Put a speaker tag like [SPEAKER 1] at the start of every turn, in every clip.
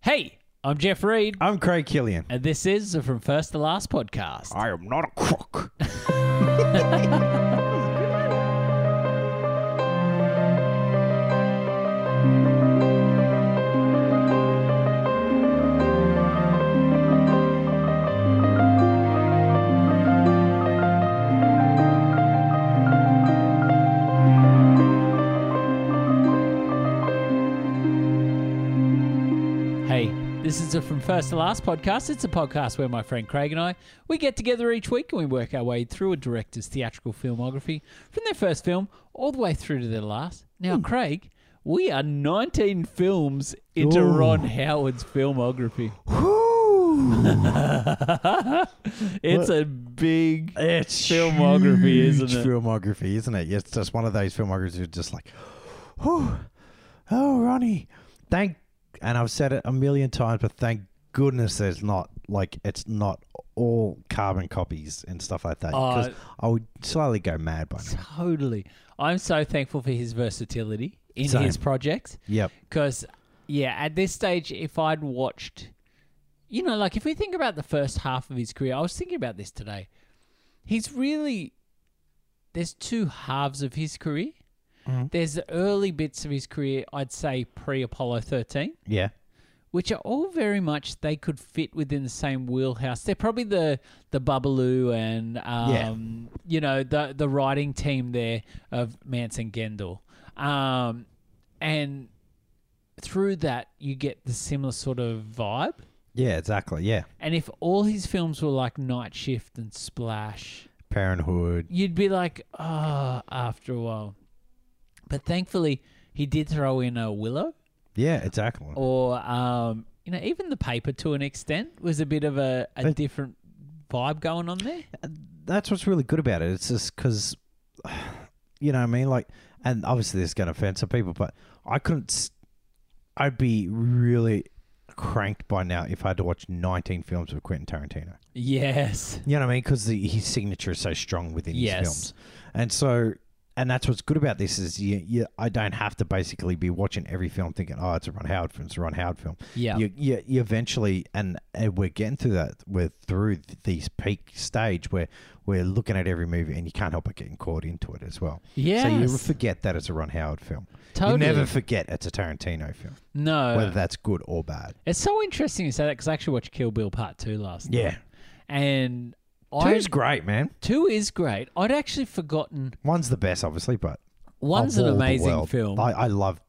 [SPEAKER 1] Hey, I'm Jeff Reed,
[SPEAKER 2] I'm Craig Killian.
[SPEAKER 1] and this is the From First to Last podcast.
[SPEAKER 2] I am not a crook.
[SPEAKER 1] Hey, this is the From First to Last podcast. It's a podcast where my friend Craig and I we get together each week and we work our way through a director's theatrical filmography from their first film all the way through to their last. Now, Craig, we are 19 films into
[SPEAKER 2] Ooh.
[SPEAKER 1] Ron Howard's filmography. it's a big
[SPEAKER 2] It's
[SPEAKER 1] Filmography,
[SPEAKER 2] huge
[SPEAKER 1] isn't it?
[SPEAKER 2] Filmography, isn't it? It's just one of those filmographies who's just like, Whew, oh, Ronnie, thank. And I've said it a million times, but thank goodness there's not like it's not all carbon copies and stuff like that because
[SPEAKER 1] Uh,
[SPEAKER 2] I would slightly go mad by now.
[SPEAKER 1] totally. I'm so thankful for his versatility in
[SPEAKER 2] Same.
[SPEAKER 1] his projects.
[SPEAKER 2] Yep.
[SPEAKER 1] Because, yeah, at this stage, if I'd watched, you know, like if we think about the first half of his career, I was thinking about this today. He's really, there's two halves of his career. There's the early bits of his career, I'd say pre Apollo 13,
[SPEAKER 2] Yeah.
[SPEAKER 1] which are all very much, they could fit within the same wheelhouse. They're probably the, the Bubbaloo and, um, you know, the, the writing team there of Manson Gendel. Um, and through that you get the similar sort of vibe.
[SPEAKER 2] Yeah. Exactly. Yeah.
[SPEAKER 1] And if all his films were like Night Shift and Splash,
[SPEAKER 2] Parenthood.
[SPEAKER 1] you'd be like, ah, after a while. But thankfully, he did throw in a Willow,
[SPEAKER 2] Yeah. Exactly.
[SPEAKER 1] or um, you know, even the paper to an extent was a bit of a, a
[SPEAKER 2] But-
[SPEAKER 1] different vibe going on there.
[SPEAKER 2] that's what's really good about it. It's just because, you know what I mean? Like, and obviously this is going to offend some people, but I couldn't, s- I'd be really cranked by now if I had to watch 19 films of Quentin Tarantino.
[SPEAKER 1] Yes,
[SPEAKER 2] You know what I mean? Because his signature is so strong within
[SPEAKER 1] Yes.
[SPEAKER 2] his films. And so, and that's what's good about this is you, you, I don't have to basically be watching every film thinking, oh, it's a Ron Howard film, it's a Ron Howard film
[SPEAKER 1] yeah,
[SPEAKER 2] you, you, you eventually and, and we're getting through that we're through th- these peak stage where we're looking at every movie and you can't help but getting caught into it as well so you
[SPEAKER 1] Yes.
[SPEAKER 2] forget that it's a ron howard film
[SPEAKER 1] totally. Uh,
[SPEAKER 2] you never forget it's a tarantino film
[SPEAKER 1] no,
[SPEAKER 2] whether that's good or bad
[SPEAKER 1] it's so interesting you say that because I actually watched Kill Bill Part Two last night,
[SPEAKER 2] yeah
[SPEAKER 1] and I
[SPEAKER 2] two's great man
[SPEAKER 1] Two is great. I'd actually forgotten.
[SPEAKER 2] one's the best obviously but
[SPEAKER 1] One's
[SPEAKER 2] of
[SPEAKER 1] an
[SPEAKER 2] all the
[SPEAKER 1] amazing
[SPEAKER 2] world,
[SPEAKER 1] film.
[SPEAKER 2] i, I love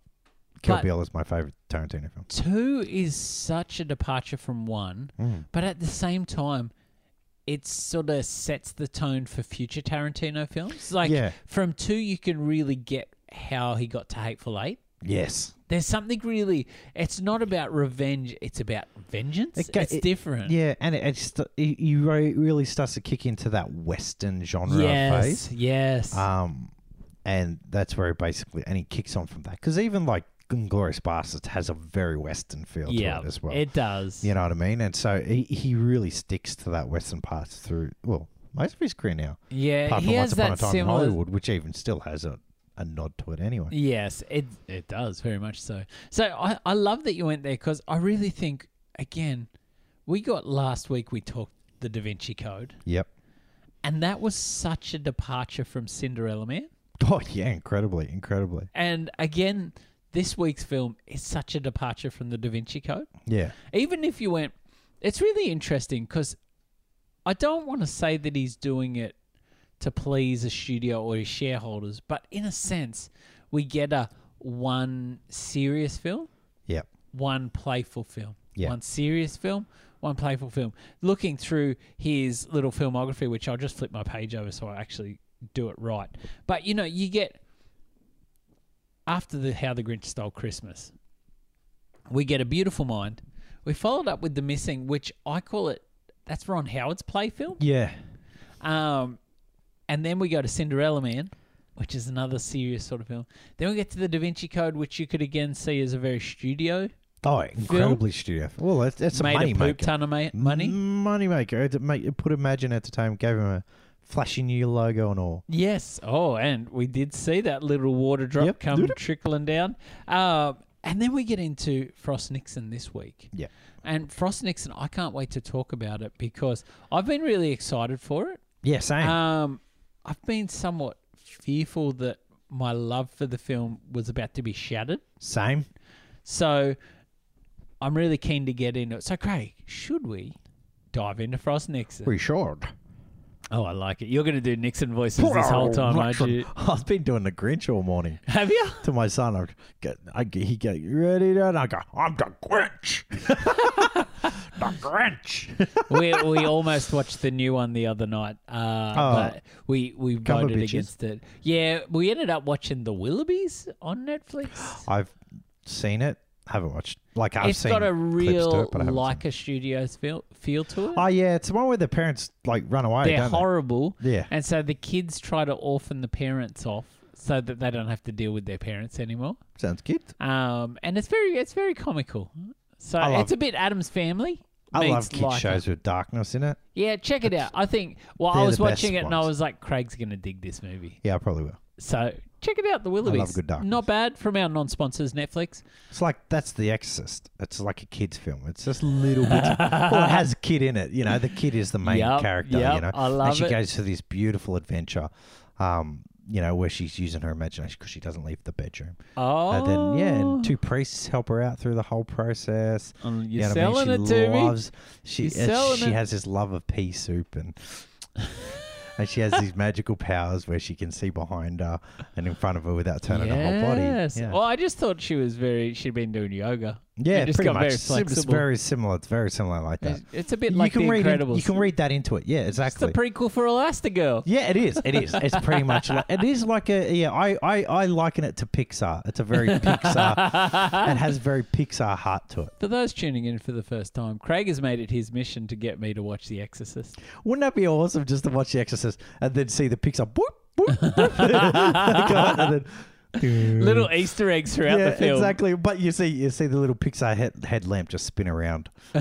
[SPEAKER 2] kill
[SPEAKER 1] But-
[SPEAKER 2] bill is my favorite tarantino film
[SPEAKER 1] Two is such a departure from one,
[SPEAKER 2] Mm.
[SPEAKER 1] but at the same time, it sort of sets the tone for future Tarantino films. Like
[SPEAKER 2] Yeah.
[SPEAKER 1] from two, you can really get how he got to Hateful Eight.
[SPEAKER 2] yes
[SPEAKER 1] There's something really. It's not about revenge. It's about vengeance.
[SPEAKER 2] It go-
[SPEAKER 1] it's
[SPEAKER 2] it-
[SPEAKER 1] different.
[SPEAKER 2] yeah and it, it's st- it, it re- really starts to kick into that western genre
[SPEAKER 1] Yes.
[SPEAKER 2] phase
[SPEAKER 1] Yes.
[SPEAKER 2] Um, and that's where it basically and he kicks on from that because even like Glorious Bastards has a very Western feel
[SPEAKER 1] yeah.
[SPEAKER 2] to it as well.
[SPEAKER 1] It does.
[SPEAKER 2] you know what I mean? And so he, he really sticks to that Western part through well most of his career now,
[SPEAKER 1] yeah.
[SPEAKER 2] apart
[SPEAKER 1] He
[SPEAKER 2] from Once
[SPEAKER 1] has
[SPEAKER 2] Upon a
[SPEAKER 1] that
[SPEAKER 2] Time in
[SPEAKER 1] similar.
[SPEAKER 2] Hollywood, which even still has a, a nod to it anyway.
[SPEAKER 1] Yes, it it does very much so. So I, I love that you went there because I really think again, we got last week we talked the Da Vinci Code,
[SPEAKER 2] Yep.
[SPEAKER 1] and that was such a departure from Cinderella Man.
[SPEAKER 2] Oh yeah, incredibly, incredibly.
[SPEAKER 1] And again, this week's film is such a departure from the Da Vinci Code.
[SPEAKER 2] Yeah.
[SPEAKER 1] Even if you went, it's really interesting because I don't want to say that he's doing it to please a studio or his shareholders, but in a sense, we get a one serious film
[SPEAKER 2] Yep.
[SPEAKER 1] one playful film,
[SPEAKER 2] Yeah.
[SPEAKER 1] one serious film, one playful film. Looking through his little filmography, which I'll just flip my page over so I actually do it right. But you know, you get after the How the Grinch Stole Christmas, we get a Beautiful Mind. We followed up with The Missing, which I call it. That's Ron Howard's play film.
[SPEAKER 2] Yeah.
[SPEAKER 1] Um, and then we go to Cinderella Man, which is another serious sort of film. Then we get to The Da Vinci Code, which you could again see as a very studio
[SPEAKER 2] Oh, incredibly studio. Well, that's, that's
[SPEAKER 1] made
[SPEAKER 2] a money
[SPEAKER 1] a poop
[SPEAKER 2] maker. Mm.
[SPEAKER 1] ton of ma- money.
[SPEAKER 2] Money maker. It, make, it put Imagine Entertainment gave him a flashy new logo and all.
[SPEAKER 1] Yes. Oh, and we did see that little water drop
[SPEAKER 2] Yep.
[SPEAKER 1] come trickling down. Um, And then we get into Frost Nixon this week.
[SPEAKER 2] Yeah.
[SPEAKER 1] And Frost Nixon, I can't wait to talk about it because I've been really excited for it.
[SPEAKER 2] Yeah, same.
[SPEAKER 1] Um, I've been somewhat fearful that my love for the film was about to be shattered.
[SPEAKER 2] same.
[SPEAKER 1] So I'm really keen to get into it. So, Craig, should we dive into Frost Nixon?
[SPEAKER 2] We should.
[SPEAKER 1] Oh, I like it. You're going to do Nixon voices this whole time, aren't you?
[SPEAKER 2] I've been doing the Grinch all morning.
[SPEAKER 1] Have you?
[SPEAKER 2] To my son, I'd get, I get, he get "You ready, Dad?" And I go, "I'm the Grinch." the Grinch.
[SPEAKER 1] we we almost watched the new one the other night, uh, but we we
[SPEAKER 2] Cover
[SPEAKER 1] voted
[SPEAKER 2] Oh. bitches.
[SPEAKER 1] against it. Yeah, we ended up watching The Willoughbys on Netflix.
[SPEAKER 2] I've seen it. Haven't watched. Like I've
[SPEAKER 1] It's
[SPEAKER 2] seen.
[SPEAKER 1] got a
[SPEAKER 2] clips to
[SPEAKER 1] real
[SPEAKER 2] it, but I haven't seen
[SPEAKER 1] Leica Studios feel feel to it.
[SPEAKER 2] it. Oh yeah, it's the one where the parents like run away.
[SPEAKER 1] They're
[SPEAKER 2] don't they?
[SPEAKER 1] horrible,
[SPEAKER 2] Yeah.
[SPEAKER 1] and so the kids try to orphan the parents off so that they don't have to deal with their parents anymore.
[SPEAKER 2] Sounds good.
[SPEAKER 1] Um, and it's very it's very comical. So
[SPEAKER 2] I love-
[SPEAKER 1] it's a bit Adam's Family.
[SPEAKER 2] I
[SPEAKER 1] meets
[SPEAKER 2] love kid
[SPEAKER 1] Leica.
[SPEAKER 2] shows with darkness in it.
[SPEAKER 1] Yeah, check it out. I think well, I
[SPEAKER 2] They're
[SPEAKER 1] was
[SPEAKER 2] the best
[SPEAKER 1] watching it and I
[SPEAKER 2] ones.
[SPEAKER 1] was like, Craig's gonna dig this movie.
[SPEAKER 2] Yeah, I probably will.
[SPEAKER 1] So check it out, The Willoughbys.
[SPEAKER 2] good darkness.
[SPEAKER 1] Not bad from our non-sponsors Netflix.
[SPEAKER 2] It's like that's The Exorcist. It's like a kids' film. It's just little bits. well, it has a kid in it. You know, the kid is the main
[SPEAKER 1] Yep,
[SPEAKER 2] character.
[SPEAKER 1] yep,
[SPEAKER 2] you know,
[SPEAKER 1] I love
[SPEAKER 2] and she
[SPEAKER 1] it.
[SPEAKER 2] goes to this beautiful adventure. Um, you know, where she's using her imagination because she doesn't leave the bedroom.
[SPEAKER 1] Oh,
[SPEAKER 2] And Uh, then yeah, and two priests help her out through the whole process.
[SPEAKER 1] Um, you're
[SPEAKER 2] You know what
[SPEAKER 1] selling
[SPEAKER 2] I mean?
[SPEAKER 1] it
[SPEAKER 2] She
[SPEAKER 1] to me.
[SPEAKER 2] loves, She
[SPEAKER 1] You're
[SPEAKER 2] and
[SPEAKER 1] selling
[SPEAKER 2] she
[SPEAKER 1] it.
[SPEAKER 2] has this love of pea soup and. And she has these magical powers where she can see behind her and in front of her without turning her whole body.
[SPEAKER 1] Yes.
[SPEAKER 2] Yeah.
[SPEAKER 1] Well, I just thought she was very. She'd been doing yoga.
[SPEAKER 2] Yeah,
[SPEAKER 1] It just
[SPEAKER 2] pretty
[SPEAKER 1] got
[SPEAKER 2] much.
[SPEAKER 1] very
[SPEAKER 2] It's- it's
[SPEAKER 1] flexible.
[SPEAKER 2] very similar. It's very similar like that.
[SPEAKER 1] It's, it's a bit like
[SPEAKER 2] you can
[SPEAKER 1] The
[SPEAKER 2] read in-
[SPEAKER 1] Incredibles.
[SPEAKER 2] you can read that into it. Yeah,
[SPEAKER 1] It's the
[SPEAKER 2] exactly.
[SPEAKER 1] prequel for Elastigirl.
[SPEAKER 2] yeah, it is. It is. It's pretty much. Like, it is like a. Yeah, I, I I liken it to Pixar. It's a very Pixar. it has very Pixar heart to it.
[SPEAKER 1] For those tuning in for the first time, Craig has made it his mission to get me to watch The Exorcist.
[SPEAKER 2] Wouldn't that be awesome just to watch The Exorcist and then see the Pixar boop boop, boop Go on and then.
[SPEAKER 1] Little Easter eggs throughout
[SPEAKER 2] yeah,
[SPEAKER 1] the film.
[SPEAKER 2] exactly. But you see, you see the little Pixar head, headlamp just spin around.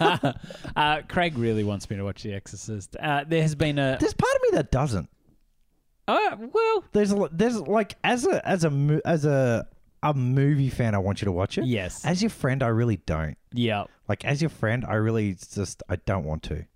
[SPEAKER 1] Uh, Craig really wants me to watch The Exorcist. Uh, there has been a.
[SPEAKER 2] There's part of me that doesn't. Uh,
[SPEAKER 1] Oh, well,
[SPEAKER 2] there's a lo- there's like as a as a mo- as a a movie fan, I want you to watch it.
[SPEAKER 1] Yes.
[SPEAKER 2] As your friend, I really don't.
[SPEAKER 1] yeah.
[SPEAKER 2] Like as your friend, I really just I don't want to.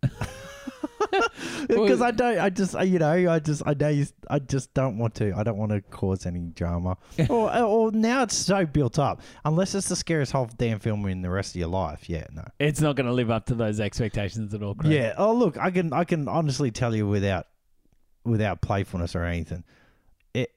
[SPEAKER 1] Well-
[SPEAKER 2] Because I don't, I just, I, you know, I just, I know, you, I just don't want to. I don't want to cause any drama. or, or now it's so built up. Unless it's the scariest whole damn film in the rest of your life. Yeah, no.
[SPEAKER 1] It's not going to live up to those expectations at all, Craig.
[SPEAKER 2] Yeah. Oh, look, I can I can honestly tell you without without playfulness or anything, it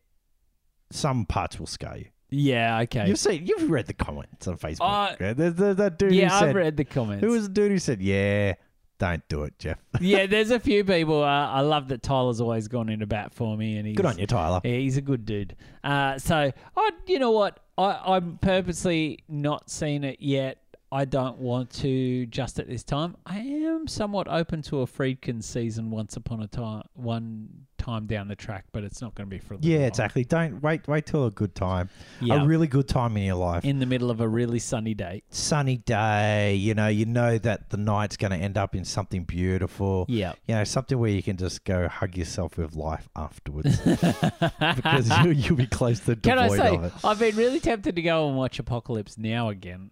[SPEAKER 2] some parts will scare you.
[SPEAKER 1] Yeah, okay.
[SPEAKER 2] You've seen you've read the comments on Facebook.
[SPEAKER 1] Uh,
[SPEAKER 2] yeah, there's, there's that dude
[SPEAKER 1] yeah,
[SPEAKER 2] who said
[SPEAKER 1] I've read the comments.
[SPEAKER 2] who was the dude who said, "Yeah, don't do it, Jeff."
[SPEAKER 1] yeah, there's a few people. Uh, I love that Tyler's always gone into bat for me, and he's
[SPEAKER 2] Good on you, Tyler.
[SPEAKER 1] Yeah, he's a good dude. Uh, so I, you know what, I, I'm purposely not seeing it yet. I don't want to just at this time. I am somewhat open to a Friedkin season once upon a time, one time down the track, but it's not going to be for a little
[SPEAKER 2] Yeah,
[SPEAKER 1] while.
[SPEAKER 2] exactly. Don't wait. Wait till a good time,
[SPEAKER 1] Yeah.
[SPEAKER 2] a really good time in your life.
[SPEAKER 1] in the middle of a really sunny day.
[SPEAKER 2] Sunny day. You know, you know that the night's going to end up in something beautiful.
[SPEAKER 1] Yeah.
[SPEAKER 2] you know, something where you can just go hug yourself with life afterwards because you, you'll be close to
[SPEAKER 1] Can I
[SPEAKER 2] devoid of
[SPEAKER 1] say
[SPEAKER 2] it.
[SPEAKER 1] I've been really tempted to go and watch Apocalypse Now again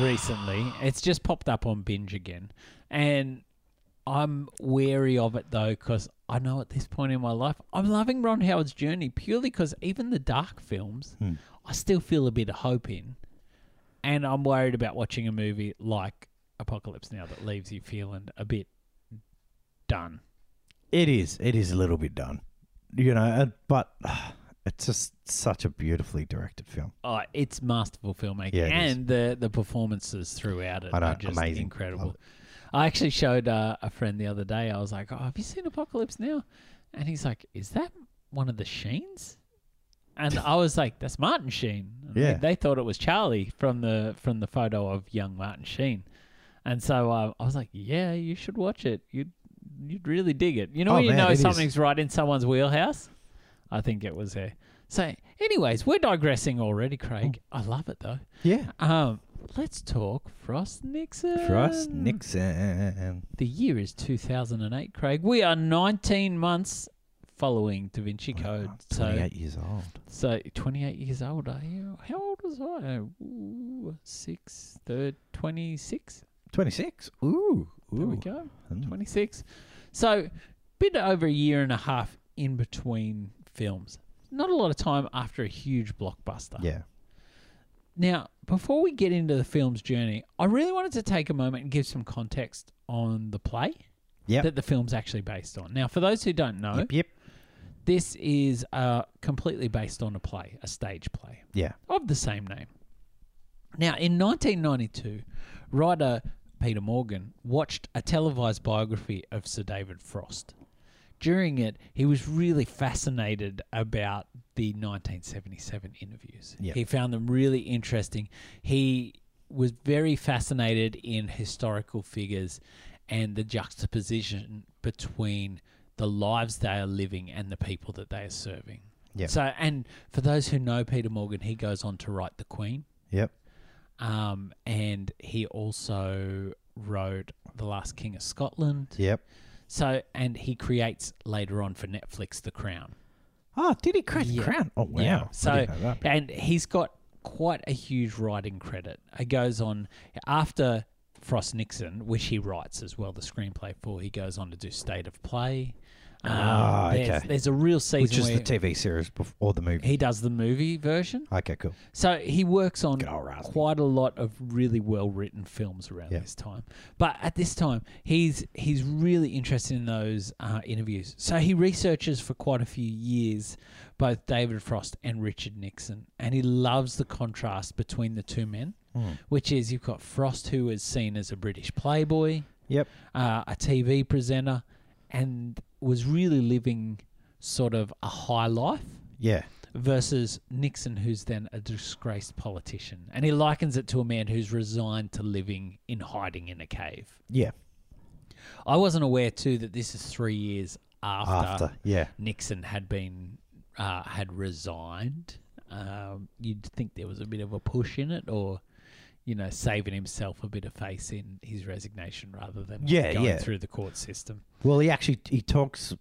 [SPEAKER 1] recently. It's just popped up on binge again, and I'm wary of it though because I know at this point in my life I'm loving Ron Howard's journey purely because even the dark films
[SPEAKER 2] Hmm.
[SPEAKER 1] I still feel a bit of hope in, and I'm worried about watching a movie like Apocalypse Now that leaves you feeling a bit done.
[SPEAKER 2] It is. It is a little bit done, you know, and- but it's just such a beautifully directed film.
[SPEAKER 1] Oh, it's masterful filmmaking,
[SPEAKER 2] Yeah, it is.
[SPEAKER 1] and the the performances throughout it
[SPEAKER 2] I know,
[SPEAKER 1] are just
[SPEAKER 2] amazing.
[SPEAKER 1] incredible.
[SPEAKER 2] Love
[SPEAKER 1] I actually showed uh, a friend the other day. I was like, "Oh, have you seen Apocalypse Now?" And he's like, "Is that one of the Sheens?" And I was like, "That's Martin Sheen." And
[SPEAKER 2] Yeah.
[SPEAKER 1] they, they thought it was Charlie from the from the photo of young Martin Sheen, and so uh, I was like, "Yeah, you should watch it. You'd you'd really dig it. You know,
[SPEAKER 2] Oh,
[SPEAKER 1] when you
[SPEAKER 2] man, it
[SPEAKER 1] know
[SPEAKER 2] is.
[SPEAKER 1] something's right in someone's wheelhouse." I think it was her. So, anyways, we're digressing already, Craig.
[SPEAKER 2] Oh.
[SPEAKER 1] I love it though.
[SPEAKER 2] Yeah.
[SPEAKER 1] Um, let's talk Frost Nixon.
[SPEAKER 2] Frost Nixon.
[SPEAKER 1] The year is 2008, Craig. We are 19 months following Da Vinci Code. so,
[SPEAKER 2] 28 years old.
[SPEAKER 1] so 28 years old. Are you? How old was I? Ooh, six, third, 26.
[SPEAKER 2] 26. Ooh.
[SPEAKER 1] There we
[SPEAKER 2] ooh.
[SPEAKER 1] go.
[SPEAKER 2] Mm.
[SPEAKER 1] 26. So, bit over a year and a half in between films. Not a lot of time after a huge blockbuster.
[SPEAKER 2] Yeah.
[SPEAKER 1] Now, before we get into the film's journey, I really wanted to take a moment and give some context on the play
[SPEAKER 2] Yep.
[SPEAKER 1] that the film's actually based on. Now, for those who don't know,
[SPEAKER 2] Yep. Yep.
[SPEAKER 1] this is uh, completely based on a play, a stage play
[SPEAKER 2] Yeah.
[SPEAKER 1] of the same name. Now, in 1992, writer Peter Morgan watched a televised biography of Sir David Frost. During it, he was really fascinated about the 1977 interviews.
[SPEAKER 2] Yeah.
[SPEAKER 1] He found them really interesting. He was very fascinated in historical figures and the juxtaposition between the lives they are living and the people that they are serving.
[SPEAKER 2] Yeah.
[SPEAKER 1] So, and for those who know Peter Morgan, he goes on to write The Queen,
[SPEAKER 2] Yep.
[SPEAKER 1] um, and he also wrote The Last King of Scotland.
[SPEAKER 2] Yep.
[SPEAKER 1] So, and he creates later on for Netflix The Crown.
[SPEAKER 2] Oh, did he crack
[SPEAKER 1] Yeah.
[SPEAKER 2] the crown? Oh, wow. I
[SPEAKER 1] So,
[SPEAKER 2] didn't know that.
[SPEAKER 1] and he's got quite a huge writing credit. It goes on after Frost Nixon, which he writes as well the screenplay for. He goes on to do State of Play. Um,
[SPEAKER 2] Ah,
[SPEAKER 1] there's,
[SPEAKER 2] okay.
[SPEAKER 1] there's a real season
[SPEAKER 2] which is
[SPEAKER 1] where
[SPEAKER 2] the TV series before, or the movie.
[SPEAKER 1] he does the movie version.
[SPEAKER 2] Okay, cool.
[SPEAKER 1] So he works on
[SPEAKER 2] Good old Raspy.
[SPEAKER 1] quite a lot of really well written films around
[SPEAKER 2] Yeah.
[SPEAKER 1] this time. But at this time, he's he's really interested in those uh, interviews. So he researches for quite a few years both David Frost and Richard Nixon, and he loves the contrast between the two men,
[SPEAKER 2] Hmm.
[SPEAKER 1] which is you've got Frost who is seen as a British playboy,
[SPEAKER 2] Yep.
[SPEAKER 1] uh, a TV presenter, and was really living sort of a high life
[SPEAKER 2] Yeah.
[SPEAKER 1] versus Nixon, who's then a disgraced politician. And he likens it to a man who's resigned to living in hiding in a cave.
[SPEAKER 2] Yeah.
[SPEAKER 1] I wasn't aware, too, that this is three years after,
[SPEAKER 2] After. Yeah.
[SPEAKER 1] Nixon had been, uh, had resigned. Um, you'd think there was a bit of a push in it or, you know, saving himself a bit of face in his resignation rather than
[SPEAKER 2] Yeah,
[SPEAKER 1] going
[SPEAKER 2] yeah.
[SPEAKER 1] through the court system.
[SPEAKER 2] Well, he actually he talks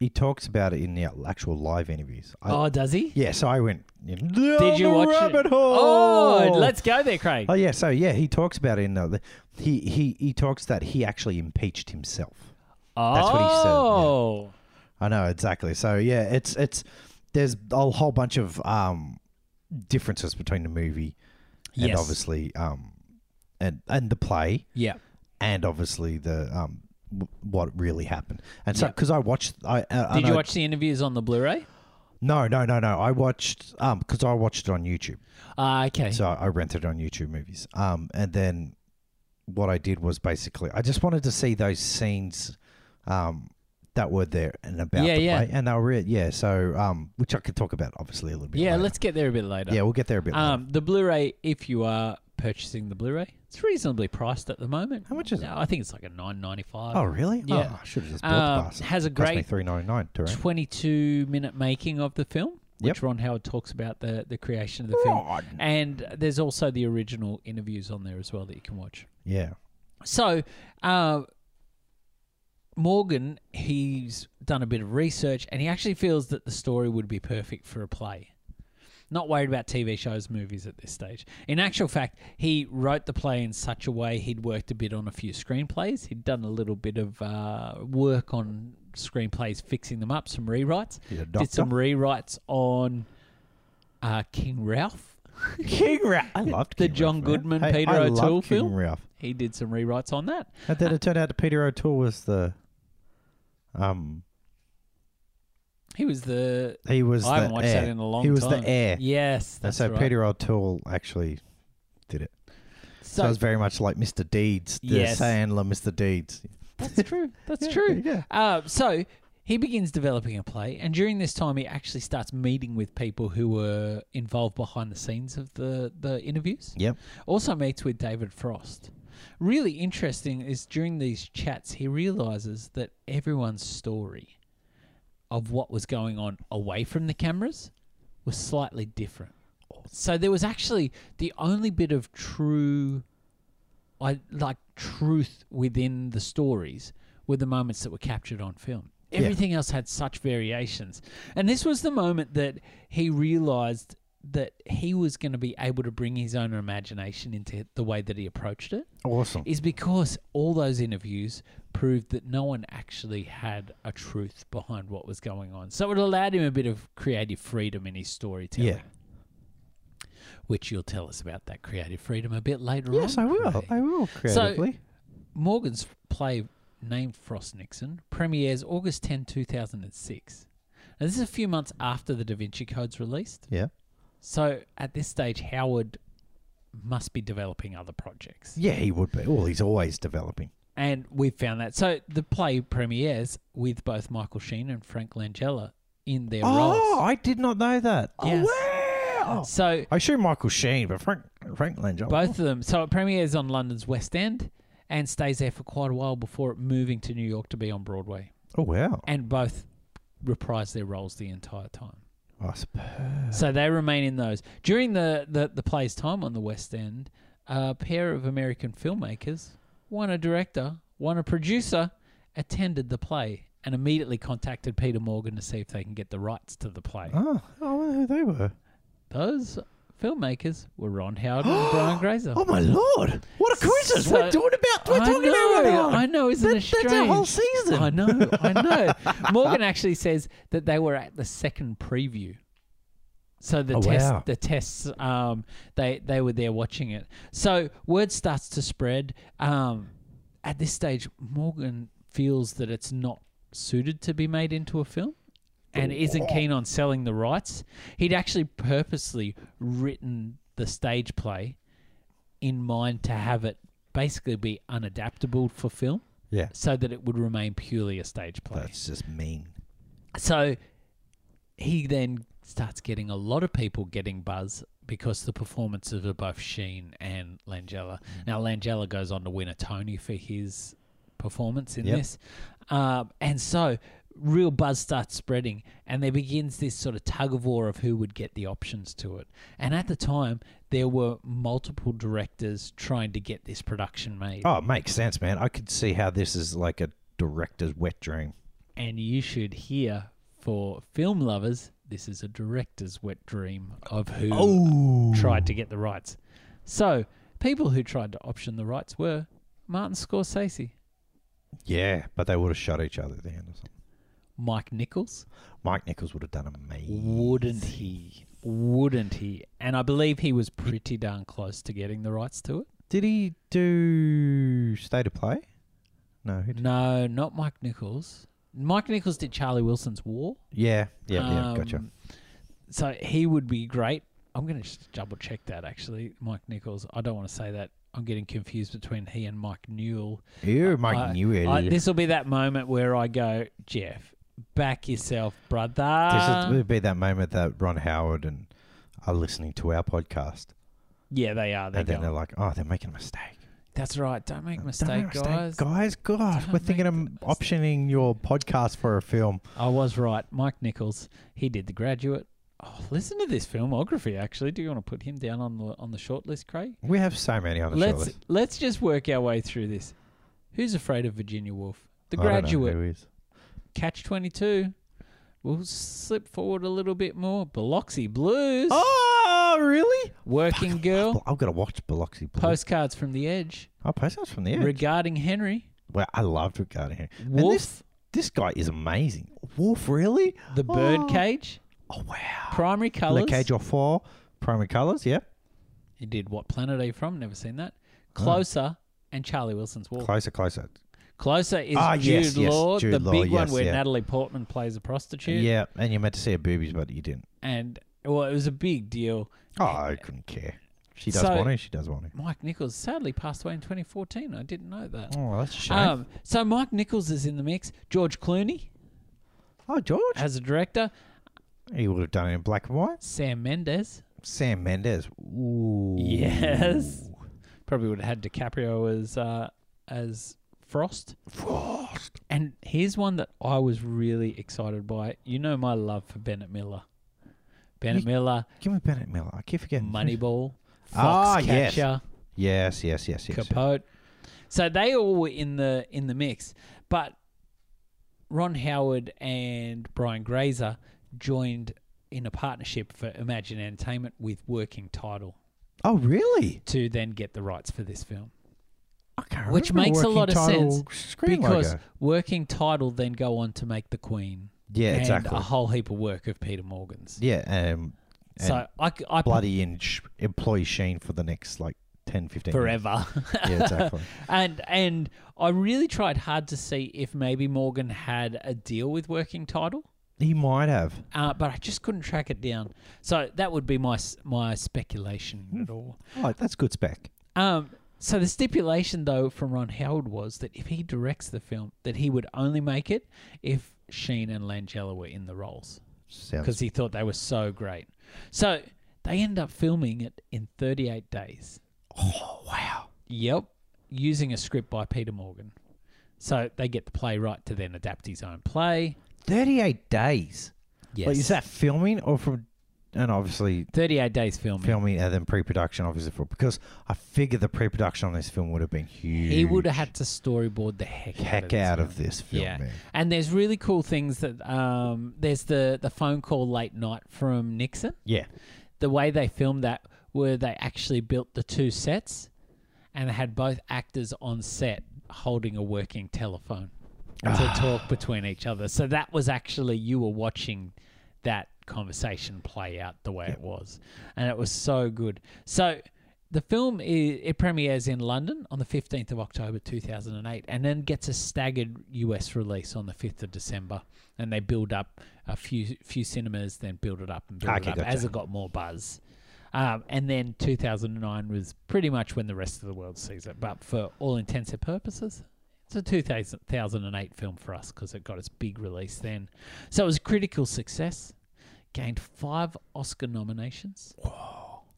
[SPEAKER 2] he talks about it in the actual live interviews. I,
[SPEAKER 1] oh, does he?
[SPEAKER 2] Yeah. So I went.
[SPEAKER 1] Did
[SPEAKER 2] Did
[SPEAKER 1] you watch
[SPEAKER 2] rabbit
[SPEAKER 1] it?
[SPEAKER 2] hole?
[SPEAKER 1] Oh, let's go there, Craig.
[SPEAKER 2] Oh yeah. So yeah, he talks about it in the. He he he talks that he actually impeached himself. that's what he said, yeah.
[SPEAKER 1] Oh.
[SPEAKER 2] I know exactly. So yeah, it's it's there's a whole bunch of um differences between the movie and
[SPEAKER 1] Yes.
[SPEAKER 2] obviously um and and the play
[SPEAKER 1] Yeah.
[SPEAKER 2] and obviously the um w- what really happened. And so
[SPEAKER 1] Yep.
[SPEAKER 2] because I watched I uh,
[SPEAKER 1] Did
[SPEAKER 2] and
[SPEAKER 1] you
[SPEAKER 2] I-
[SPEAKER 1] watch the interviews on the Blu-ray?
[SPEAKER 2] No, no, no, no. I watched um because I watched it on YouTube.
[SPEAKER 1] Uh, okay.
[SPEAKER 2] So I rented it on YouTube movies. Um and then what I did was basically I just wanted to see those scenes um that were there and about
[SPEAKER 1] Yeah,
[SPEAKER 2] the
[SPEAKER 1] yeah.
[SPEAKER 2] play. And they were re- yeah, so um which I could talk about obviously a little bit
[SPEAKER 1] yeah,
[SPEAKER 2] later.
[SPEAKER 1] let's get there a bit later.
[SPEAKER 2] Yeah, we'll get there a bit later.
[SPEAKER 1] Um, the Blu-ray, if you are purchasing the Blu-ray, it's reasonably priced at the moment. Uh,
[SPEAKER 2] How much is it?
[SPEAKER 1] I think it's like a nine ninety-five.
[SPEAKER 2] Oh really?
[SPEAKER 1] yeah.
[SPEAKER 2] Oh, I should have just bought the
[SPEAKER 1] um,
[SPEAKER 2] bastard.
[SPEAKER 1] has a
[SPEAKER 2] Cost me
[SPEAKER 1] great
[SPEAKER 2] three ninety nine to rent.
[SPEAKER 1] twenty-two minute making of the film, which
[SPEAKER 2] Yep.
[SPEAKER 1] Ron Howard talks about the the creation of the film,
[SPEAKER 2] Ron.
[SPEAKER 1] and there's also the original interviews on there as well that you can watch.
[SPEAKER 2] Yeah.
[SPEAKER 1] So, uh, Morgan, he's done a bit of research and he actually feels that the story would be perfect for a play. Not worried about TV shows, movies at this stage. In actual fact, he wrote the play in such a way he'd worked a bit on a few screenplays. He'd done a little bit of uh, work on screenplays, fixing them up, some rewrites.
[SPEAKER 2] He's a
[SPEAKER 1] Did some
[SPEAKER 2] doctor.
[SPEAKER 1] rewrites on uh, King Ralph.
[SPEAKER 2] King Ralph. I loved
[SPEAKER 1] The
[SPEAKER 2] King
[SPEAKER 1] John
[SPEAKER 2] Ralph, man.
[SPEAKER 1] Goodman,
[SPEAKER 2] Hey,
[SPEAKER 1] Peter
[SPEAKER 2] I loved
[SPEAKER 1] O'Toole
[SPEAKER 2] King
[SPEAKER 1] film.
[SPEAKER 2] Ralph.
[SPEAKER 1] He did some rewrites on that.
[SPEAKER 2] And then it turned out that Peter O'Toole was the, um,
[SPEAKER 1] He was the
[SPEAKER 2] he was
[SPEAKER 1] I
[SPEAKER 2] the
[SPEAKER 1] haven't watched
[SPEAKER 2] heir.
[SPEAKER 1] that in a long time.
[SPEAKER 2] he was the heir.
[SPEAKER 1] Yes,
[SPEAKER 2] and
[SPEAKER 1] that's
[SPEAKER 2] so
[SPEAKER 1] right.
[SPEAKER 2] Peter O'Toole actually did it. So,
[SPEAKER 1] so,
[SPEAKER 2] it was very much like Mr. Deeds, the
[SPEAKER 1] Yes.
[SPEAKER 2] Sandler Mr. Deeds.
[SPEAKER 1] that's true. That's
[SPEAKER 2] Yeah,
[SPEAKER 1] true.
[SPEAKER 2] Yeah.
[SPEAKER 1] Uh, so he begins developing a play, and during this time, he actually starts meeting with people who were involved behind the scenes of the the interviews.
[SPEAKER 2] Yep.
[SPEAKER 1] Also meets with David Frost. Really interesting is during these chats, he realizes that everyone's story of what was going on away from the cameras was slightly different. So there was actually the only bit of true, I like truth within the stories were the moments that were captured on film. everything else had such variations. And this was the moment that he realized that he was going to be able to bring his own imagination into the way that he approached it
[SPEAKER 2] Awesome.
[SPEAKER 1] is because all those interviews proved that no one actually had a truth behind what was going on. So it allowed him a bit of creative freedom in his storytelling.
[SPEAKER 2] Yeah.
[SPEAKER 1] Which you'll tell us about that creative freedom a bit later on.
[SPEAKER 2] Yes, I will.
[SPEAKER 1] Craig.
[SPEAKER 2] I will creatively.
[SPEAKER 1] Morgan's play named Frost Nixon premieres August 10, 2006. Now, this is a few months after the Da Vinci Code's released.
[SPEAKER 2] yeah.
[SPEAKER 1] So at this stage, Howard must be developing other projects.
[SPEAKER 2] Yeah, he would be. Well, he's always developing.
[SPEAKER 1] And we've found that. So the play premieres with both Michael Sheen and Frank Langella in their
[SPEAKER 2] Oh,
[SPEAKER 1] roles.
[SPEAKER 2] I did not know that.
[SPEAKER 1] Yes.
[SPEAKER 2] Oh, wow.
[SPEAKER 1] So
[SPEAKER 2] I assume Michael Sheen, but Frank Frank Langella.
[SPEAKER 1] both of them. So it premieres on London's West End and stays there for quite a while before it moving to New York to be on Broadway.
[SPEAKER 2] oh wow.
[SPEAKER 1] And both reprise their roles the entire time.
[SPEAKER 2] Oh, superb.
[SPEAKER 1] So they remain in those. During the, the, the play's time on the West End, a pair of American filmmakers, one a director, one a producer, attended the play and immediately contacted Peter Morgan to see if they can get the rights to the play.
[SPEAKER 2] Oh, I wonder who they were.
[SPEAKER 1] Those filmmakers were Ron Howard and Brian Grazer.
[SPEAKER 2] Oh my lord! What a coincidence! we're
[SPEAKER 1] So-
[SPEAKER 2] doing about we're
[SPEAKER 1] I
[SPEAKER 2] talking
[SPEAKER 1] know,
[SPEAKER 2] about Ron Howard.
[SPEAKER 1] I know, isn't
[SPEAKER 2] That-
[SPEAKER 1] it strange?
[SPEAKER 2] That's our whole season.
[SPEAKER 1] I know, I know. Morgan actually says that they were at the second preview. So the
[SPEAKER 2] Oh,
[SPEAKER 1] test,
[SPEAKER 2] wow.
[SPEAKER 1] the tests, um, they they were there watching it. So word starts to spread. Um, at this stage, Morgan feels that it's not suited to be made into a film, and
[SPEAKER 2] Oh.
[SPEAKER 1] isn't keen on selling the rights. He'd actually purposely written the stage play in mind to have it basically be unadaptable for film
[SPEAKER 2] Yeah,
[SPEAKER 1] so that it would remain purely a stage play.
[SPEAKER 2] that's just mean.
[SPEAKER 1] so he then starts getting a lot of people getting buzz because the performances of both Sheen and Langella. Now Langella goes on to win a Tony for his performance in
[SPEAKER 2] Yep.
[SPEAKER 1] this, um, and so real buzz starts spreading, and there begins this sort of tug of war of who would get the options to it. And at the time, there were multiple directors trying to get this production made.
[SPEAKER 2] Oh, it makes sense, man. I could see how this is like a director's wet dream.
[SPEAKER 1] and you should hear for film lovers this is a director's wet dream of who
[SPEAKER 2] Oh.
[SPEAKER 1] tried to get the rights so people who tried to option the rights were martin scorsese
[SPEAKER 2] Yeah, but they would have shot each other at the end or something.
[SPEAKER 1] mike nichols
[SPEAKER 2] Mike Nichols would have done amazing.
[SPEAKER 1] wouldn't he wouldn't he and i believe he was pretty darn close to getting the rights to it
[SPEAKER 2] Did he do State of Play? No, he did.
[SPEAKER 1] no not mike nichols mike nichols did charlie wilson's war
[SPEAKER 2] Yeah, yeah, yeah. Gotcha.
[SPEAKER 1] Um, So he would be great. I'm going to just double check that actually, Mike Nichols. I don't want to say that. I'm getting confused between he and Mike Newell.
[SPEAKER 2] Ew, Mike
[SPEAKER 1] I-
[SPEAKER 2] Newell.
[SPEAKER 1] I-
[SPEAKER 2] this
[SPEAKER 1] This will be that moment where I go, Jeff, back yourself, brother.
[SPEAKER 2] is, would be that moment that Ron Howard and are listening to our podcast,
[SPEAKER 1] yeah, they are. They're
[SPEAKER 2] and then
[SPEAKER 1] going,
[SPEAKER 2] they're like, "Oh, they're making a mistake."
[SPEAKER 1] That's right. Don't make a
[SPEAKER 2] Don't
[SPEAKER 1] mistake,
[SPEAKER 2] make a
[SPEAKER 1] guys.
[SPEAKER 2] Guys, God,
[SPEAKER 1] Don't
[SPEAKER 2] we're thinking of
[SPEAKER 1] make the mistake.
[SPEAKER 2] optioning your podcast for a film.
[SPEAKER 1] I was right. Mike Nichols. He did The Graduate. Oh, listen to this filmography. Actually, do you want to put him down on the on the short list, Craig?
[SPEAKER 2] We have so many on the show.
[SPEAKER 1] let's let's just work our way through this. Who's afraid of Virginia Woolf? The
[SPEAKER 2] I don't know
[SPEAKER 1] Graduate,
[SPEAKER 2] who is.
[SPEAKER 1] Catch Twenty Two. We'll slip forward a little bit more. Biloxi Blues,
[SPEAKER 2] Oh, really?
[SPEAKER 1] Working Girl,
[SPEAKER 2] Well, I've got to watch Biloxi Blues.
[SPEAKER 1] Postcards from the Edge,
[SPEAKER 2] oh, postcards from the edge.
[SPEAKER 1] Regarding Henry,
[SPEAKER 2] well, I loved regarding him. And
[SPEAKER 1] Wolf,
[SPEAKER 2] this, this guy is amazing. Wolf, really?
[SPEAKER 1] The Birdcage,
[SPEAKER 2] Oh, wow.
[SPEAKER 1] Primary
[SPEAKER 2] Le
[SPEAKER 1] Colors.
[SPEAKER 2] Cage or Four, Primary Colors, yeah.
[SPEAKER 1] He did What Planet Are You From? Never seen that. Closer and Charlie Wilson's War.
[SPEAKER 2] Closer, closer.
[SPEAKER 1] Closer is
[SPEAKER 2] Ah,
[SPEAKER 1] Jude
[SPEAKER 2] yes, yes,
[SPEAKER 1] Law,
[SPEAKER 2] Jude
[SPEAKER 1] the
[SPEAKER 2] Law,
[SPEAKER 1] big one
[SPEAKER 2] yes,
[SPEAKER 1] where
[SPEAKER 2] yeah.
[SPEAKER 1] Natalie Portman plays a prostitute.
[SPEAKER 2] Yeah, and you meant to see her boobies, but you didn't.
[SPEAKER 1] And well, it was a big deal.
[SPEAKER 2] Oh, I couldn't care. She does
[SPEAKER 1] So-
[SPEAKER 2] want to, she does want to.
[SPEAKER 1] Mike Nichols sadly passed away in 2014. I didn't know that.
[SPEAKER 2] Oh, that's a shame.
[SPEAKER 1] Um, so Mike Nichols is in the mix. George Clooney
[SPEAKER 2] oh, George.
[SPEAKER 1] as a director.
[SPEAKER 2] He would have done it in black and white.
[SPEAKER 1] Sam Mendes.
[SPEAKER 2] Sam Mendes. Ooh.
[SPEAKER 1] Yes. Probably would have had DiCaprio as uh, as Frost.
[SPEAKER 2] Frost.
[SPEAKER 1] And here's one that I was really excited by. You know my love for Bennett Miller. Bennett
[SPEAKER 2] You-
[SPEAKER 1] Miller,
[SPEAKER 2] Give me Bennett Miller. I keep forgetting.
[SPEAKER 1] Moneyball,
[SPEAKER 2] Ah,
[SPEAKER 1] Foxcatcher.
[SPEAKER 2] yes. Yes, yes, yes, yes. yes.
[SPEAKER 1] Capote. So they all were in the in the mix, but Ron Howard and Brian Grazer joined in a partnership for Imagine Entertainment with Working Title
[SPEAKER 2] Oh, really?
[SPEAKER 1] to then get the rights for this film.
[SPEAKER 2] I can't
[SPEAKER 1] Which
[SPEAKER 2] remember
[SPEAKER 1] makes a
[SPEAKER 2] working
[SPEAKER 1] lot of
[SPEAKER 2] title
[SPEAKER 1] sense,
[SPEAKER 2] screen
[SPEAKER 1] Because
[SPEAKER 2] logo.
[SPEAKER 1] Working Title then go on to make The Queen.
[SPEAKER 2] yeah,
[SPEAKER 1] and uh,
[SPEAKER 2] exactly.
[SPEAKER 1] a whole heap of work of Peter Morgan's.
[SPEAKER 2] yeah, um, and
[SPEAKER 1] so I, c- I put
[SPEAKER 2] bloody inch employee Sheen for the next like 10, 15 years.
[SPEAKER 1] forever.
[SPEAKER 2] Yeah, exactly.
[SPEAKER 1] And and I really tried hard to see if maybe Morgan had a deal with Working Title,
[SPEAKER 2] he might have.
[SPEAKER 1] uh, but I just couldn't track it down. So that would be my s- my speculation at all.
[SPEAKER 2] Right, Oh, that's good spec.
[SPEAKER 1] Um, so the stipulation though from Ron Howard was that if he directs the film, that he would only make it if Sheen and Langella were in the roles because
[SPEAKER 2] Sounds
[SPEAKER 1] he thought they were so great. So they end up filming it in 38 days.
[SPEAKER 2] oh wow.
[SPEAKER 1] Yep, using a script by Peter Morgan. So they get the playwright to then adapt his own play.
[SPEAKER 2] Thirty-eight days.
[SPEAKER 1] Yes,
[SPEAKER 2] Like, is that filming or from? And obviously
[SPEAKER 1] 38 days filming?
[SPEAKER 2] filming and then pre-production, obviously for because I figure the pre-production on this film would have been huge.
[SPEAKER 1] He would have had to storyboard the heck,
[SPEAKER 2] heck
[SPEAKER 1] this
[SPEAKER 2] out
[SPEAKER 1] film.
[SPEAKER 2] of this film.
[SPEAKER 1] Yeah.
[SPEAKER 2] man.
[SPEAKER 1] And there's really cool things that um, there's the the phone call late night from Nixon.
[SPEAKER 2] yeah.
[SPEAKER 1] The way they filmed that, where they actually built the two sets, and they had both actors on set holding a working telephone to
[SPEAKER 2] Ah.
[SPEAKER 1] talk between each other. So that was actually you were watching that conversation play out the way it was, and it was so good. So. The film i it premieres in London on the 15th of October 2008 and then gets a staggered US release on the 5th of December and they build up a few few cinemas then build it up and build
[SPEAKER 2] Ah, Okay,
[SPEAKER 1] it up
[SPEAKER 2] gotcha.
[SPEAKER 1] as it got more buzz. Um, and then 2009 was pretty much when the rest of the world sees it but for all intents and purposes it's a 2008 film for us because it got its big release then. So it was a critical success. Gained five Oscar nominations,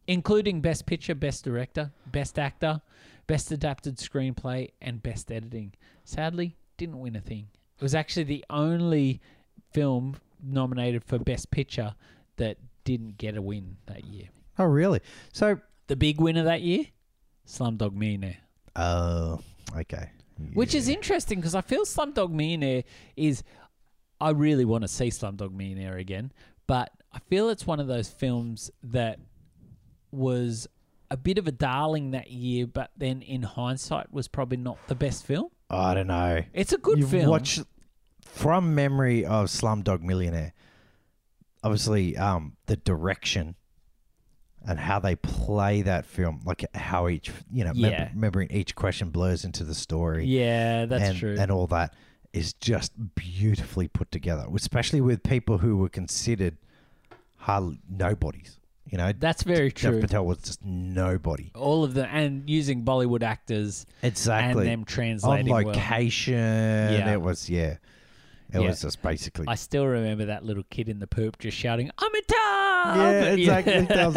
[SPEAKER 1] including Best Picture, Best Director, Best Actor, Best Adapted Screenplay, and Best Editing. Sadly, didn't win a thing. It was actually the only film nominated for Best Picture that didn't get a win that year.
[SPEAKER 2] Oh really? So.
[SPEAKER 1] The big winner that year, Slumdog Millionaire.
[SPEAKER 2] Oh, okay.
[SPEAKER 1] Which is interesting because I feel Slumdog Millionaire is. I really want to see Slumdog Millionaire again, but I feel it's one of those films that was a bit of a darling that year, but then in hindsight was probably not the best film.
[SPEAKER 2] I don't know.
[SPEAKER 1] It's a good
[SPEAKER 2] You've
[SPEAKER 1] film.
[SPEAKER 2] watched from memory of Slumdog Millionaire. Obviously, um, the direction and how they play that film, like how each you know, mem-
[SPEAKER 1] Yeah.
[SPEAKER 2] remembering each question blurs into the story.
[SPEAKER 1] yeah, that's
[SPEAKER 2] and,
[SPEAKER 1] true.
[SPEAKER 2] And all that is just beautifully put together, especially with people who were considered hardly nobodies. You know,
[SPEAKER 1] that's very
[SPEAKER 2] Jeff
[SPEAKER 1] true.
[SPEAKER 2] Patel was just nobody.
[SPEAKER 1] All of them, and using Bollywood actors
[SPEAKER 2] Exactly.
[SPEAKER 1] and them
[SPEAKER 2] on
[SPEAKER 1] translating. well.
[SPEAKER 2] location. It was yeah.
[SPEAKER 1] Yeah.
[SPEAKER 2] It was just basically
[SPEAKER 1] I still remember that little kid in the poop just shouting, "I'm a top!"
[SPEAKER 2] Yeah, exactly. That was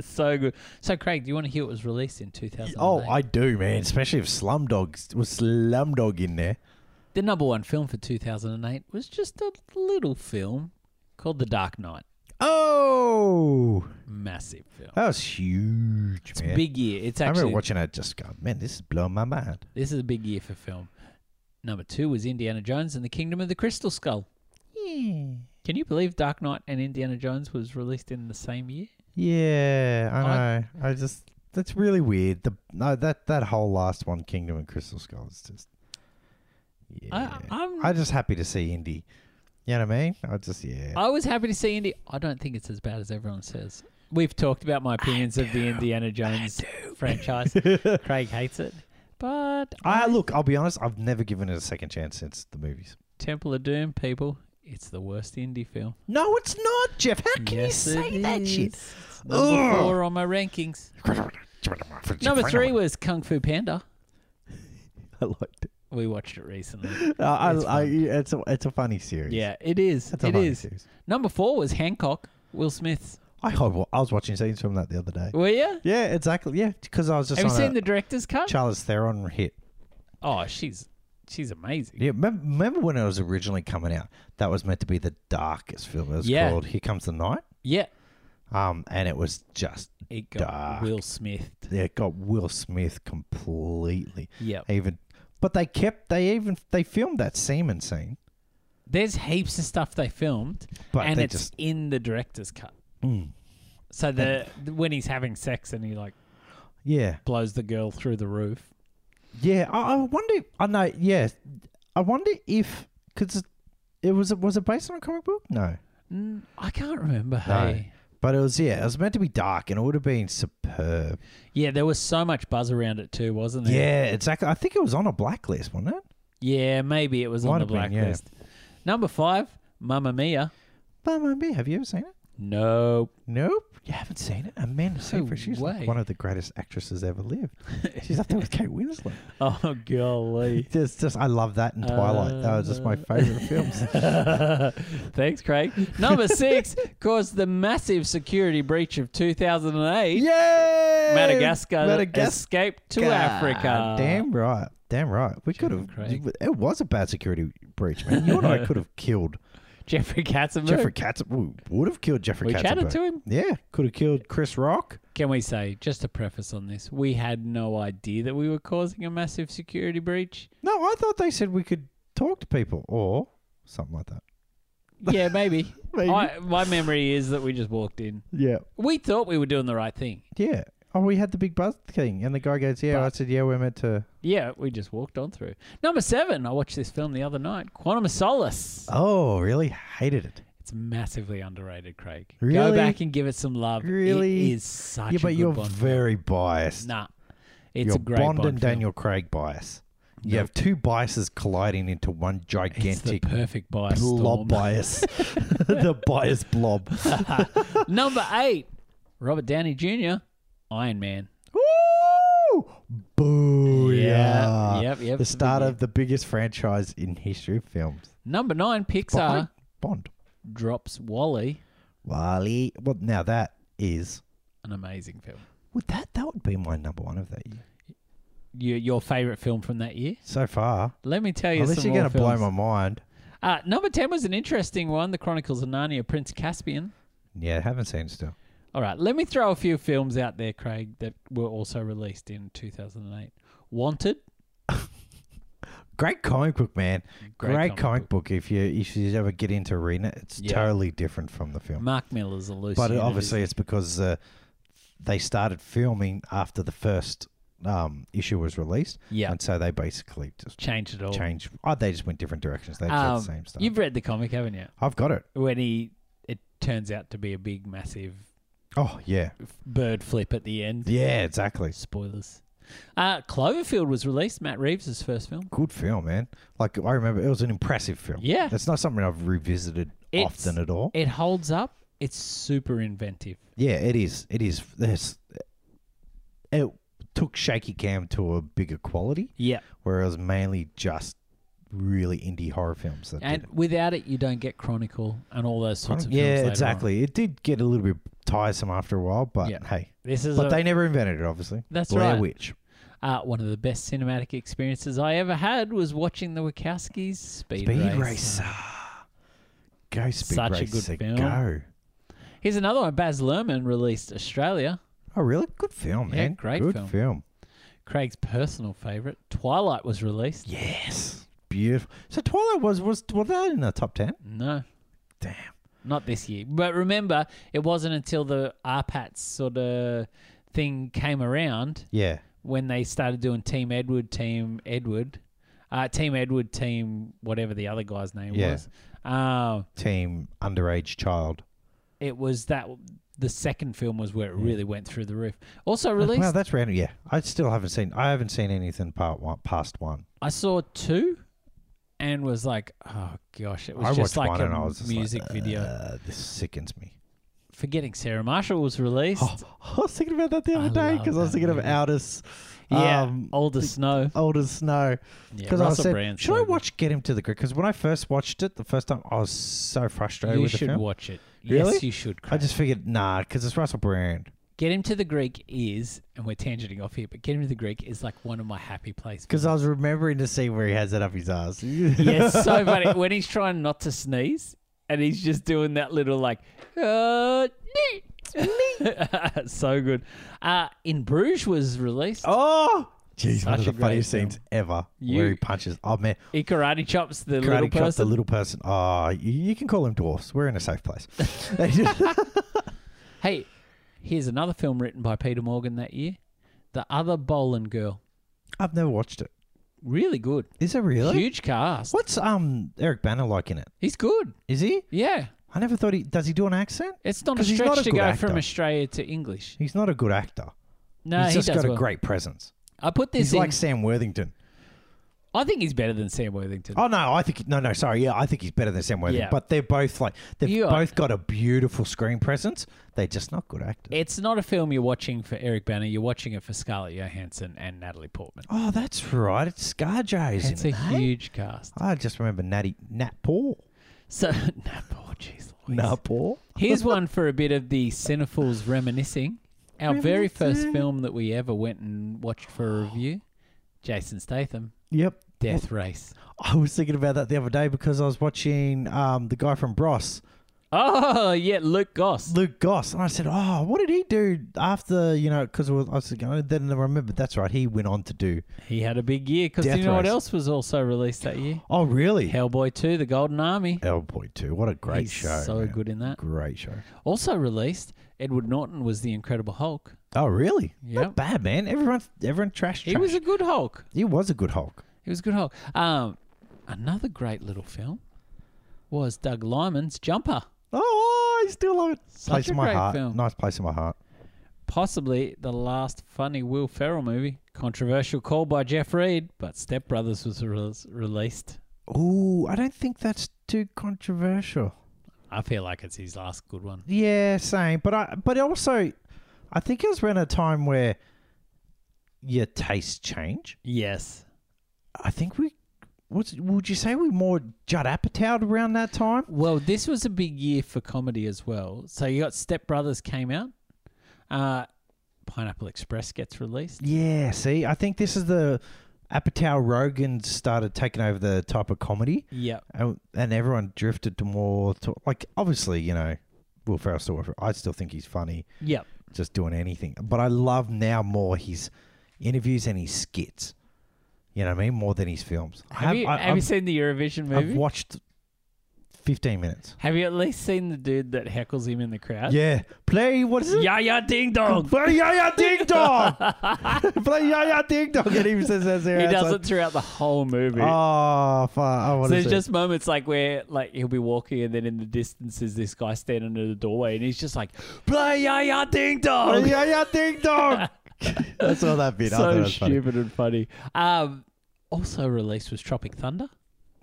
[SPEAKER 1] so good. So, Craig, do you want to hear what was released in 2000?
[SPEAKER 2] Oh, I do, man. Especially if Slumdog was Slumdog in there.
[SPEAKER 1] the number one film for 2008 was just a little film called The Dark Knight.
[SPEAKER 2] Oh,
[SPEAKER 1] Massive film.
[SPEAKER 2] that was huge,
[SPEAKER 1] It's a
[SPEAKER 2] man.
[SPEAKER 1] big year. It's
[SPEAKER 2] Oh, I
[SPEAKER 1] actually
[SPEAKER 2] remember watching that, just going, man, this is blowing my mind.
[SPEAKER 1] this is a big year for film. Number two was Indiana Jones and the Kingdom of the Crystal Skull.
[SPEAKER 2] Yeah,
[SPEAKER 1] Can you believe Dark Knight and Indiana Jones was released in the same year?
[SPEAKER 2] yeah,
[SPEAKER 1] I-
[SPEAKER 2] I know. I, just that's really weird. The no, that that whole last one, Kingdom and Crystal Skull, is just yeah.
[SPEAKER 1] I, I'm
[SPEAKER 2] I'm just happy to see Indy. You know what I mean? I just yeah.
[SPEAKER 1] I was happy to see Indy. I don't think it's as bad as everyone says. We've talked about my opinions of the Indiana Jones franchise. Craig hates it, but
[SPEAKER 2] I look. I'll be honest. I've never given it a second chance since the movies.
[SPEAKER 1] Temple of Doom, people, it's the worst indie film.
[SPEAKER 2] No, it's not, Jeff. How can you say
[SPEAKER 1] it
[SPEAKER 2] that shit?
[SPEAKER 1] is. It's Number
[SPEAKER 2] Ugh.
[SPEAKER 1] four on my rankings. Number three was Kung Fu Panda.
[SPEAKER 2] I liked it.
[SPEAKER 1] We watched it recently.
[SPEAKER 2] Uh, I,
[SPEAKER 1] It's
[SPEAKER 2] it's, I,
[SPEAKER 1] fun.
[SPEAKER 2] it's a it's a funny series.
[SPEAKER 1] Yeah, it is.
[SPEAKER 2] it's a
[SPEAKER 1] It
[SPEAKER 2] funny
[SPEAKER 1] is.
[SPEAKER 2] series.
[SPEAKER 1] Number four was Hancock. Will Smith.
[SPEAKER 2] I hope I was watching scenes from that the other day.
[SPEAKER 1] Were you?
[SPEAKER 2] Yeah, exactly. Yeah, because I was just
[SPEAKER 1] Have you
[SPEAKER 2] on
[SPEAKER 1] seen
[SPEAKER 2] a
[SPEAKER 1] the director's cut?
[SPEAKER 2] Charles Theron hit.
[SPEAKER 1] Oh, she's she's amazing.
[SPEAKER 2] Yeah, mem- remember when it was originally coming out? That was meant to be the darkest film. It was
[SPEAKER 1] Yeah.
[SPEAKER 2] called Here Comes the Night.
[SPEAKER 1] Yeah,
[SPEAKER 2] Um, and it was just
[SPEAKER 1] it got
[SPEAKER 2] Dark.
[SPEAKER 1] Will Smith.
[SPEAKER 2] yeah, it got Will Smith completely.
[SPEAKER 1] Yep.
[SPEAKER 2] Even, but they kept they even they filmed that semen scene.
[SPEAKER 1] There's heaps of stuff they filmed,
[SPEAKER 2] But
[SPEAKER 1] and
[SPEAKER 2] they
[SPEAKER 1] it's
[SPEAKER 2] just-
[SPEAKER 1] in the director's cut.
[SPEAKER 2] Mm.
[SPEAKER 1] So the when he's having sex and he like
[SPEAKER 2] Yeah.
[SPEAKER 1] blows the girl through the roof.
[SPEAKER 2] Yeah, I, I wonder. I know. Yeah, I wonder if because it was was it based on a comic book? No,
[SPEAKER 1] Mm, I can't remember.
[SPEAKER 2] No.
[SPEAKER 1] Hey.
[SPEAKER 2] but it was. Yeah, it was meant to be dark, and it would have been superb.
[SPEAKER 1] Yeah, there was so much buzz around it too, wasn't there?
[SPEAKER 2] Yeah, exactly. I think it was on a blacklist, wasn't it?
[SPEAKER 1] Yeah, maybe it was
[SPEAKER 2] Might
[SPEAKER 1] on the
[SPEAKER 2] have been, yeah.
[SPEAKER 1] blacklist. Number five, Mamma Mia.
[SPEAKER 2] Mamma Mia, have you ever seen it?
[SPEAKER 1] No.
[SPEAKER 2] Nope, you haven't seen it. Amanda Seyfried, she's like
[SPEAKER 1] way.
[SPEAKER 2] one of the greatest actresses ever lived. She's up there with Kate Winslet.
[SPEAKER 1] Oh golly.
[SPEAKER 2] Just, just, I love that and Twilight. That was just my
[SPEAKER 1] Uh,
[SPEAKER 2] favorite films.
[SPEAKER 1] Thanks, Craig. Number six caused the massive security breach of 2008.
[SPEAKER 2] Yay!
[SPEAKER 1] Madagascar,
[SPEAKER 2] Madagascar.
[SPEAKER 1] escaped to
[SPEAKER 2] God,
[SPEAKER 1] Africa.
[SPEAKER 2] Damn right. Damn right. We could have.
[SPEAKER 1] Craig.
[SPEAKER 2] It was a bad security breach, man. You and I could have killed
[SPEAKER 1] Jeffrey Katzenberg.
[SPEAKER 2] Jeffrey Katz. We would have killed Jeffrey
[SPEAKER 1] we
[SPEAKER 2] Katzenberg.
[SPEAKER 1] chatted to him.
[SPEAKER 2] Yeah, could have killed Chris Rock.
[SPEAKER 1] Can we say, just a preface on this, we had no idea that we were causing a massive security breach.
[SPEAKER 2] No, I thought they said we could talk to people or something like that.
[SPEAKER 1] Yeah, maybe.
[SPEAKER 2] Maybe.
[SPEAKER 1] I, my memory is that we just walked in.
[SPEAKER 2] yeah.
[SPEAKER 1] We thought we were doing the right thing.
[SPEAKER 2] Yeah. Oh, we had the big buzz thing, and the guy goes, "Yeah." I
[SPEAKER 1] But-
[SPEAKER 2] said, "Yeah, we're meant to."
[SPEAKER 1] Yeah, we just walked on through. Number seven, I watched this film the other night, Quantum of Solace.
[SPEAKER 2] Oh, really? Hated it.
[SPEAKER 1] It's massively underrated, Craig. Go
[SPEAKER 2] Really?
[SPEAKER 1] back and give it some love.
[SPEAKER 2] Really?
[SPEAKER 1] It is such
[SPEAKER 2] yeah,
[SPEAKER 1] a
[SPEAKER 2] but
[SPEAKER 1] good
[SPEAKER 2] you're
[SPEAKER 1] Bond.
[SPEAKER 2] very biased.
[SPEAKER 1] Nah. It's
[SPEAKER 2] You're
[SPEAKER 1] a great
[SPEAKER 2] Bond,
[SPEAKER 1] Bond
[SPEAKER 2] and
[SPEAKER 1] film.
[SPEAKER 2] Daniel Craig bias. You
[SPEAKER 1] Nope.
[SPEAKER 2] have two biases colliding into one
[SPEAKER 1] It's the
[SPEAKER 2] gigantic
[SPEAKER 1] perfect bias
[SPEAKER 2] blob
[SPEAKER 1] storm.
[SPEAKER 2] bias. the bias blob.
[SPEAKER 1] Number eight, Robert Downey Jr., Iron Man.
[SPEAKER 2] Woo! Booyah.
[SPEAKER 1] Yeah, yep, yep,
[SPEAKER 2] The
[SPEAKER 1] it's a
[SPEAKER 2] start
[SPEAKER 1] big
[SPEAKER 2] of the biggest franchise in history of films.
[SPEAKER 1] Number nine, Pixar
[SPEAKER 2] Behind Bond.
[SPEAKER 1] drops Wally,
[SPEAKER 2] Wally. Well, now that is.
[SPEAKER 1] an amazing film.
[SPEAKER 2] Would that that would be my number one of that year
[SPEAKER 1] Your, your favorite film from that year?
[SPEAKER 2] so far?
[SPEAKER 1] Let me tell you
[SPEAKER 2] Unless
[SPEAKER 1] some
[SPEAKER 2] you're
[SPEAKER 1] more
[SPEAKER 2] going to blow
[SPEAKER 1] films.
[SPEAKER 2] my mind.
[SPEAKER 1] Uh, number 10 was an interesting one The Chronicles of Narnia, Prince Caspian.
[SPEAKER 2] Yeah, haven't seen still.
[SPEAKER 1] All right, let me throw a few films out there, Craig, that were also released in 2008. Wanted.
[SPEAKER 2] Great comic book, man. Great, comic,
[SPEAKER 1] book.
[SPEAKER 2] book. If you if you ever get into reading it, it's
[SPEAKER 1] Yeah.
[SPEAKER 2] totally different from the film.
[SPEAKER 1] Mark Miller's Illusion.
[SPEAKER 2] But obviously, it's because uh, they started filming after the first um, issue was released,
[SPEAKER 1] Yeah,
[SPEAKER 2] and so they basically just
[SPEAKER 1] changed it all.
[SPEAKER 2] changed. Oh, they just went different directions. They did
[SPEAKER 1] Um,
[SPEAKER 2] the same stuff.
[SPEAKER 1] You've read the comic, haven't you?
[SPEAKER 2] I've got it.
[SPEAKER 1] When he, it turns out to be a big, massive
[SPEAKER 2] Oh yeah,
[SPEAKER 1] f- bird flip at the end.
[SPEAKER 2] yeah, exactly.
[SPEAKER 1] Spoilers. Uh, Cloverfield was released, Matt Reeves' first film.
[SPEAKER 2] Good film, man. Like I remember, it was an impressive film.
[SPEAKER 1] Yeah.
[SPEAKER 2] it's not something I've revisited
[SPEAKER 1] It's-
[SPEAKER 2] often at all.
[SPEAKER 1] It holds up. It's super inventive.
[SPEAKER 2] yeah, it is. It is. This it took shaky cam to a bigger quality,
[SPEAKER 1] Yeah.
[SPEAKER 2] where it was mainly just really indie horror films. That did
[SPEAKER 1] And
[SPEAKER 2] it.
[SPEAKER 1] without it, you don't get Chronicle and all those sorts of
[SPEAKER 2] yeah,
[SPEAKER 1] films. later on.
[SPEAKER 2] exactly. It did get a little bit tiresome after a while, but
[SPEAKER 1] Yeah.
[SPEAKER 2] hey,
[SPEAKER 1] This is
[SPEAKER 2] but
[SPEAKER 1] a-
[SPEAKER 2] they never invented it, obviously.
[SPEAKER 1] That's
[SPEAKER 2] Blair
[SPEAKER 1] right.
[SPEAKER 2] Witch.
[SPEAKER 1] uh, one of the best cinematic experiences I ever had was watching the Wachowskis Speed,
[SPEAKER 2] Speed
[SPEAKER 1] Racer.
[SPEAKER 2] Racer. Go Speed
[SPEAKER 1] Such a good
[SPEAKER 2] Racer.
[SPEAKER 1] film.
[SPEAKER 2] Go.
[SPEAKER 1] Here's another one. Baz Luhrmann released Australia.
[SPEAKER 2] Oh, really? Good film,
[SPEAKER 1] Yeah,
[SPEAKER 2] man.
[SPEAKER 1] great
[SPEAKER 2] good
[SPEAKER 1] film.
[SPEAKER 2] film.
[SPEAKER 1] Craig's personal favorite, Twilight, was released.
[SPEAKER 2] Yes. Beautiful. So Twilight was was was that in the top ten?
[SPEAKER 1] No,
[SPEAKER 2] Damn.
[SPEAKER 1] not this year. But remember, it wasn't until the RPATS sort of thing came around
[SPEAKER 2] Yeah.
[SPEAKER 1] when they started doing Team Edward, Team Edward, uh, Team Edward, Team whatever the other guy's name
[SPEAKER 2] Yeah.
[SPEAKER 1] was. Um,
[SPEAKER 2] Team underage child.
[SPEAKER 1] it was that the second film was where it
[SPEAKER 2] Yeah.
[SPEAKER 1] really went through the roof. Also released,
[SPEAKER 2] Wow, that's random. Yeah, I still haven't seen. I haven't seen anything part one past one.
[SPEAKER 1] I saw two, and was like, oh gosh, it was
[SPEAKER 2] I watched
[SPEAKER 1] just like
[SPEAKER 2] one
[SPEAKER 1] a
[SPEAKER 2] and I was just like,
[SPEAKER 1] music video.
[SPEAKER 2] Uh, this sickens me.
[SPEAKER 1] Forgetting Sarah Marshall was released.
[SPEAKER 2] I was thinking about that the other
[SPEAKER 1] I
[SPEAKER 2] day
[SPEAKER 1] love
[SPEAKER 2] because I was
[SPEAKER 1] that
[SPEAKER 2] thinking of
[SPEAKER 1] movie.
[SPEAKER 2] Aldous.
[SPEAKER 1] yeah,
[SPEAKER 2] um,
[SPEAKER 1] Older Snow.
[SPEAKER 2] Aldous Snow.
[SPEAKER 1] Yeah,
[SPEAKER 2] Because I
[SPEAKER 1] Russell
[SPEAKER 2] said,
[SPEAKER 1] Brand's
[SPEAKER 2] should I
[SPEAKER 1] movie.
[SPEAKER 2] watch Get Him to the Grid? Because when I first watched it the first time, I was so frustrated
[SPEAKER 1] You
[SPEAKER 2] with the
[SPEAKER 1] should
[SPEAKER 2] film.
[SPEAKER 1] watch it.
[SPEAKER 2] Really?
[SPEAKER 1] Yes, you should.
[SPEAKER 2] I
[SPEAKER 1] Craig.
[SPEAKER 2] just figured, nah, because it's Russell Brand.
[SPEAKER 1] Get Him to the Greek is, and we're tangenting off here, but Get Him to the Greek is like one of my happy places.
[SPEAKER 2] Because I was remembering the scene where he has it up his ass.
[SPEAKER 1] yeah, it's so funny when he's trying not to sneeze, and he's just doing that little like, uh, nee. so good. Uh, in Bruges was released.
[SPEAKER 2] oh, Jeez, one
[SPEAKER 1] Such
[SPEAKER 2] of
[SPEAKER 1] a
[SPEAKER 2] the
[SPEAKER 1] great
[SPEAKER 2] funniest
[SPEAKER 1] film.
[SPEAKER 2] scenes ever.
[SPEAKER 1] You-
[SPEAKER 2] where he punches. Oh man,
[SPEAKER 1] He karate chops the little
[SPEAKER 2] karate chop the
[SPEAKER 1] person.
[SPEAKER 2] little person. Oh, you, you can call him dwarfs. We're in a safe place.
[SPEAKER 1] hey, here's another film written by Peter Morgan that year, The Other Bolan Girl.
[SPEAKER 2] I've never watched it.
[SPEAKER 1] Really good,
[SPEAKER 2] Is it really?
[SPEAKER 1] huge cast.
[SPEAKER 2] What's um Eric Banner like in it?
[SPEAKER 1] He's good.
[SPEAKER 2] Is he?
[SPEAKER 1] Yeah,
[SPEAKER 2] I never thought he does. He do an accent?
[SPEAKER 1] it's not a
[SPEAKER 2] 'Cause he's
[SPEAKER 1] stretch
[SPEAKER 2] not a
[SPEAKER 1] to
[SPEAKER 2] good
[SPEAKER 1] go
[SPEAKER 2] actor.
[SPEAKER 1] from Australia to English.
[SPEAKER 2] He's not a good actor.
[SPEAKER 1] No,
[SPEAKER 2] he's
[SPEAKER 1] he
[SPEAKER 2] just
[SPEAKER 1] does
[SPEAKER 2] got
[SPEAKER 1] well.
[SPEAKER 2] a great presence.
[SPEAKER 1] I put this
[SPEAKER 2] He's
[SPEAKER 1] in.
[SPEAKER 2] like Sam Worthington.
[SPEAKER 1] I think he's better than Sam Worthington.
[SPEAKER 2] Oh no, I think no, no, sorry, yeah, I think he's better than Sam Worthington.
[SPEAKER 1] Yeah.
[SPEAKER 2] But they're both like they've
[SPEAKER 1] You are-
[SPEAKER 2] both got a beautiful screen presence. They're just not good actors.
[SPEAKER 1] It's not a film you're watching for Eric Banner. You're watching it for Scarlett Johansson and Natalie Portman.
[SPEAKER 2] Oh, that's right. It's ScarJo, isn't
[SPEAKER 1] It's a
[SPEAKER 2] it? eh?
[SPEAKER 1] huge cast.
[SPEAKER 2] I just remember Natty Nat Paul.
[SPEAKER 1] So, no, oh, jeez. Louise.
[SPEAKER 2] Paul.
[SPEAKER 1] Here's one for a bit of the cinephiles reminiscing. Our very first film that we ever went and watched for a review, Jason Statham,
[SPEAKER 2] Yep.
[SPEAKER 1] Death Race.
[SPEAKER 2] I was thinking about that the other day because I was watching um, the guy from Bros,
[SPEAKER 1] Oh yeah, Luke Goss.
[SPEAKER 2] Luke Goss, and I said, "Oh, what did he do after you know?" Because I was going, then I remembered that's right. He went on to do.
[SPEAKER 1] He had a big year because
[SPEAKER 2] Death
[SPEAKER 1] you know what
[SPEAKER 2] Race.
[SPEAKER 1] else was also released that year?
[SPEAKER 2] Oh, really?
[SPEAKER 1] Hellboy Two: The Golden Army.
[SPEAKER 2] Hellboy two. What a great
[SPEAKER 1] He's
[SPEAKER 2] show.
[SPEAKER 1] so
[SPEAKER 2] man.
[SPEAKER 1] good in that.
[SPEAKER 2] Great show.
[SPEAKER 1] Also released, Edward Norton was the Incredible Hulk.
[SPEAKER 2] Oh, really?
[SPEAKER 1] Yep.
[SPEAKER 2] Not bad, man. Everyone, everyone trashed.
[SPEAKER 1] He was a good Hulk.
[SPEAKER 2] he was a good Hulk.
[SPEAKER 1] He was a good Hulk. Um, another great little film was Doug Lyman's Jumper.
[SPEAKER 2] Oh, I still love it.
[SPEAKER 1] Such
[SPEAKER 2] Place
[SPEAKER 1] a
[SPEAKER 2] in my
[SPEAKER 1] great
[SPEAKER 2] heart.
[SPEAKER 1] film.
[SPEAKER 2] Nice place in my heart.
[SPEAKER 1] Possibly the last funny Will Ferrell movie. Controversial call by Jeff Reed, but Step Brothers was re- released.
[SPEAKER 2] Ooh, I don't think that's too controversial.
[SPEAKER 1] I feel like it's his last good one.
[SPEAKER 2] Yeah, same. But I but also I think it was around a time where your tastes change.
[SPEAKER 1] Yes.
[SPEAKER 2] I think we what's would you say we more Judd Apatowed around that time?
[SPEAKER 1] Well, this was a big year for comedy as well. So you got Step Brothers came out. Uh, Pineapple Express gets released.
[SPEAKER 2] Yeah, see, I think this is the Apatow Rogan started taking over the type of comedy
[SPEAKER 1] Yep.
[SPEAKER 2] and, and everyone drifted to more to, like obviously, you know, Will Ferrell still I still think he's funny.
[SPEAKER 1] Yep.
[SPEAKER 2] just doing anything. But I love now more his interviews and his skits. You know what I mean? More than his films. I
[SPEAKER 1] Have, you,
[SPEAKER 2] I,
[SPEAKER 1] have you
[SPEAKER 2] I've-
[SPEAKER 1] seen the Eurovision
[SPEAKER 2] I've
[SPEAKER 1] movie?
[SPEAKER 2] watched 15 minutes.
[SPEAKER 1] Have you at least seen the dude that heckles him in the crowd?
[SPEAKER 2] Yeah. Play, what is it?
[SPEAKER 1] Yeah, yeah, ding dong.
[SPEAKER 2] Play Yaya Ding Dong! Play Yaya Ding Dong! And he says that there.
[SPEAKER 1] He
[SPEAKER 2] It's
[SPEAKER 1] does
[SPEAKER 2] like,
[SPEAKER 1] it throughout the whole movie.
[SPEAKER 2] Oh, fuck. I
[SPEAKER 1] so
[SPEAKER 2] want to
[SPEAKER 1] there's just moments like where like he'll be walking and then in the distance is this guy standing in the doorway and he's just like, play yeah, yeah, ding
[SPEAKER 2] Play
[SPEAKER 1] dong.
[SPEAKER 2] Yaya Ding Dong! That's all that bit. Oh, I thought it
[SPEAKER 1] so
[SPEAKER 2] was funny.
[SPEAKER 1] stupid and funny. Um, also released was Tropic Thunder.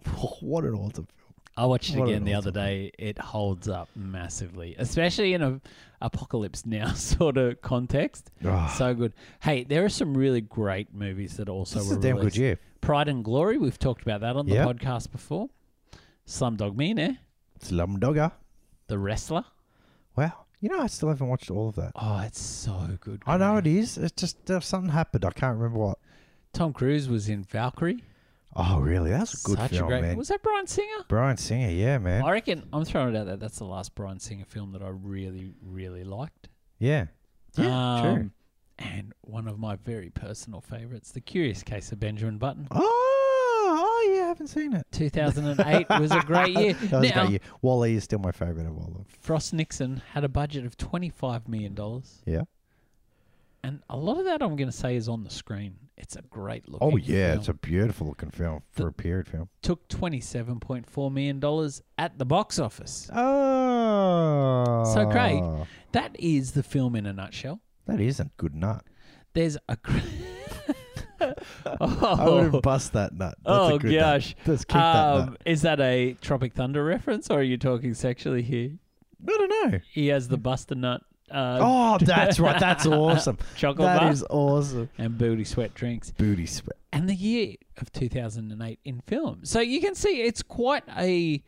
[SPEAKER 2] Oh, what an awesome film.
[SPEAKER 1] I watched it
[SPEAKER 2] What
[SPEAKER 1] again
[SPEAKER 2] an
[SPEAKER 1] the other day. It holds up massively, especially in a apocalypse now sort of context.
[SPEAKER 2] Ah.
[SPEAKER 1] So good. Hey, there are some really great movies that also
[SPEAKER 2] This is
[SPEAKER 1] were
[SPEAKER 2] a damn good
[SPEAKER 1] released.
[SPEAKER 2] year.
[SPEAKER 1] Pride and Glory. We've talked about that on the
[SPEAKER 2] Yeah.
[SPEAKER 1] podcast before. Slumdog Millionaire,
[SPEAKER 2] Slumdogger.
[SPEAKER 1] The Wrestler.
[SPEAKER 2] Wow. You know, I still haven't watched all of that.
[SPEAKER 1] Oh, it's so good.
[SPEAKER 2] I know it
[SPEAKER 1] comedy.
[SPEAKER 2] is. It's just uh, something happened. I can't remember what.
[SPEAKER 1] Tom Cruise was in Valkyrie.
[SPEAKER 2] Oh, really? That's a good
[SPEAKER 1] Such
[SPEAKER 2] film,
[SPEAKER 1] a great.
[SPEAKER 2] man.
[SPEAKER 1] Was that Brian Singer?
[SPEAKER 2] Brian Singer, yeah, man.
[SPEAKER 1] I reckon I'm throwing it out there. That's the last Brian Singer film that I really, really liked.
[SPEAKER 2] Yeah. Yeah, true.
[SPEAKER 1] Um, And one of my very personal favorites, The Curious Case of Benjamin Button.
[SPEAKER 2] Oh, oh yeah, I haven't seen it.
[SPEAKER 1] 2008 was a great year.
[SPEAKER 2] that was a
[SPEAKER 1] now,
[SPEAKER 2] great year. Wally is still my favorite of all of them.
[SPEAKER 1] Frost Nixon had a budget of 25 million dollars.
[SPEAKER 2] Yeah.
[SPEAKER 1] And a lot of that I'm going to say is on the screen. It's a great looking.
[SPEAKER 2] Oh, yeah.
[SPEAKER 1] film.
[SPEAKER 2] It's a beautiful looking film for a period film.
[SPEAKER 1] took 27.4 million dollars at the box office.
[SPEAKER 2] Oh.
[SPEAKER 1] So, Craig- That is the film in a nutshell.
[SPEAKER 2] That isn't good nut.
[SPEAKER 1] There's a gr-
[SPEAKER 2] I would
[SPEAKER 1] Oh,
[SPEAKER 2] have bust that nut. That's
[SPEAKER 1] oh
[SPEAKER 2] a good nut.
[SPEAKER 1] gosh.
[SPEAKER 2] Let's keep that
[SPEAKER 1] Um,
[SPEAKER 2] nut.
[SPEAKER 1] is that a Tropic Thunder reference or are you talking sexually here?
[SPEAKER 2] I don't know.
[SPEAKER 1] He has the Buster Nut uh,
[SPEAKER 2] Oh, that's right. That's awesome.
[SPEAKER 1] chocolate
[SPEAKER 2] That
[SPEAKER 1] bar
[SPEAKER 2] is awesome.
[SPEAKER 1] and booty sweat drinks.
[SPEAKER 2] Booty sweat.
[SPEAKER 1] and the year of 2008 in film. So you can see it's quite a,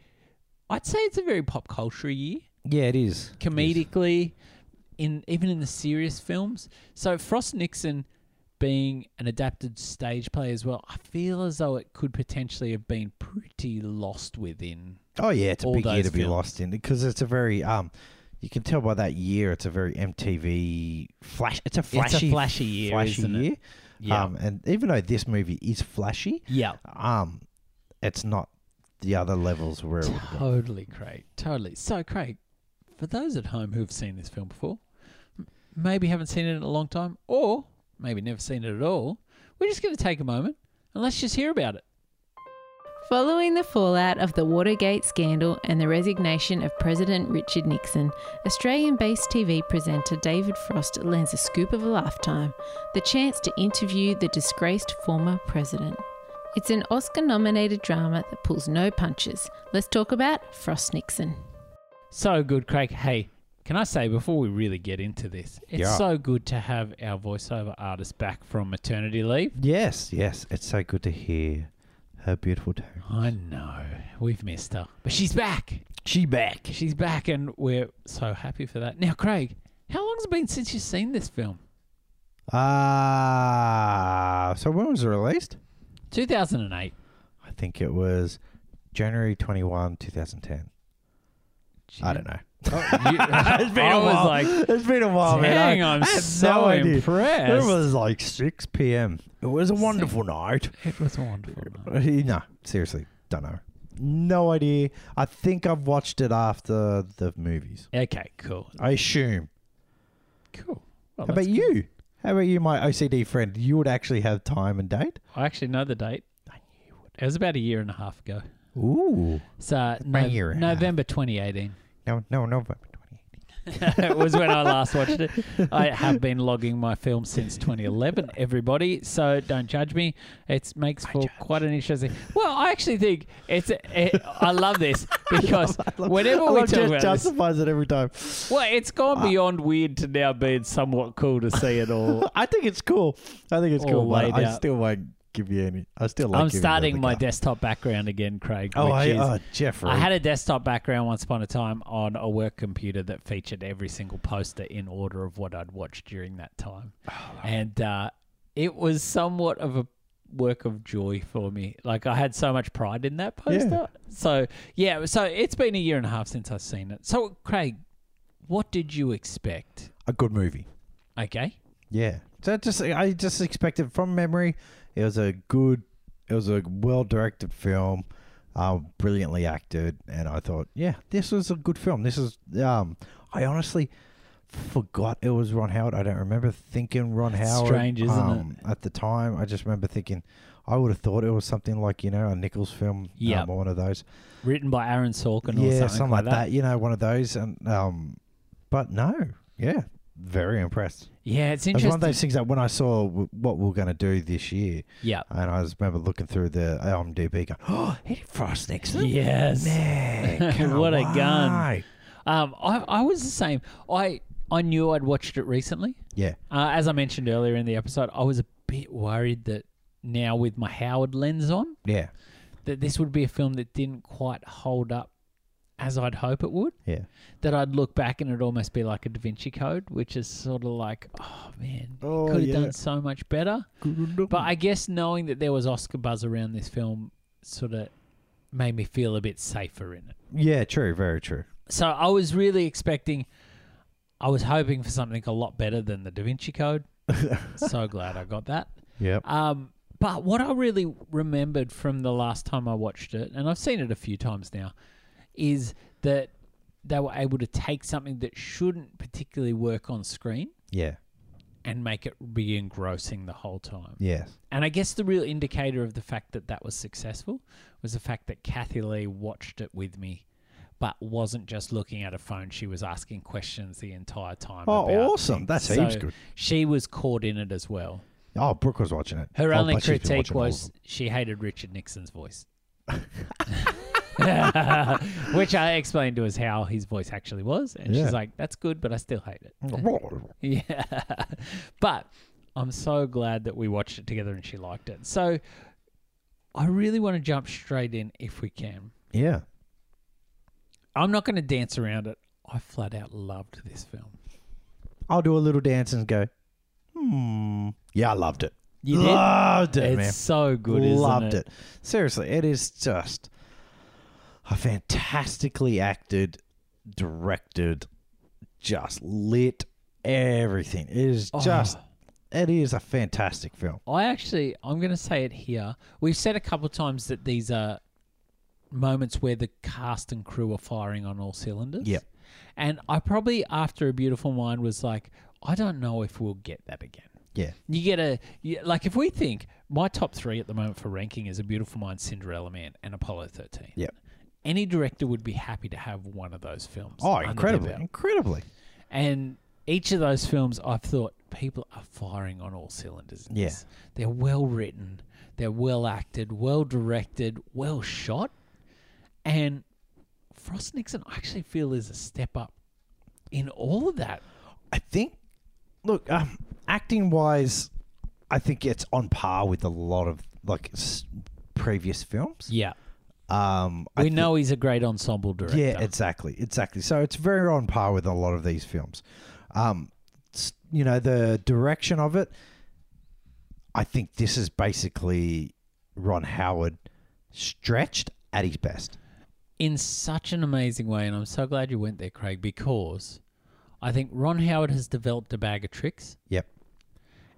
[SPEAKER 1] I'd say it's a very pop culture year,
[SPEAKER 2] Yeah, it is. It is.
[SPEAKER 1] comedically, in even in the serious films. So Frost Nixon being an adapted stage play as well, I feel as though it could potentially have been pretty lost within.
[SPEAKER 2] Oh yeah, it's a
[SPEAKER 1] all
[SPEAKER 2] big year
[SPEAKER 1] those
[SPEAKER 2] to be
[SPEAKER 1] films.
[SPEAKER 2] lost in because it's a very um, you can tell by that year it's a very MTV flash. It's a flashy,
[SPEAKER 1] flashy year,
[SPEAKER 2] flashy
[SPEAKER 1] isn't it?
[SPEAKER 2] year.
[SPEAKER 1] Yeah.
[SPEAKER 2] Um, and even though this movie is flashy,
[SPEAKER 1] yeah.
[SPEAKER 2] um, it's not the other levels where it would go.
[SPEAKER 1] Totally, Craig. Totally. So, Craig, for those at home who've seen this film before, m- maybe haven't seen it in a long time, or maybe never seen it at all, we're just going to take a moment and let's just hear about it.
[SPEAKER 3] Following the fallout of the Watergate scandal and the resignation of President Richard Nixon, Australian based TV presenter David Frost lands a scoop of a lifetime the chance to interview the disgraced former president. It's an Oscar nominated drama that pulls no punches. Let's talk about Frost Nixon.
[SPEAKER 1] So good, Craig. Hey, can I say before we really get into this, it's
[SPEAKER 2] Yeah.
[SPEAKER 1] so good to have our voiceover artist back from maternity leave.
[SPEAKER 2] Yes, yes, it's so good to hear her beautiful tone.
[SPEAKER 1] I know we've missed her, but she's back.
[SPEAKER 2] She back.
[SPEAKER 1] She's back, and we're so happy for that. Now, Craig, how long's it been since you've seen this film?
[SPEAKER 2] Ah, so when was it released?
[SPEAKER 1] 2008.
[SPEAKER 2] I think it was January 21, 2010. I don't know.
[SPEAKER 1] it's been
[SPEAKER 2] a
[SPEAKER 1] Oh, I was
[SPEAKER 2] while.
[SPEAKER 1] like,
[SPEAKER 2] It's been a while,
[SPEAKER 1] dang,
[SPEAKER 2] Oh, man. I-
[SPEAKER 1] I'm
[SPEAKER 2] I had
[SPEAKER 1] so
[SPEAKER 2] no idea. It
[SPEAKER 1] impressed.
[SPEAKER 2] was like 6 p.m. It was a wonderful night.
[SPEAKER 1] It was wonderful. man.
[SPEAKER 2] No, seriously, don't know. No idea. I think I've watched it after the movies.
[SPEAKER 1] Okay, cool.
[SPEAKER 2] I assume.
[SPEAKER 1] Cool. Well, Oh,
[SPEAKER 2] How
[SPEAKER 1] that's
[SPEAKER 2] about
[SPEAKER 1] good.
[SPEAKER 2] you? How about you, my OCD friend? You would actually have time and date?
[SPEAKER 1] I actually know the date. It was about a year and a half ago.
[SPEAKER 2] Ooh.
[SPEAKER 1] So
[SPEAKER 2] about a
[SPEAKER 1] Nov-
[SPEAKER 2] year and a half.
[SPEAKER 1] November 2018
[SPEAKER 2] No, no, no. but-
[SPEAKER 1] It was when I last watched it. I have been logging my film since 2011, everybody. So don't judge me. It makes for quite an interesting. Well, I actually think it's. It, I love this because whenever
[SPEAKER 2] I
[SPEAKER 1] we talk
[SPEAKER 2] love Jeff
[SPEAKER 1] Oh, about this,
[SPEAKER 2] justifies it every time.
[SPEAKER 1] Well, it's gone
[SPEAKER 2] Uh,
[SPEAKER 1] beyond weird to now being somewhat cool to see it all.
[SPEAKER 2] I think it's cool. I think it's
[SPEAKER 1] All
[SPEAKER 2] cool. But
[SPEAKER 1] laid
[SPEAKER 2] I
[SPEAKER 1] out.
[SPEAKER 2] still won't give you any. I still like
[SPEAKER 1] I'm
[SPEAKER 2] giving you
[SPEAKER 1] starting
[SPEAKER 2] the
[SPEAKER 1] my
[SPEAKER 2] guy.
[SPEAKER 1] desktop background again, Craig.
[SPEAKER 2] Oh,
[SPEAKER 1] which
[SPEAKER 2] I,
[SPEAKER 1] is,
[SPEAKER 2] oh, Jeffrey.
[SPEAKER 1] I had a desktop background once upon a time on a work computer that featured every single poster in order of what I'd watched during that time.
[SPEAKER 2] Oh,
[SPEAKER 1] and uh, it was somewhat of a work of joy for me. Like I had so much pride in that poster. So, yeah, so it's been a year and a half since I've seen it. So, Craig, what did you expect?
[SPEAKER 2] a good movie.
[SPEAKER 1] Okay.
[SPEAKER 2] Yeah. So just I just expected from memory, it was a good, it was a well directed film, uh, brilliantly acted, and I thought, yeah, this was a good film. This is um, I honestly forgot it was Ron Howard. I don't remember thinking Ron
[SPEAKER 1] It's
[SPEAKER 2] Howard.
[SPEAKER 1] strange, isn't it?
[SPEAKER 2] it? At the time, I just remember thinking. I would have thought it was something like you know a Nichols film,
[SPEAKER 1] Yeah.
[SPEAKER 2] um, or one of those.
[SPEAKER 1] written by Aaron Sorkin or
[SPEAKER 2] yeah,
[SPEAKER 1] something,
[SPEAKER 2] something like that. You know, one of those. And um, but no, yeah, very impressed.
[SPEAKER 1] Yeah, it's
[SPEAKER 2] It was
[SPEAKER 1] interesting.
[SPEAKER 2] one of those things that when I saw w- what we are going to do this year,
[SPEAKER 1] yeah.
[SPEAKER 2] and I just remember looking through the IMDb, going, "Oh, he did Frost Nixon."
[SPEAKER 1] Yes.
[SPEAKER 2] Man, can't
[SPEAKER 1] What a gun.
[SPEAKER 2] wait."
[SPEAKER 1] Um, I, I was the same. I I knew I'd watched it recently.
[SPEAKER 2] Yeah,
[SPEAKER 1] Uh, as I mentioned earlier in the episode, I was a bit worried that now with my Howard lens on,
[SPEAKER 2] yeah,
[SPEAKER 1] that this would be a film that didn't quite hold up as I'd hope it would.
[SPEAKER 2] yeah.
[SPEAKER 1] That I'd look back and it'd almost be like a Da Vinci Code, which is sort of like, oh man,
[SPEAKER 2] Oh,
[SPEAKER 1] could have
[SPEAKER 2] yeah.
[SPEAKER 1] done so much better. But I guess knowing that there was Oscar buzz around this film sort of made me feel a bit safer in it.
[SPEAKER 2] yeah, true, very true.
[SPEAKER 1] So I was really expecting, I was hoping for something a lot better than the Da Vinci Code. so glad I got that.
[SPEAKER 2] Yep.
[SPEAKER 1] Um, but what I really remembered from the last time I watched it, and I've seen it a few times now, is that they were able to take something that shouldn't particularly work on screen
[SPEAKER 2] Yeah.
[SPEAKER 1] and make it be engrossing the whole time.
[SPEAKER 2] Yes.
[SPEAKER 1] And I guess the real indicator of the fact that that was successful was the fact that Kathy Lee watched it with me, but wasn't just looking at a phone. She was asking questions the entire time.
[SPEAKER 2] Oh,
[SPEAKER 1] about
[SPEAKER 2] awesome. That's
[SPEAKER 1] things.
[SPEAKER 2] heaps
[SPEAKER 1] So
[SPEAKER 2] good.
[SPEAKER 1] She was caught in it as well.
[SPEAKER 2] Oh, Brooke was watching it.
[SPEAKER 1] Her
[SPEAKER 2] Oh,
[SPEAKER 1] only
[SPEAKER 2] but she's been
[SPEAKER 1] critique
[SPEAKER 2] watching all of
[SPEAKER 1] was
[SPEAKER 2] them.
[SPEAKER 1] she hated Richard Nixon's voice. Which I explained to us how his voice actually was. And
[SPEAKER 2] Yeah.
[SPEAKER 1] she's like, that's good, but I still hate it. Mm. Yeah. But I'm so glad that we watched it together and she liked it. So I really want to jump straight in if we can.
[SPEAKER 2] Yeah.
[SPEAKER 1] I'm not going to dance around it. I flat out loved this film.
[SPEAKER 2] I'll do a little dance and go. Hmm. Yeah, I loved it.
[SPEAKER 1] You did?
[SPEAKER 2] loved it,
[SPEAKER 1] it's
[SPEAKER 2] man.
[SPEAKER 1] so good, isn't
[SPEAKER 2] Loved it? Seriously, it is just a fantastically acted, directed, just lit everything. It is
[SPEAKER 1] Oh.
[SPEAKER 2] just It is a fantastic film.
[SPEAKER 1] I actually, I'm going to say it here. We've said a couple of times that these are moments where the cast and crew are firing on all cylinders.
[SPEAKER 2] Yep.
[SPEAKER 1] And I probably, after A Beautiful Mind, was like, I don't know if we'll get that again.
[SPEAKER 2] Yeah.
[SPEAKER 1] You get a, you, like, if we think my top three at the moment for ranking is A Beautiful Mind, Cinderella Man, and Apollo 13.
[SPEAKER 2] Yep.
[SPEAKER 1] Any director would be happy to have one of those films.
[SPEAKER 2] Oh,
[SPEAKER 1] under their
[SPEAKER 2] incredibly,
[SPEAKER 1] belt.
[SPEAKER 2] incredibly.
[SPEAKER 1] And each of those films, I've thought people are firing on all cylinders. in
[SPEAKER 2] Yeah.
[SPEAKER 1] this. They're well written, they're well acted, well directed, well shot. And Frost Nixon, I actually feel, is a step up in all of that.
[SPEAKER 2] I think, look, um, acting wise, I think it's on par with a lot of like s- previous films.
[SPEAKER 1] Yeah.
[SPEAKER 2] Um, I
[SPEAKER 1] We
[SPEAKER 2] thi-
[SPEAKER 1] know he's a great ensemble director.
[SPEAKER 2] Yeah, exactly, exactly. So it's very on par with a lot of these films. Um, s- you know, the direction of it. I think this is basically Ron Howard stretched at his best.
[SPEAKER 1] in such an amazing way. And I'm so glad you went there, Craig, because I think Ron Howard has developed a bag of tricks.
[SPEAKER 2] Yep.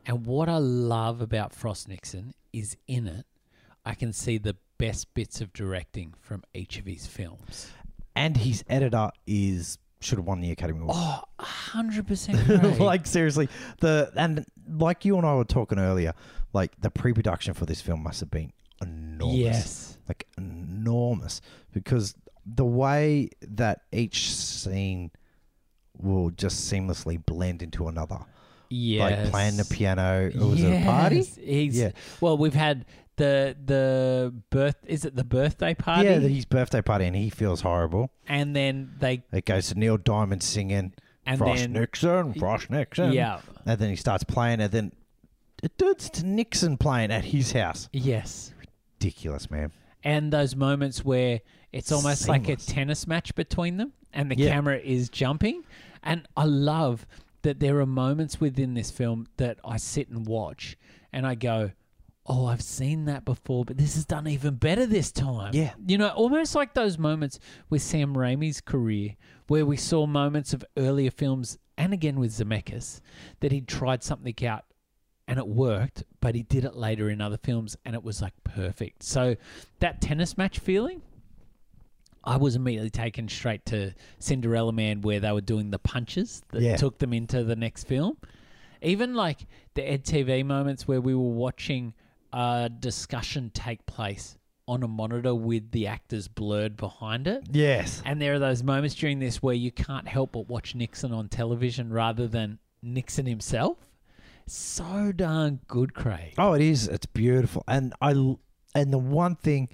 [SPEAKER 1] And what I love about Frost Nixon is in it, I can see the best bits of directing from each of his films.
[SPEAKER 2] And his editor is should have won the Academy Award.
[SPEAKER 1] Oh, 100% Craig.
[SPEAKER 2] like seriously, the and like you and I were talking earlier, like the pre-production for this film must have been enormous.
[SPEAKER 1] Yes.
[SPEAKER 2] like enormous because the way that each scene will just seamlessly blend into another.
[SPEAKER 1] Yes.
[SPEAKER 2] Like playing the piano, or was it a party?
[SPEAKER 1] Yes. He's,
[SPEAKER 2] Yeah.
[SPEAKER 1] Well, we've had the the birth is it the birthday party?
[SPEAKER 2] Yeah, his birthday party, and he feels horrible.
[SPEAKER 1] and then they
[SPEAKER 2] It goes to Neil Diamond singing
[SPEAKER 1] and
[SPEAKER 2] Frost
[SPEAKER 1] then
[SPEAKER 2] Nixon, Frost Nixon.
[SPEAKER 1] yeah.
[SPEAKER 2] and then he starts playing, and then it turns to Nixon playing at his house.
[SPEAKER 1] Yes.
[SPEAKER 2] Ridiculous, man.
[SPEAKER 1] and those moments where it's almost like a
[SPEAKER 2] Seamless.
[SPEAKER 1] tennis match between them and the
[SPEAKER 2] Yeah.
[SPEAKER 1] camera is jumping and i love that there are moments within this film that i sit and watch and i go oh i've seen that before but this is done even better this time
[SPEAKER 2] Yeah.
[SPEAKER 1] you know almost like those moments with sam raimi's career where we saw moments of earlier films and again with zemeckis that he tried something out and it worked, but he did it later in other films and it was like perfect. So that tennis match feeling, I was immediately taken straight to Cinderella Man where they were doing the punches that
[SPEAKER 2] Yeah.
[SPEAKER 1] took them into the next film. Even like the EdTV moments where we were watching a discussion take place on a monitor with the actors blurred behind it.
[SPEAKER 2] Yes.
[SPEAKER 1] And there are those moments during this where you can't help but watch Nixon on television rather than Nixon himself. So darn good, Craig.
[SPEAKER 2] Oh, it is. It's beautiful, and I l- and the one thing,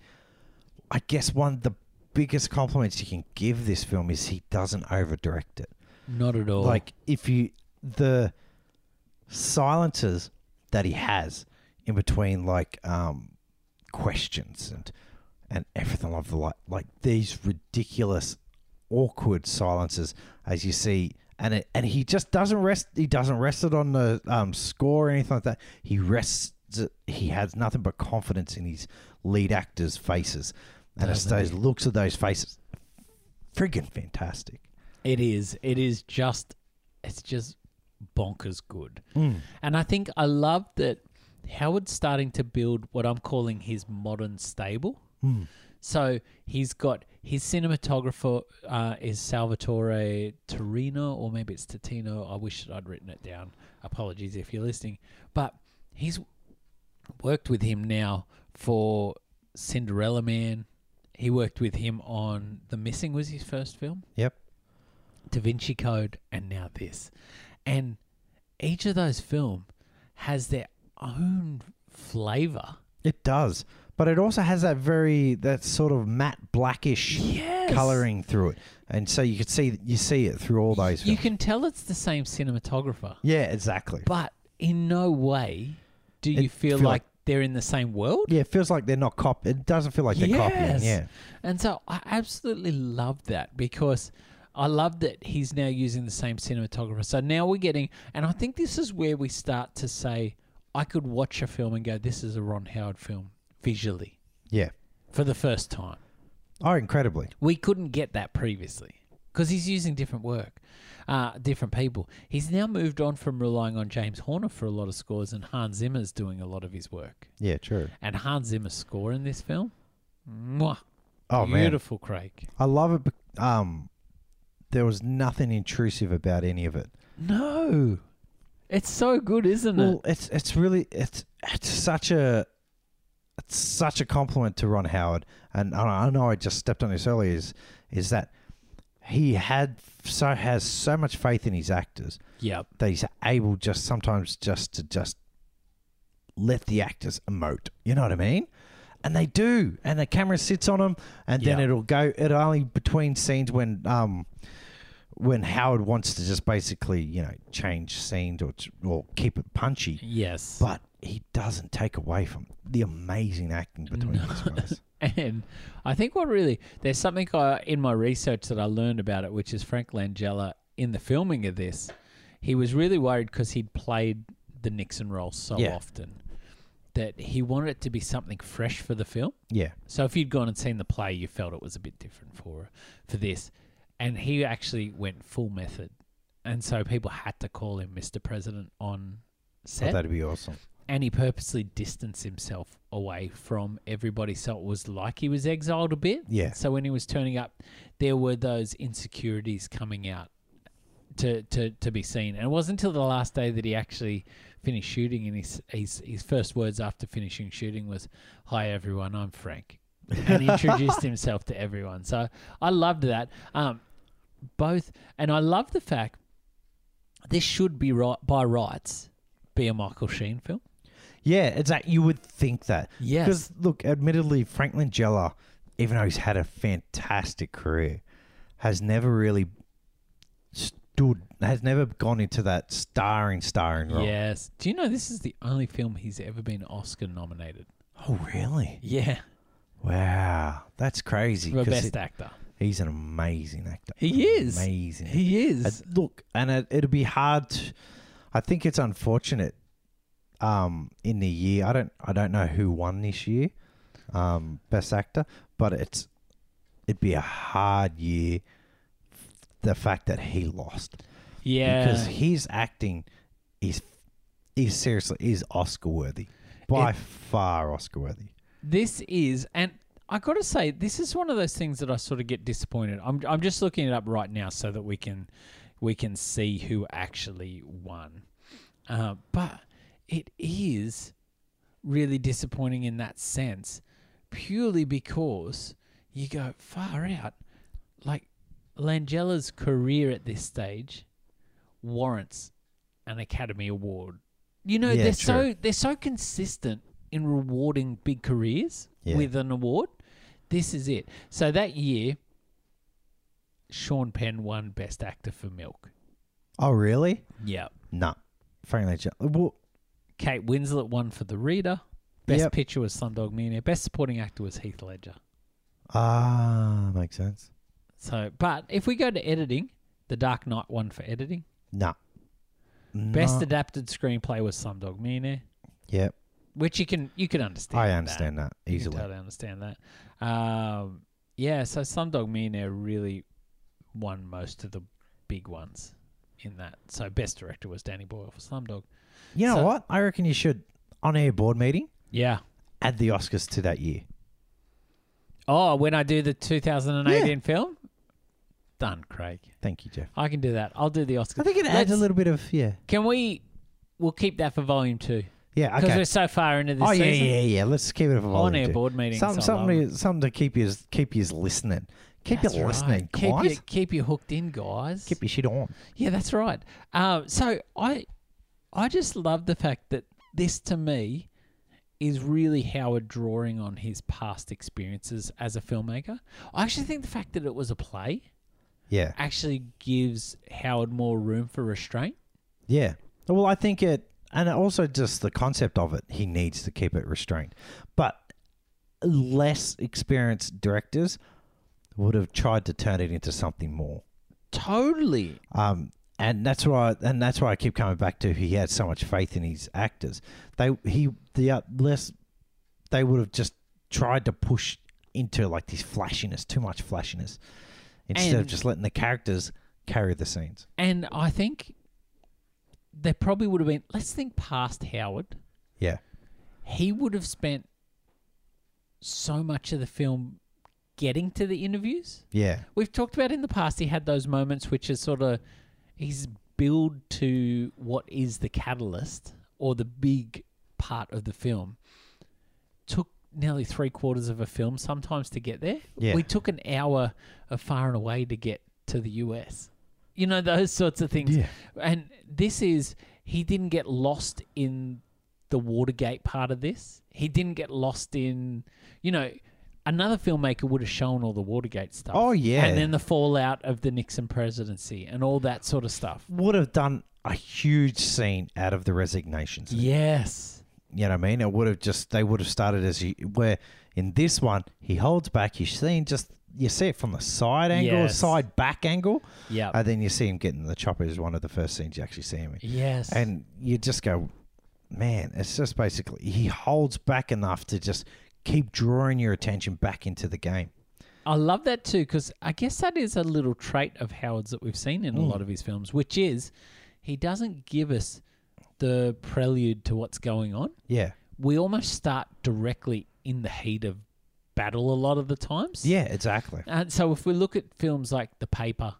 [SPEAKER 2] I guess one of the biggest compliments you can give this film is he doesn't over direct it.
[SPEAKER 1] Not at all.
[SPEAKER 2] Like if you the silences that he has in between, like um, questions and and everything of the like, like these ridiculous, awkward silences as you see. And, it, and he just doesn't rest. He doesn't rest it on the um, score or anything like that. He rests. it- He has nothing but confidence in his lead actors' faces, and it's
[SPEAKER 1] Doesn't
[SPEAKER 2] those looks of those faces, friggin' fantastic.
[SPEAKER 1] it is. It is just, it's just bonkers good. And I think I love that Howard's starting to build what I'm calling his modern stable. So he's got his cinematographer uh, is Salvatore Torino, or maybe it's Tatino. I wish that I'd written it down. Apologies if you're listening. But he's worked with him now for Cinderella Man. He worked with him on The Missing was his first film.
[SPEAKER 2] Yep.
[SPEAKER 1] Da Vinci Code, and now this. And each of those film has their own flavor.
[SPEAKER 2] It does, but it also has that very that sort of matte blackish
[SPEAKER 1] Yes.
[SPEAKER 2] coloring through it, and so you could see you see it through all those.
[SPEAKER 1] You
[SPEAKER 2] Films.
[SPEAKER 1] can tell it's the same cinematographer,
[SPEAKER 2] yeah, exactly.
[SPEAKER 1] but in no way do
[SPEAKER 2] It
[SPEAKER 1] you feel,
[SPEAKER 2] feel
[SPEAKER 1] like they're in the same world.
[SPEAKER 2] yeah, it feels like they're not cop. It doesn't feel like they're copying.
[SPEAKER 1] Yes.
[SPEAKER 2] Yeah,
[SPEAKER 1] And so I absolutely love that because I love that he's now using the same cinematographer. So now we're getting, and I think this is where we start to say, I could watch a film and go, this is a Ron Howard film visually
[SPEAKER 2] yeah.
[SPEAKER 1] for the first time.
[SPEAKER 2] Oh, incredibly.
[SPEAKER 1] We couldn't get that previously. because he's using different work, uh, different people. He's now moved on from relying on James Horner for a lot of scores, and Hans Zimmer's doing a lot of his work.
[SPEAKER 2] Yeah, true.
[SPEAKER 1] And Hans Zimmer's score in this film, mwah,
[SPEAKER 2] Oh man,
[SPEAKER 1] beautiful, Craig.
[SPEAKER 2] I love it. bec- Um, there was nothing intrusive about any of it.
[SPEAKER 1] No, it's so good, isn't
[SPEAKER 2] Well,
[SPEAKER 1] it?
[SPEAKER 2] it's it's really it's it's such a it's such a compliment to Ron Howard, and I I know I just stepped on this earlier. Is is that he had so has so much faith in his actors
[SPEAKER 1] Yep.
[SPEAKER 2] that he's able just sometimes just to just let the actors emote. You know what I mean? And they do, and the camera sits on them, and then
[SPEAKER 1] Yeah.
[SPEAKER 2] it'll go. It only between scenes when um when Howard wants to just basically you know change scenes or or keep it punchy.
[SPEAKER 1] Yes.
[SPEAKER 2] But he doesn't take away from the amazing acting between these guys.
[SPEAKER 1] And I think what really there's something I, in my research that I learned about it, which is Frank Langella in the filming of this, he was really worried because he'd played the Nixon role so
[SPEAKER 2] Yeah.
[SPEAKER 1] often that he wanted it to be something fresh for the film.
[SPEAKER 2] Yeah. Oh,
[SPEAKER 1] So if you'd gone and seen the play, you felt it was a bit different for for this, and he actually went full method, and so people had to call him Mr. President on
[SPEAKER 2] Oh,
[SPEAKER 1] set
[SPEAKER 2] that'd be awesome.
[SPEAKER 1] and he purposely distanced himself away from everybody so it was like he was exiled a bit
[SPEAKER 2] Yeah.
[SPEAKER 1] so when he was turning up there were those insecurities coming out to, to, to be seen and it wasn't until the last day that he actually finished shooting and his, his, his first words after finishing shooting was hi everyone i'm frank and he introduced himself to everyone so i loved that um, both and i love the fact this should be right by rights be a michael sheen film
[SPEAKER 2] Yeah, it's that you would think that.
[SPEAKER 1] Yes.
[SPEAKER 2] Because look, admittedly, Franklin Jella, even though he's had a fantastic career, has never really stood has never gone into that starring starring role.
[SPEAKER 1] Yes. Do you know this is the only film he's ever been Oscar nominated?
[SPEAKER 2] Oh really?
[SPEAKER 1] Yeah.
[SPEAKER 2] Wow. That's crazy.
[SPEAKER 1] For
[SPEAKER 2] 'cause
[SPEAKER 1] best
[SPEAKER 2] it-
[SPEAKER 1] actor.
[SPEAKER 2] he's an amazing actor.
[SPEAKER 1] He is.
[SPEAKER 2] Amazing.
[SPEAKER 1] He
[SPEAKER 2] Uh,
[SPEAKER 1] is.
[SPEAKER 2] look, and it, it'll be hard. To, I think it's unfortunate. Um, in the year, I don't, I don't know who won this year, um, best actor, but it's, it'd be a hard year. The fact that he lost
[SPEAKER 1] Yeah.
[SPEAKER 2] because his acting is, is seriously is Oscar worthy, by
[SPEAKER 1] It-
[SPEAKER 2] far Oscar worthy.
[SPEAKER 1] This is, and I got to say, this is one of those things that I sort of get disappointed. I'm, I'm just looking it up right now so that we can, we can see who actually won. Uh, but it is really disappointing in that sense, purely because you go far out. Like Langella's career at this stage warrants an Academy Award. You know,
[SPEAKER 2] Yeah,
[SPEAKER 1] they're
[SPEAKER 2] true.
[SPEAKER 1] so they're so consistent in rewarding big careers
[SPEAKER 2] Yeah.
[SPEAKER 1] with an award. This is it. So that year, Sean Penn won Best Actor for Milk.
[SPEAKER 2] Oh really?
[SPEAKER 1] Yeah.
[SPEAKER 2] Nah, frankly, Jell- well,
[SPEAKER 1] Kate Winslet won for The Reader. Best
[SPEAKER 2] Yep.
[SPEAKER 1] picture was Slumdog Millionaire. Best supporting actor was Heath Ledger.
[SPEAKER 2] ah, makes sense.
[SPEAKER 1] So, but if we go to editing, The Dark Knight won for editing.
[SPEAKER 2] Nah,
[SPEAKER 1] Best
[SPEAKER 2] Nah.
[SPEAKER 1] adapted screenplay was Slumdog Millionaire,
[SPEAKER 2] Yep.
[SPEAKER 1] which you can you can understand.
[SPEAKER 2] I
[SPEAKER 1] that.
[SPEAKER 2] understand that,
[SPEAKER 1] You can
[SPEAKER 2] easily.
[SPEAKER 1] totally understand that. Um, yeah, so Slumdog Millionaire really won most of the big ones in that. So best director was Danny Boyle for Slumdog.
[SPEAKER 2] You know
[SPEAKER 1] So-
[SPEAKER 2] what? I reckon you should on air board meeting
[SPEAKER 1] Yeah.
[SPEAKER 2] add the Oscars to that year.
[SPEAKER 1] Oh, when I do the 2018 film, done, Craig.
[SPEAKER 2] Thank you, Jeff.
[SPEAKER 1] I can do that. I'll do the Oscars.
[SPEAKER 2] I think it adds a
[SPEAKER 1] Let's-
[SPEAKER 2] little bit of yeah,
[SPEAKER 1] Can we? We'll keep that for volume two
[SPEAKER 2] yeah.
[SPEAKER 1] because
[SPEAKER 2] Okay.
[SPEAKER 1] we're so far into this
[SPEAKER 2] Oh yeah,
[SPEAKER 1] season.
[SPEAKER 2] yeah, yeah. Let's keep it for
[SPEAKER 1] On air
[SPEAKER 2] volume two.
[SPEAKER 1] board meetings.
[SPEAKER 2] Something,
[SPEAKER 1] I
[SPEAKER 2] something,
[SPEAKER 1] love
[SPEAKER 2] to, something to keep you keep you listening. Keep
[SPEAKER 1] That's
[SPEAKER 2] you
[SPEAKER 1] right.
[SPEAKER 2] listening,
[SPEAKER 1] Keep
[SPEAKER 2] guys.
[SPEAKER 1] you, keep you hooked in, guys.
[SPEAKER 2] keep your shit on.
[SPEAKER 1] Yeah, that's right. Um, so I, I just love the fact that this to me is really Howard drawing on his past experiences as a filmmaker. I actually think the fact that it was a play
[SPEAKER 2] Yeah,
[SPEAKER 1] actually gives Howard more room for restraint.
[SPEAKER 2] yeah. Well, I think it, and also just the concept of it. He needs to keep it restrained, but less experienced directors would have tried to turn it into something more.
[SPEAKER 1] Totally.
[SPEAKER 2] Um, and that's why, and that's why I keep coming back to he had so much faith in his actors. They he the uh, less they would have just tried to push into like this flashiness, too much flashiness, instead of
[SPEAKER 1] And-
[SPEAKER 2] just letting the characters carry the scenes.
[SPEAKER 1] And I think there probably would have been. Let's think past Howard.
[SPEAKER 2] Yeah.
[SPEAKER 1] He would have spent so much of the film getting to the interviews.
[SPEAKER 2] Yeah.
[SPEAKER 1] We've talked about in the past. He had those moments which is sort of his build to what is the catalyst or the big part of the film. Took nearly three quarters of a film sometimes to get there.
[SPEAKER 2] Yeah.
[SPEAKER 1] We took an hour of far and away to get to the US. You know those sorts of things.
[SPEAKER 2] Yeah.
[SPEAKER 1] And this is he didn't get lost in the Watergate part of this. He didn't get lost in, you know, another filmmaker would have shown all the Watergate stuff.
[SPEAKER 2] Oh, yeah.
[SPEAKER 1] And then the fallout of the Nixon presidency and all that sort of stuff.
[SPEAKER 2] Would have done a huge scene out of the resignation scene.
[SPEAKER 1] Yes.
[SPEAKER 2] You know what I mean? It would have just they would have started as you, where in this one he holds back. You see him just you see it from the side angle,
[SPEAKER 1] Yes.
[SPEAKER 2] side back angle,
[SPEAKER 1] Yeah.
[SPEAKER 2] and then you see him getting the chopper is one of the first scenes you actually see him. in.
[SPEAKER 1] yes.
[SPEAKER 2] And you just go, man, it's just basically he holds back enough to just keep drawing your attention back into the game.
[SPEAKER 1] I love that too because I guess that is a little trait of Howard's that we've seen in a
[SPEAKER 2] Mm.
[SPEAKER 1] lot of his films, which is he doesn't give us the prelude to what's going on.
[SPEAKER 2] Yeah.
[SPEAKER 1] We almost start directly in the heat of battle a lot of the times.
[SPEAKER 2] Yeah, exactly.
[SPEAKER 1] And Uh, so if we look at films like The Paper,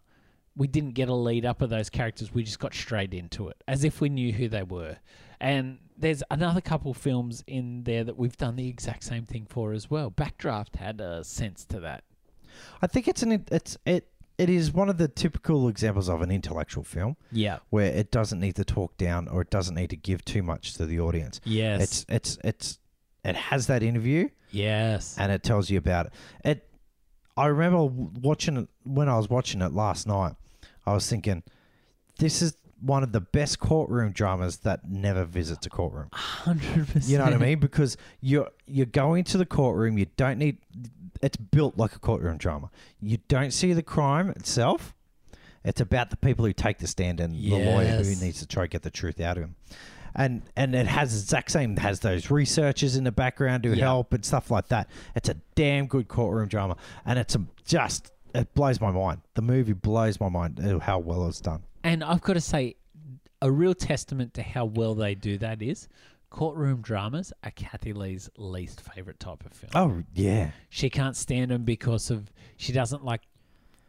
[SPEAKER 1] we didn't get a lead up of those characters. We just got straight into it as if we knew who they were. And there's another couple films in there that we've done the exact same thing for as well. Backdraft had a sense to that.
[SPEAKER 2] I think it's an it's it it is one of the typical examples of an intellectual film
[SPEAKER 1] Yeah.
[SPEAKER 2] where it doesn't need to talk down or it doesn't need to give too much to the audience.
[SPEAKER 1] Yes.
[SPEAKER 2] It's it's it's it has that interview
[SPEAKER 1] yes.
[SPEAKER 2] and it tells you about it. It I remember watching it when I was watching it last night. I was thinking this is one of the best courtroom dramas that never visits a courtroom.
[SPEAKER 1] 100%.
[SPEAKER 2] You know what I mean? Because you're you're going to the courtroom. You don't need. It's built like a courtroom drama. You don't see the crime itself. It's about the people who take the stand and the lawyer
[SPEAKER 1] Yes.
[SPEAKER 2] who needs to try to get the truth out of him. And and it has the exact same has those researchers in the background who
[SPEAKER 1] Yeah.
[SPEAKER 2] help and stuff like that. It's a damn good courtroom drama, and it's a, just it blows my mind. The movie blows my mind uh, how well it's done.
[SPEAKER 1] And I've got to say, a real testament to how well they do that is courtroom dramas are Kathy Lee's least favorite type of film.
[SPEAKER 2] Oh yeah,
[SPEAKER 1] She can't stand them because of she doesn't like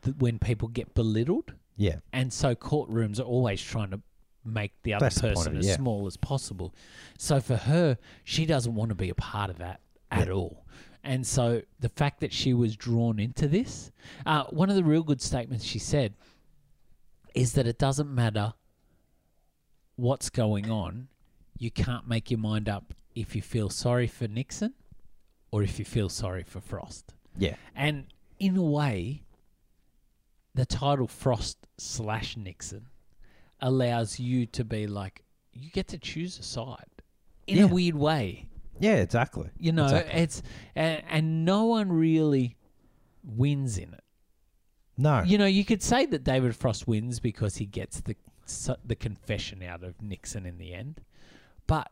[SPEAKER 1] th- when people get belittled,
[SPEAKER 2] yeah,
[SPEAKER 1] and so courtrooms are always trying to make the other
[SPEAKER 2] That's the point
[SPEAKER 1] person
[SPEAKER 2] of it,
[SPEAKER 1] as
[SPEAKER 2] yeah.
[SPEAKER 1] small as possible. So for her, she doesn't want to be a part of that at all. And so the fact that she was drawn into this, uh, one of the real good statements she said is that it doesn't matter what's going on, you can't make your mind up if you feel sorry for Nixon or if you feel sorry for Frost.
[SPEAKER 2] yeah,
[SPEAKER 1] And in a way, the title Frost slash Nixon allows you to be like, you get to choose a side in
[SPEAKER 2] Yeah.
[SPEAKER 1] a weird way.
[SPEAKER 2] yeah. Exactly.
[SPEAKER 1] You know,
[SPEAKER 2] Exactly.
[SPEAKER 1] it's, and, and no one really wins in it.
[SPEAKER 2] No.
[SPEAKER 1] You know, you could say that David Frost wins because he gets the so- the confession out of Nixon in the end, but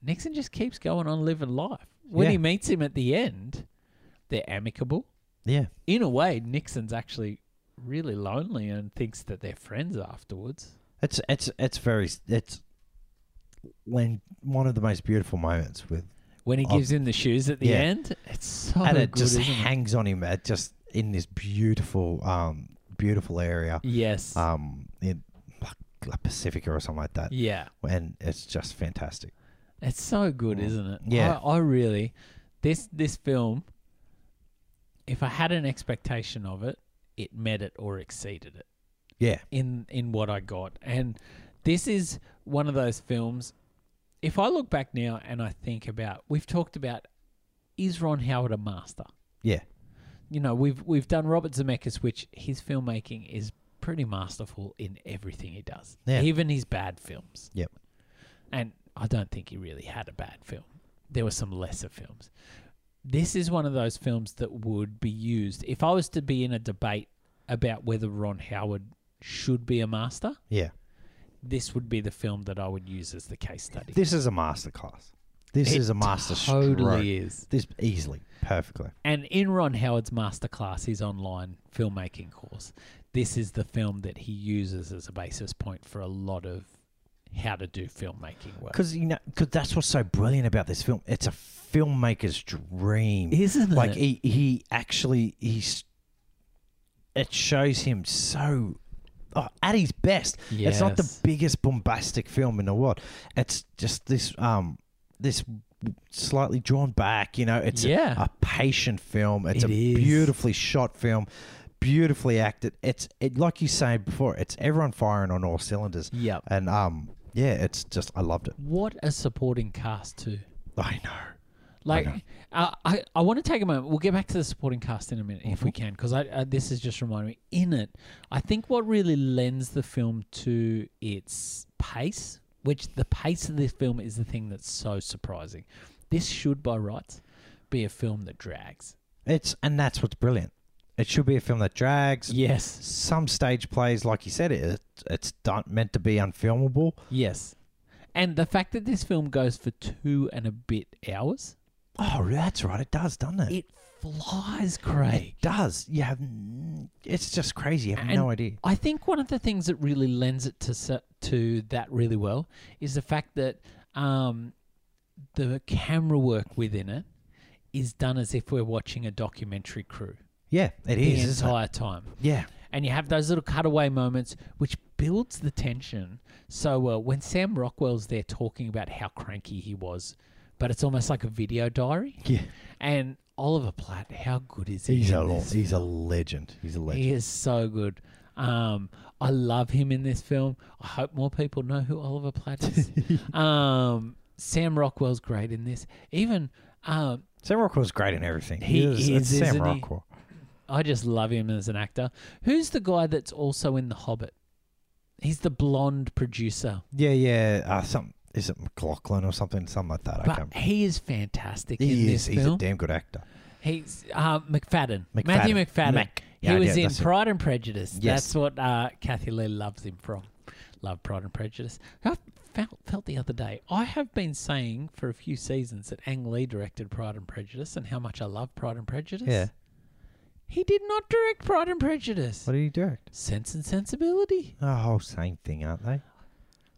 [SPEAKER 1] Nixon just keeps going on living life. When
[SPEAKER 2] Yeah.
[SPEAKER 1] he meets him at the end, they're amicable.
[SPEAKER 2] Yeah.
[SPEAKER 1] In a way, Nixon's actually really lonely and thinks that they're friends afterwards.
[SPEAKER 2] It's it's it's very it's when one of the most beautiful moments with
[SPEAKER 1] When he
[SPEAKER 2] Oh.
[SPEAKER 1] gives him the shoes at the
[SPEAKER 2] Yeah.
[SPEAKER 1] end, it's so
[SPEAKER 2] and it
[SPEAKER 1] good,
[SPEAKER 2] just
[SPEAKER 1] isn't it?
[SPEAKER 2] hangs on him at just in this beautiful um beautiful area
[SPEAKER 1] Yes.
[SPEAKER 2] um in like, La Pacifica or something like that
[SPEAKER 1] yeah.
[SPEAKER 2] and it's just fantastic.
[SPEAKER 1] It's so good, isn't it?
[SPEAKER 2] Mm. Yeah.
[SPEAKER 1] I, I really this this film. If I had an expectation of it, it met it or exceeded it
[SPEAKER 2] Yeah.
[SPEAKER 1] in in what I got. And this is one of those films. If I look back now and I think about, we've talked about is Ron Howard a master?
[SPEAKER 2] Yeah.
[SPEAKER 1] You know, we've we've done Robert Zemeckis, which his filmmaking is pretty masterful in everything he does,
[SPEAKER 2] Yeah.
[SPEAKER 1] even his bad films.
[SPEAKER 2] Yep.
[SPEAKER 1] And I don't think he really had a bad film. There were some lesser films. This is one of those films that would be used if I was to be in a debate about whether Ron Howard should be a master.
[SPEAKER 2] Yeah.
[SPEAKER 1] This would be the film that I would use as the case study.
[SPEAKER 2] This is a masterclass. This
[SPEAKER 1] It
[SPEAKER 2] is a master
[SPEAKER 1] totally
[SPEAKER 2] stroke.
[SPEAKER 1] is.
[SPEAKER 2] This easily, perfectly.
[SPEAKER 1] And in Ron Howard's masterclass, his online filmmaking course, this is the film that he uses as a basis point for a lot of how to do filmmaking work.
[SPEAKER 2] Because you know, cause that's what's so brilliant about this film. It's a filmmaker's dream.
[SPEAKER 1] Isn't
[SPEAKER 2] like
[SPEAKER 1] it?
[SPEAKER 2] he he actually he's it shows him so oh, at his best. It's not the
[SPEAKER 1] Yes.
[SPEAKER 2] biggest bombastic film in the world. It's just this um this slightly drawn back. You know, it's a-
[SPEAKER 1] Yeah.
[SPEAKER 2] a, patient film. It's
[SPEAKER 1] It
[SPEAKER 2] a
[SPEAKER 1] is.
[SPEAKER 2] beautifully shot film. Beautifully acted. It's it, like you say before. It's everyone firing on all cylinders,
[SPEAKER 1] Yep.
[SPEAKER 2] and um, yeah, it's just I loved it.
[SPEAKER 1] What a supporting cast too.
[SPEAKER 2] I know.
[SPEAKER 1] Like,
[SPEAKER 2] know.
[SPEAKER 1] I, I, I want to take a moment. We'll get back to the supporting cast in a minute if we can, because I, I, this is just reminding me. In it, I think what really lends the film to its pace, which the pace of this film is the thing that's so surprising. This should, by rights, be a film that drags.
[SPEAKER 2] It's and that's what's brilliant. It should be a film that drags.
[SPEAKER 1] Yes.
[SPEAKER 2] Some stage plays, like you said, it it's done, meant to be unfilmable.
[SPEAKER 1] Yes. And the fact that this film goes for two and a bit hours,
[SPEAKER 2] Oh, that's right. It does, doesn't it?
[SPEAKER 1] it flies, Craig.
[SPEAKER 2] It does. You have. n- It's just crazy. You have
[SPEAKER 1] And-
[SPEAKER 2] no idea.
[SPEAKER 1] I think one of the things that really lends it to s- to that really well is the fact that um, the camera work within it is done as if we're watching a documentary crew
[SPEAKER 2] Yeah, it
[SPEAKER 1] the
[SPEAKER 2] is. isn't it?
[SPEAKER 1] entire time,
[SPEAKER 2] Yeah,
[SPEAKER 1] and you have those little cutaway moments which builds the tension so well. When Sam Rockwell's there talking about how cranky he was, but it's almost like a video diary,
[SPEAKER 2] yeah.
[SPEAKER 1] and Oliver Platt, how good is he?
[SPEAKER 2] He's
[SPEAKER 1] in
[SPEAKER 2] a
[SPEAKER 1] this
[SPEAKER 2] he's a legend. He's a legend.
[SPEAKER 1] He is so good. Um, I love him in this film. I hope more people know who Oliver Platt is. um, Sam Rockwell's great in this. Even um,
[SPEAKER 2] Sam Rockwell's great in everything.
[SPEAKER 1] He
[SPEAKER 2] it's
[SPEAKER 1] is,
[SPEAKER 2] Sam
[SPEAKER 1] isn't he?
[SPEAKER 2] Rockwell.
[SPEAKER 1] I just love him as an actor. Who's the guy that's also in The Hobbit? He's the blonde producer,
[SPEAKER 2] Yeah, yeah. Uh, some is it McLaughlin or something, something like that. I
[SPEAKER 1] but
[SPEAKER 2] can't.
[SPEAKER 1] he is fantastic in
[SPEAKER 2] He
[SPEAKER 1] this
[SPEAKER 2] is. He's
[SPEAKER 1] film.
[SPEAKER 2] a damn good actor.
[SPEAKER 1] He's uh, McFadden. Matthew
[SPEAKER 2] McFadden.
[SPEAKER 1] McFadden.
[SPEAKER 2] Mac.
[SPEAKER 1] He
[SPEAKER 2] Yeah,
[SPEAKER 1] was
[SPEAKER 2] yeah,
[SPEAKER 1] in
[SPEAKER 2] that's it.
[SPEAKER 1] Pride and Prejudice.
[SPEAKER 2] Yes.
[SPEAKER 1] That's what uh, Kathy Lee loves him from. Love Pride and Prejudice. I felt, felt the other day, I have been saying for a few seasons that Ang Lee directed Pride and Prejudice and how much I love Pride and Prejudice.
[SPEAKER 2] Yeah.
[SPEAKER 1] He did not direct Pride and Prejudice.
[SPEAKER 2] What did he direct?
[SPEAKER 1] Sense and Sensibility?
[SPEAKER 2] Oh, same thing, aren't they?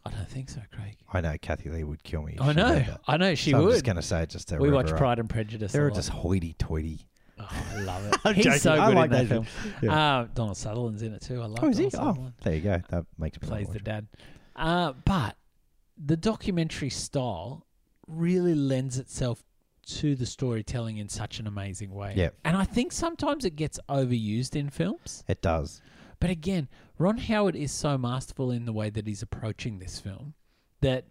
[SPEAKER 1] I don't think so, Craig.
[SPEAKER 2] I know Kathy Lee would kill me. if
[SPEAKER 1] I
[SPEAKER 2] she
[SPEAKER 1] know.
[SPEAKER 2] heard that.
[SPEAKER 1] I know she
[SPEAKER 2] so I'm just
[SPEAKER 1] would.
[SPEAKER 2] gonna say it just to
[SPEAKER 1] We
[SPEAKER 2] rev
[SPEAKER 1] watch
[SPEAKER 2] her up.
[SPEAKER 1] Pride and Prejudice. a
[SPEAKER 2] They're
[SPEAKER 1] lot.
[SPEAKER 2] just hoity-toity.
[SPEAKER 1] Oh, I love it.
[SPEAKER 2] I'm
[SPEAKER 1] He's
[SPEAKER 2] joking.
[SPEAKER 1] so good
[SPEAKER 2] I like
[SPEAKER 1] in that, film.
[SPEAKER 2] that Yeah.
[SPEAKER 1] Uh, Donald Sutherland's in it too. I love
[SPEAKER 2] Oh, is he?
[SPEAKER 1] Donald
[SPEAKER 2] Oh,
[SPEAKER 1] Sutherland.
[SPEAKER 2] there you go. That makes me. wanna
[SPEAKER 1] Plays
[SPEAKER 2] watch
[SPEAKER 1] the
[SPEAKER 2] it.
[SPEAKER 1] dad. Uh, but the documentary style really lends itself to the storytelling in such an amazing way.
[SPEAKER 2] Yeah.
[SPEAKER 1] And I think sometimes it gets overused in films.
[SPEAKER 2] It does.
[SPEAKER 1] But again, Ron Howard is so masterful in the way that he's approaching this film that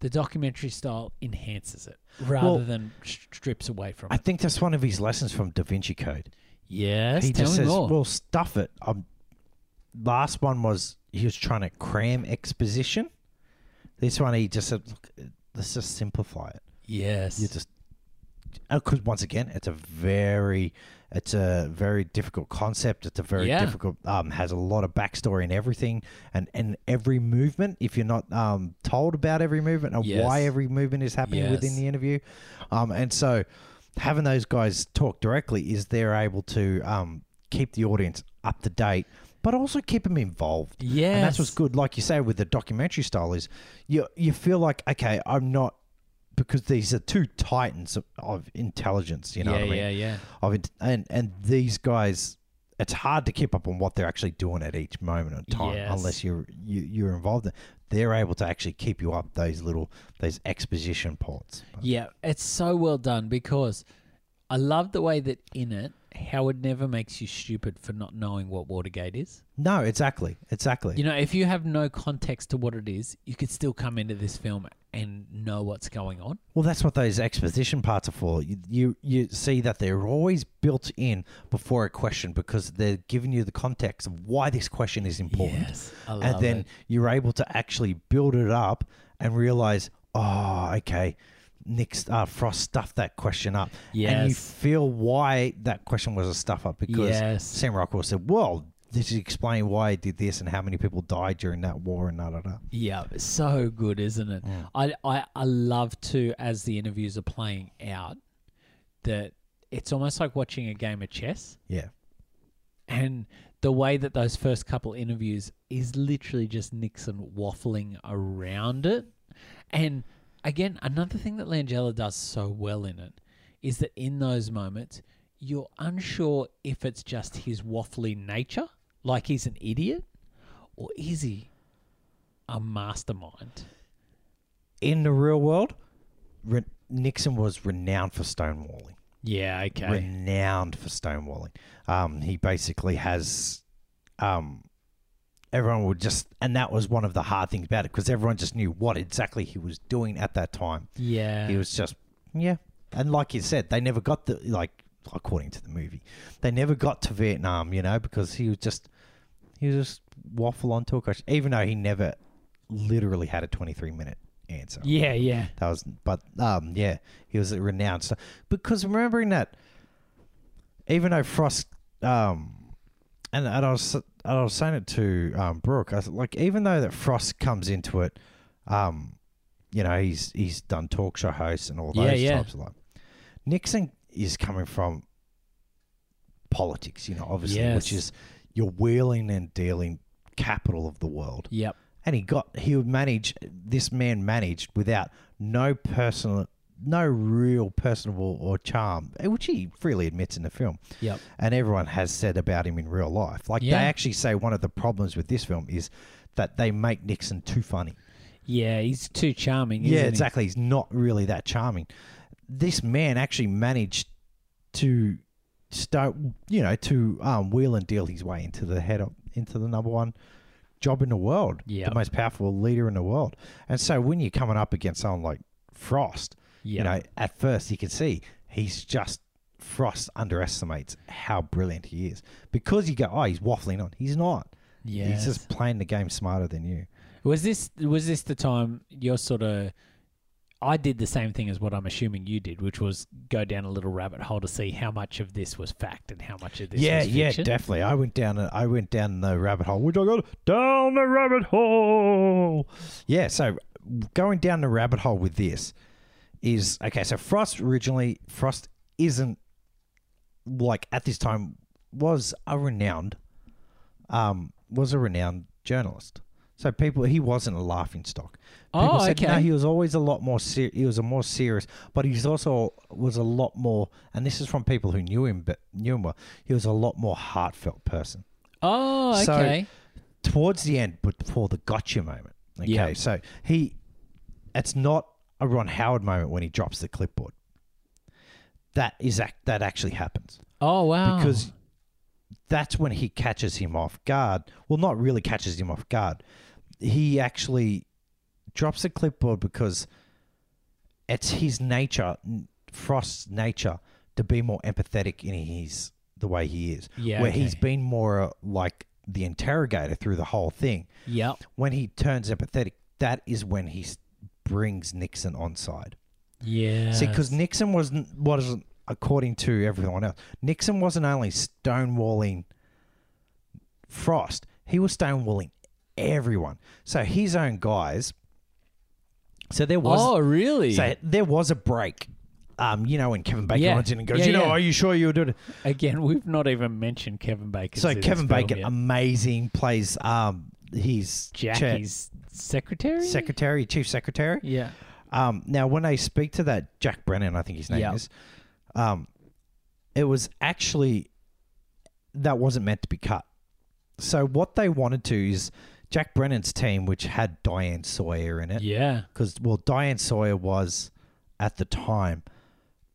[SPEAKER 1] the documentary style enhances it rather
[SPEAKER 2] Well,
[SPEAKER 1] than strips away from
[SPEAKER 2] I
[SPEAKER 1] it.
[SPEAKER 2] think that's one of his lessons from Da Vinci Code.
[SPEAKER 1] Yes,
[SPEAKER 2] he
[SPEAKER 1] tell
[SPEAKER 2] just
[SPEAKER 1] me
[SPEAKER 2] says,
[SPEAKER 1] more.
[SPEAKER 2] "Well, stuff it." Um, last one was he was trying to cram exposition. This one he just said, "Look, uh, let's just simplify it."
[SPEAKER 1] yes.
[SPEAKER 2] You just because uh, once again, it's a very, it's a very difficult concept. It's a very
[SPEAKER 1] Yeah.
[SPEAKER 2] difficult. Um, has a lot of backstory and everything, and and every movement. If you're not um told about every movement and
[SPEAKER 1] Yes.
[SPEAKER 2] why every movement is happening within
[SPEAKER 1] Yes.
[SPEAKER 2] the interview, um, and so having those guys talk directly is they're able to um keep the audience up to date, but also keep them involved.
[SPEAKER 1] yes.
[SPEAKER 2] And that's what's good, like you say, with the documentary style is you you feel like okay, I'm not because these are two titans of, of intelligence. You know
[SPEAKER 1] yeah,
[SPEAKER 2] what I mean?
[SPEAKER 1] yeah, yeah.
[SPEAKER 2] Of int- and and these guys, it's hard to keep up on what they're actually doing at each moment in time
[SPEAKER 1] Yes.
[SPEAKER 2] unless you're you, you're involved. In, they're able to actually keep you up those little those exposition parts.
[SPEAKER 1] Yeah, it's so well done because I love the way that in it Howard never makes you stupid for not knowing what Watergate is.
[SPEAKER 2] No, exactly, exactly.
[SPEAKER 1] You know, if you have no context to what it is, you could still come into this film and know what's going on.
[SPEAKER 2] Well, that's what those exposition parts are for. You, you you see that they're always built in before a question because they're giving you the context of why this question is important,
[SPEAKER 1] Yes, I love
[SPEAKER 2] and then
[SPEAKER 1] it.
[SPEAKER 2] you're able to actually build it up and realize, oh, okay, Nick's uh, Frost stuffed that question up, and you
[SPEAKER 1] Yes.
[SPEAKER 2] feel why that question was a stuff up because
[SPEAKER 1] Yes.
[SPEAKER 2] Sam Rockwell said, "Well, this is explain why it did this and how many people died during that war and da da da.
[SPEAKER 1] Yeah, it's so good, isn't it?
[SPEAKER 2] Mm.
[SPEAKER 1] I, I I love to as the interviews are playing out that it's almost like watching a game of chess
[SPEAKER 2] Yeah.
[SPEAKER 1] and the way that those first couple interviews is literally just Nixon waffling around it. And again, another thing that Langella does so well in it is that in those moments you're unsure if it's just his waffly nature, like he's an idiot, or is he a mastermind?
[SPEAKER 2] In the real world, re- Nixon was renowned for stonewalling.
[SPEAKER 1] Yeah, okay.
[SPEAKER 2] renowned for stonewalling. Um, he basically has, um, everyone would just, and that was one of the hard things about it because everyone just knew what exactly he was doing at that time.
[SPEAKER 1] Yeah.
[SPEAKER 2] He was just, yeah, and like you said, they never got the like, according to the movie, they never got to Vietnam, you know, because he was just, he was just waffle on to a question, even though he never literally had a twenty-three minute answer.
[SPEAKER 1] yeah, yeah.
[SPEAKER 2] That was, but um, yeah, he was a renowned star. Because remembering that, even though Frost, um, and, and I was and I was saying it to um, Brooke, I was like, even though that Frost comes into it, um, you know, he's he's done talk show hosts and all those
[SPEAKER 1] Yeah, yeah.
[SPEAKER 2] types of like. Nixon is coming from politics, you know, obviously, which
[SPEAKER 1] Yes.
[SPEAKER 2] is your wheeling and dealing capital of the world
[SPEAKER 1] Yep.
[SPEAKER 2] and he got he would manage this man managed without no personal no real personable or charm which he freely admits in the film
[SPEAKER 1] Yep.
[SPEAKER 2] and everyone has said about him in real life like
[SPEAKER 1] Yeah.
[SPEAKER 2] they actually say one of the problems with this film is that they make nixon too funny
[SPEAKER 1] Yeah, he's too charming.
[SPEAKER 2] yeah
[SPEAKER 1] isn't he?
[SPEAKER 2] exactly he's not really that charming this man actually managed to start you know to um, wheel and deal his way into the head of into the number one job in the world
[SPEAKER 1] Yep.
[SPEAKER 2] the most powerful leader in the world and so when you're coming up against someone like frost
[SPEAKER 1] Yeah.
[SPEAKER 2] you know at first you can see he's just frost underestimates how brilliant he is because you go oh he's waffling on he's not
[SPEAKER 1] yeah.
[SPEAKER 2] he's just playing the game smarter than you
[SPEAKER 1] Was this was this the time you're sort of? I did the same thing as what I'm assuming you did, which was go down a little rabbit hole to see how much of this was fact and how much of this
[SPEAKER 2] yeah,
[SPEAKER 1] was
[SPEAKER 2] yeah,
[SPEAKER 1] fiction.
[SPEAKER 2] definitely. I went down. I went down the rabbit hole. Which I got down the rabbit hole. Yeah. So going down the rabbit hole with this is okay. So Frost originally, Frost isn't like at this time was a renowned, um, was a renowned journalist. So people, he wasn't a laughing stock. People
[SPEAKER 1] Oh,
[SPEAKER 2] said,
[SPEAKER 1] okay.
[SPEAKER 2] No, he was always a lot more. Ser- he was a more serious, but he's also was a lot more. And this is from people who knew him, but knew him well. He was a lot more heartfelt person
[SPEAKER 1] Oh,
[SPEAKER 2] So-
[SPEAKER 1] okay.
[SPEAKER 2] towards the end, but before the gotcha moment. Okay,
[SPEAKER 1] Yeah.
[SPEAKER 2] so he, it's not a Ron Howard moment when he drops the clipboard. That is act that actually happens
[SPEAKER 1] oh, wow.
[SPEAKER 2] because
[SPEAKER 1] Oh.
[SPEAKER 2] that's when he catches him off guard. Well, not really catches him off guard. He actually drops the clipboard because it's his nature, Frost's nature, to be more empathetic in his the way he is.
[SPEAKER 1] Yeah,
[SPEAKER 2] where
[SPEAKER 1] okay.
[SPEAKER 2] he's been more uh, like the interrogator through the whole thing.
[SPEAKER 1] yep.
[SPEAKER 2] When he turns empathetic, that is when he s- brings Nixon on side.
[SPEAKER 1] Yeah.
[SPEAKER 2] See, because Nixon wasn't wasn't according to everyone else. Nixon wasn't only stonewalling Frost; he was stonewalling everyone. So his own guys. So there was
[SPEAKER 1] oh, really?
[SPEAKER 2] so there was a break. Um, you know when Kevin Bacon
[SPEAKER 1] Yeah.
[SPEAKER 2] runs in and goes,
[SPEAKER 1] Yeah,
[SPEAKER 2] you know,
[SPEAKER 1] yeah.
[SPEAKER 2] are you sure you were doing it?
[SPEAKER 1] Again, we've not even mentioned Kevin Bacon.
[SPEAKER 2] So Kevin Bacon,
[SPEAKER 1] yet.
[SPEAKER 2] amazing, plays um his chair-
[SPEAKER 1] Jackie's secretary.
[SPEAKER 2] secretary, chief secretary.
[SPEAKER 1] yeah.
[SPEAKER 2] Um, now, when I speak to that Jack Brennan, I think his name
[SPEAKER 1] Yeah.
[SPEAKER 2] is, um, it was actually that wasn't meant to be cut. So what they wanted to is Jack Brennan's team, which had Diane Sawyer in it,
[SPEAKER 1] Yeah.
[SPEAKER 2] because well, Diane Sawyer was at the time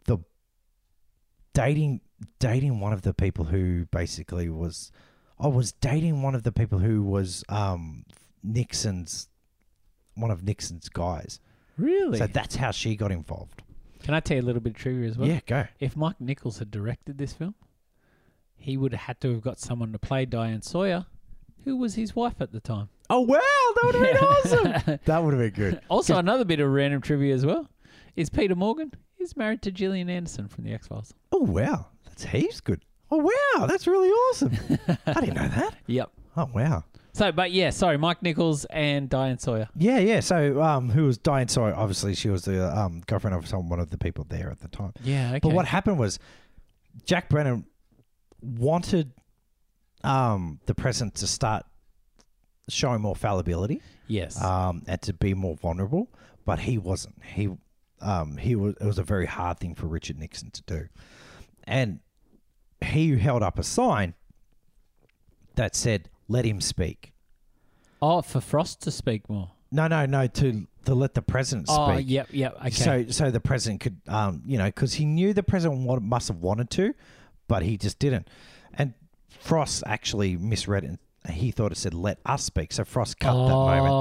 [SPEAKER 2] the dating dating one of the people who basically was, I was dating one of the people who was um, Nixon's one of Nixon's guys.
[SPEAKER 1] Really?
[SPEAKER 2] So that's how she got involved.
[SPEAKER 1] Can I tell you a little bit of trivia as well?
[SPEAKER 2] yeah, go.
[SPEAKER 1] If Mike Nichols had directed this film, he would have had to have got someone to play Diane Sawyer, who was his wife at the time.
[SPEAKER 2] Oh wow, that would have been awesome. That would have been good.
[SPEAKER 1] Also, another bit of random trivia as well is Peter Morgan is married to Gillian Anderson from The X Files.
[SPEAKER 2] Oh wow, that's heaps good. Oh wow, that's really awesome. I didn't know that.
[SPEAKER 1] Yep.
[SPEAKER 2] Oh wow.
[SPEAKER 1] So, but yeah, sorry, Mike Nichols and Diane Sawyer.
[SPEAKER 2] Yeah, yeah. So um, who was Diane Sawyer? Obviously, she was the um, girlfriend of some one of the people there at the time.
[SPEAKER 1] Yeah, okay.
[SPEAKER 2] But what happened was Jack Brennan wanted um, the president to start showing more fallibility
[SPEAKER 1] Yes.
[SPEAKER 2] um, and to be more vulnerable, but he wasn't. He um, he was. It was a very hard thing for Richard Nixon to do, and he held up a sign that said, "Let him speak."
[SPEAKER 1] oh, for Frost to speak more.
[SPEAKER 2] No, no, no. To to let the president speak.
[SPEAKER 1] Oh, yep, yep. Okay.
[SPEAKER 2] So, so the president could, um, you know, because he knew the president wa- must have wanted to, but he just didn't. And Frost actually misread it. And he thought it said "let us speak," so Frost cut that moment,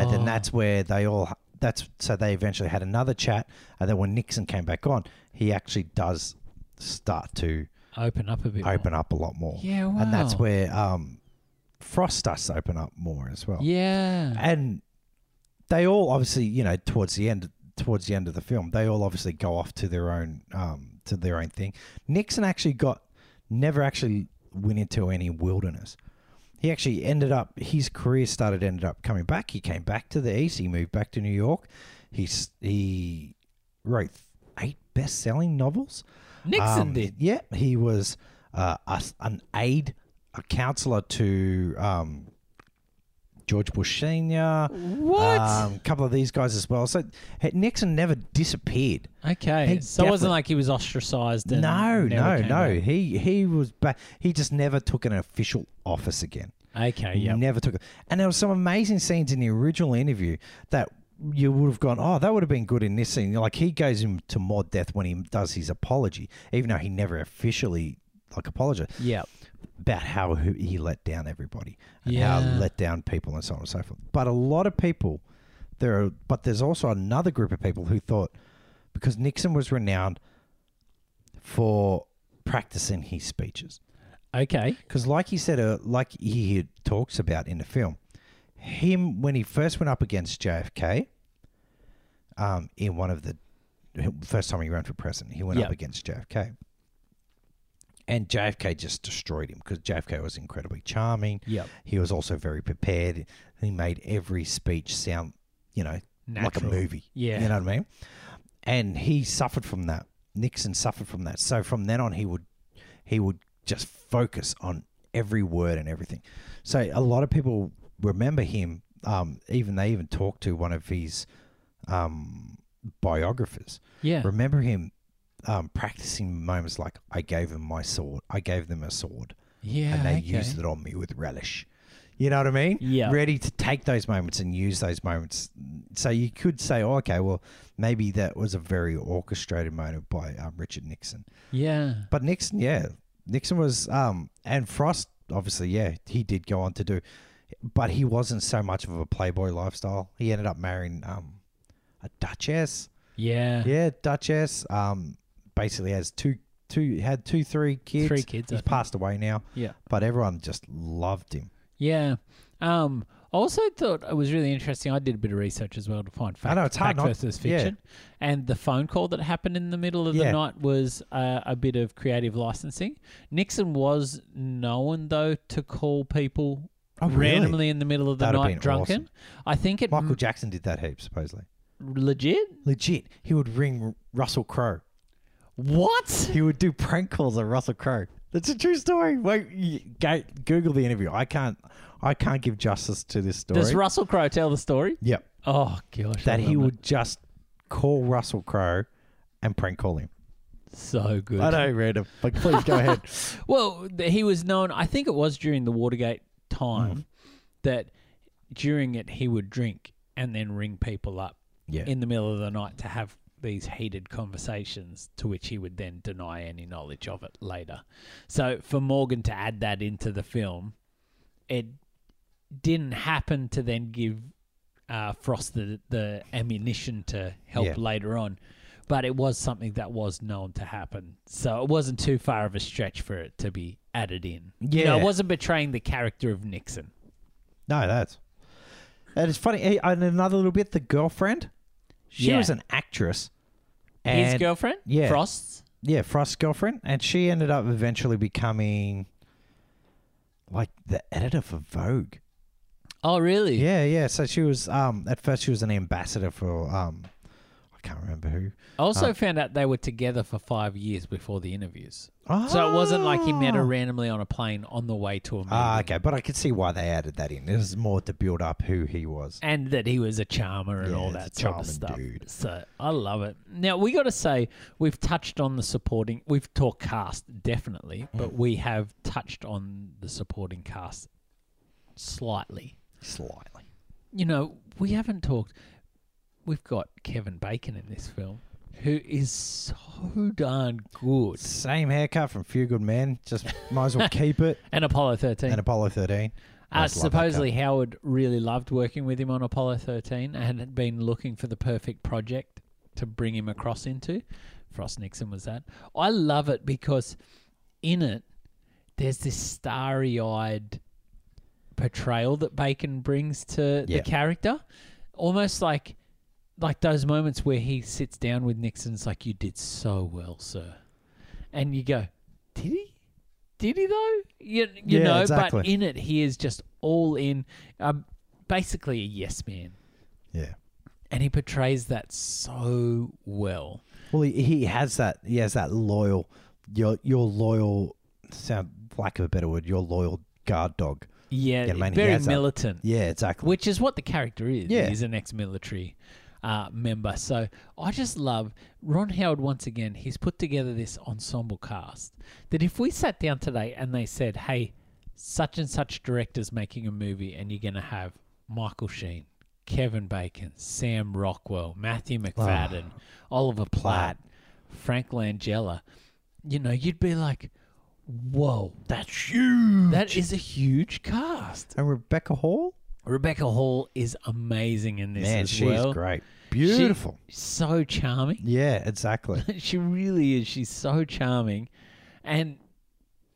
[SPEAKER 2] and
[SPEAKER 1] Oh.
[SPEAKER 2] then that's where they all. That's so they eventually had another chat, and then when Nixon came back on, he actually does start to
[SPEAKER 1] Oh, open up a bit.
[SPEAKER 2] open up a lot more.
[SPEAKER 1] Yeah, wow.
[SPEAKER 2] and that's where um, Frost starts to open up more as well
[SPEAKER 1] More. Yeah.
[SPEAKER 2] and they all obviously you know towards the end towards the end of the film they all obviously go off to their own um, to their own thing nixon actually got never actually went into any wilderness he actually ended up his career started ended up coming back he came back to the east he moved back to new york he s- he wrote eight best-selling novels
[SPEAKER 1] Nixon
[SPEAKER 2] um,
[SPEAKER 1] did.
[SPEAKER 2] Yeah, he was uh, a, an aide, a counselor to um, George Bush Senior.
[SPEAKER 1] What?
[SPEAKER 2] A couple of these guys as well. So hey, Nixon never disappeared.
[SPEAKER 1] okay.
[SPEAKER 2] he
[SPEAKER 1] So it wasn't
[SPEAKER 2] definitely-
[SPEAKER 1] like he was ostracized. And
[SPEAKER 2] No,
[SPEAKER 1] never
[SPEAKER 2] no,
[SPEAKER 1] came
[SPEAKER 2] no. He he was back. He just never took an official office again.
[SPEAKER 1] back. Okay. Yep.
[SPEAKER 2] Never took it. And there were some amazing scenes in the original interview that you would have gone, oh, that would have been good in this scene. Like he goes into more depth when he does his apology, even though he never officially like apologized
[SPEAKER 1] Yep.
[SPEAKER 2] about how who- he let down everybody and how
[SPEAKER 1] Yeah.
[SPEAKER 2] let down people and so on and so forth. But a lot of people there are, but there's also another group of people who thought because Nixon was renowned for practicing his speeches
[SPEAKER 1] Okay.
[SPEAKER 2] because like he said uh, like he had talks about in the film him when he first went up against jfk um, in one of the first time he ran for president he went
[SPEAKER 1] Yeah.
[SPEAKER 2] up against jfk and jfk just destroyed him because jfk was incredibly charming
[SPEAKER 1] Yep.
[SPEAKER 2] he was also very prepared he made every speech sound you know
[SPEAKER 1] Natural.
[SPEAKER 2] like a movie
[SPEAKER 1] Yeah.
[SPEAKER 2] you know what I mean? And he suffered from that. Nixon suffered from that. So from then on, he would he would just focus on every word and everything. So a lot of people remember him. Um, even they even talked to one of his um, biographers.
[SPEAKER 1] Yeah.
[SPEAKER 2] Remember him um, practicing moments like "I gave him my sword. I gave them a sword,
[SPEAKER 1] yeah.
[SPEAKER 2] and they
[SPEAKER 1] okay.
[SPEAKER 2] used it on me with relish." You know what I mean?
[SPEAKER 1] Yeah.
[SPEAKER 2] ready to take those moments and use those moments. So you could say, oh, okay, well, maybe that was a very orchestrated moment by um, Richard Nixon.
[SPEAKER 1] Yeah.
[SPEAKER 2] But Nixon, yeah, Nixon was, um, and Frost, obviously, yeah, he did go on to do, but he wasn't so much of a playboy lifestyle. He ended up marrying um, a duchess.
[SPEAKER 1] Yeah.
[SPEAKER 2] Yeah, duchess. Um, basically has two, two, had two, three kids.
[SPEAKER 1] Three kids. I
[SPEAKER 2] He's
[SPEAKER 1] think.
[SPEAKER 2] passed away now,
[SPEAKER 1] Yeah.
[SPEAKER 2] but everyone just loved him.
[SPEAKER 1] Yeah. Um, I also thought it was really interesting. I did a bit of research as well to find fact,
[SPEAKER 2] know, it's hard
[SPEAKER 1] fact
[SPEAKER 2] not-
[SPEAKER 1] versus
[SPEAKER 2] yeah.
[SPEAKER 1] fiction. And the phone call that happened in the middle of the
[SPEAKER 2] Yeah.
[SPEAKER 1] night was uh, a bit of creative licensing. Nixon was known, though, to call people
[SPEAKER 2] Oh, really?
[SPEAKER 1] randomly in the middle of the
[SPEAKER 2] That'd have
[SPEAKER 1] night
[SPEAKER 2] been
[SPEAKER 1] drunken. I think it
[SPEAKER 2] Michael
[SPEAKER 1] m-
[SPEAKER 2] Jackson did that heap, supposedly.
[SPEAKER 1] legit.
[SPEAKER 2] Legit, he would ring R- Russell Crowe.
[SPEAKER 1] What?
[SPEAKER 2] He would do prank calls on Russell Crowe. That's a true story. Wait, y- go, Google the interview. I can't, I can't give justice to this story.
[SPEAKER 1] Does Russell Crowe tell the story?
[SPEAKER 2] yep,
[SPEAKER 1] Oh gosh,
[SPEAKER 2] that
[SPEAKER 1] I
[SPEAKER 2] he
[SPEAKER 1] love
[SPEAKER 2] would just call Russell Crowe and prank call him.
[SPEAKER 1] it. so good.
[SPEAKER 2] I know, random. Like, please go ahead.
[SPEAKER 1] Well, th- he was known. I think it was during the Watergate time that during it he would drink and then ring people up
[SPEAKER 2] Yeah,
[SPEAKER 1] in the middle of the night to have these heated conversations to which he would then deny any knowledge of it later. So for Morgan to add that into the film, it didn't happen to then give uh, Frost the, the ammunition to help
[SPEAKER 2] Yeah.
[SPEAKER 1] later on. But it was something that was known to happen. So it wasn't too far of a stretch for it to be added in. You know,
[SPEAKER 2] Yeah.
[SPEAKER 1] it wasn't betraying the character of Nixon.
[SPEAKER 2] no, that's. And it's funny. eh, And another little bit, the girlfriend. She
[SPEAKER 1] Yeah.
[SPEAKER 2] was an actress.
[SPEAKER 1] His
[SPEAKER 2] And
[SPEAKER 1] girlfriend?
[SPEAKER 2] yeah.
[SPEAKER 1] Frost's?
[SPEAKER 2] yeah, Frost's girlfriend, and she ended up eventually becoming like the editor for Vogue.
[SPEAKER 1] Oh, really?
[SPEAKER 2] Yeah, yeah. So she was um at first she was an ambassador for um I can't remember who.
[SPEAKER 1] I also
[SPEAKER 2] Uh,
[SPEAKER 1] found out they were together for five years before the interviews. So it wasn't like he
[SPEAKER 2] Oh.
[SPEAKER 1] met her randomly on a plane on the way to a meeting.
[SPEAKER 2] Ah, okay, but I could see why they added that in. It was more to build up who he was.
[SPEAKER 1] and that he was a charmer and
[SPEAKER 2] Ah. Yeah,
[SPEAKER 1] all
[SPEAKER 2] he's a
[SPEAKER 1] that sort
[SPEAKER 2] charming
[SPEAKER 1] of stuff.
[SPEAKER 2] dude.
[SPEAKER 1] So I love it. Now we got to say we've touched on the supporting. We've talked cast definitely,
[SPEAKER 2] Mm.
[SPEAKER 1] but we have touched on the supporting cast slightly.
[SPEAKER 2] Slightly.
[SPEAKER 1] You know, we haven't talked. We've got Kevin Bacon in this film, who is so darn good,
[SPEAKER 2] Same haircut from Few Good Men. Just might as well keep it.
[SPEAKER 1] and Apollo thirteen.
[SPEAKER 2] And Apollo 13.
[SPEAKER 1] Uh,
[SPEAKER 2] I just love that cut.
[SPEAKER 1] supposedly, Howard really loved working with him on Apollo 13 and had been looking for the perfect project to bring him across into. Frost Nixon was that. I love it because in it, there's this starry eyed portrayal that Bacon brings to
[SPEAKER 2] Yeah.
[SPEAKER 1] the character. Almost like like those moments where he sits down with Nixon's like, You did so well, sir. And you go, Did he? Did he though? You, you
[SPEAKER 2] Yeah,
[SPEAKER 1] know, but
[SPEAKER 2] exactly.
[SPEAKER 1] in it, he is just all in, um, basically a yes man.
[SPEAKER 2] Yeah.
[SPEAKER 1] And he portrays that so well.
[SPEAKER 2] Well, he, he has that. He has that loyal. Your your loyal. Sound lack of a better word. Your loyal guard dog.
[SPEAKER 1] Yeah,
[SPEAKER 2] Yeah, man, he
[SPEAKER 1] very
[SPEAKER 2] has that-
[SPEAKER 1] militant.
[SPEAKER 2] Yeah, exactly.
[SPEAKER 1] which is what the character is.
[SPEAKER 2] Yeah.
[SPEAKER 1] He's an ex-military uh, member. So I just love Ron Howard once again. He's put together this ensemble cast that if we sat down today and they said, "Hey, such and such director's making a movie, and you're going to have Michael Sheen." Kevin Bacon, Sam Rockwell, Matthew McFadden, Oliver Ah. Platt, Frank Langella, you know, you'd be like, whoa,
[SPEAKER 2] That's you.
[SPEAKER 1] that is a huge cast.
[SPEAKER 2] and Rebecca Hall.
[SPEAKER 1] Rebecca Hall is amazing in this
[SPEAKER 2] Man,
[SPEAKER 1] as
[SPEAKER 2] she's
[SPEAKER 1] well.
[SPEAKER 2] great. Beautiful.
[SPEAKER 1] So charming.
[SPEAKER 2] yeah, exactly.
[SPEAKER 1] she really is. She's so charming and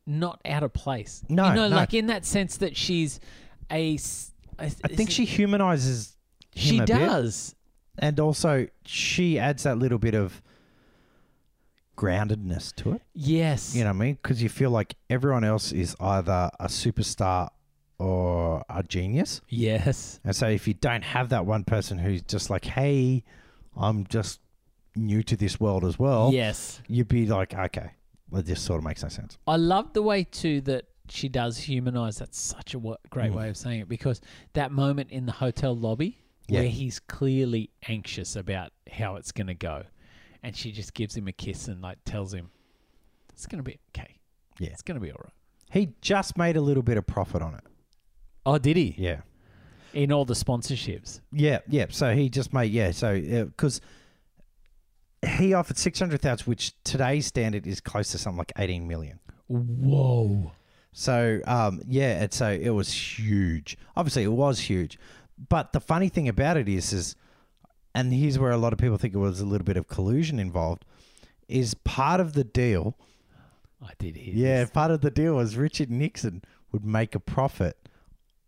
[SPEAKER 1] not out of place.
[SPEAKER 2] No,
[SPEAKER 1] you know,
[SPEAKER 2] no.
[SPEAKER 1] like in that sense that she's a. s- a-
[SPEAKER 2] I think
[SPEAKER 1] is
[SPEAKER 2] she humanizes
[SPEAKER 1] it-
[SPEAKER 2] him
[SPEAKER 1] she
[SPEAKER 2] a bit,
[SPEAKER 1] does.
[SPEAKER 2] and also she adds that little bit of groundedness to it.
[SPEAKER 1] Yes.
[SPEAKER 2] You know what I mean? Because you feel like everyone else is either a superstar or a genius.
[SPEAKER 1] Yes.
[SPEAKER 2] And so if you don't have that one person who's just like, hey, I'm just new to this world as well,
[SPEAKER 1] Yes.
[SPEAKER 2] you'd be like, okay, well, this sort of makes no sense.
[SPEAKER 1] I love the way too that she does humanize. That's such a wa- great
[SPEAKER 2] Mm.
[SPEAKER 1] way of saying it because that moment in the hotel lobby
[SPEAKER 2] Yeah.
[SPEAKER 1] where he's clearly anxious about how it's going to go, and she just gives him a kiss and like tells him it's going to be okay.
[SPEAKER 2] Yeah.
[SPEAKER 1] it's going to be all right.
[SPEAKER 2] He just made a little bit of profit on it.
[SPEAKER 1] Oh, did he?
[SPEAKER 2] Yeah.
[SPEAKER 1] In all the sponsorships.
[SPEAKER 2] Yeah, yeah. So he just made, yeah. So, because he offered 600,000, which today's standard is close to something like 18 million.
[SPEAKER 1] Whoa.
[SPEAKER 2] So um, yeah, and so it was huge. Obviously, it was huge. But the funny thing about it is, is, and here's where a lot of people think it was a little bit of collusion involved. Is part of the deal.
[SPEAKER 1] I did hear.
[SPEAKER 2] Yeah,
[SPEAKER 1] this.
[SPEAKER 2] part of the deal was Richard Nixon would make a profit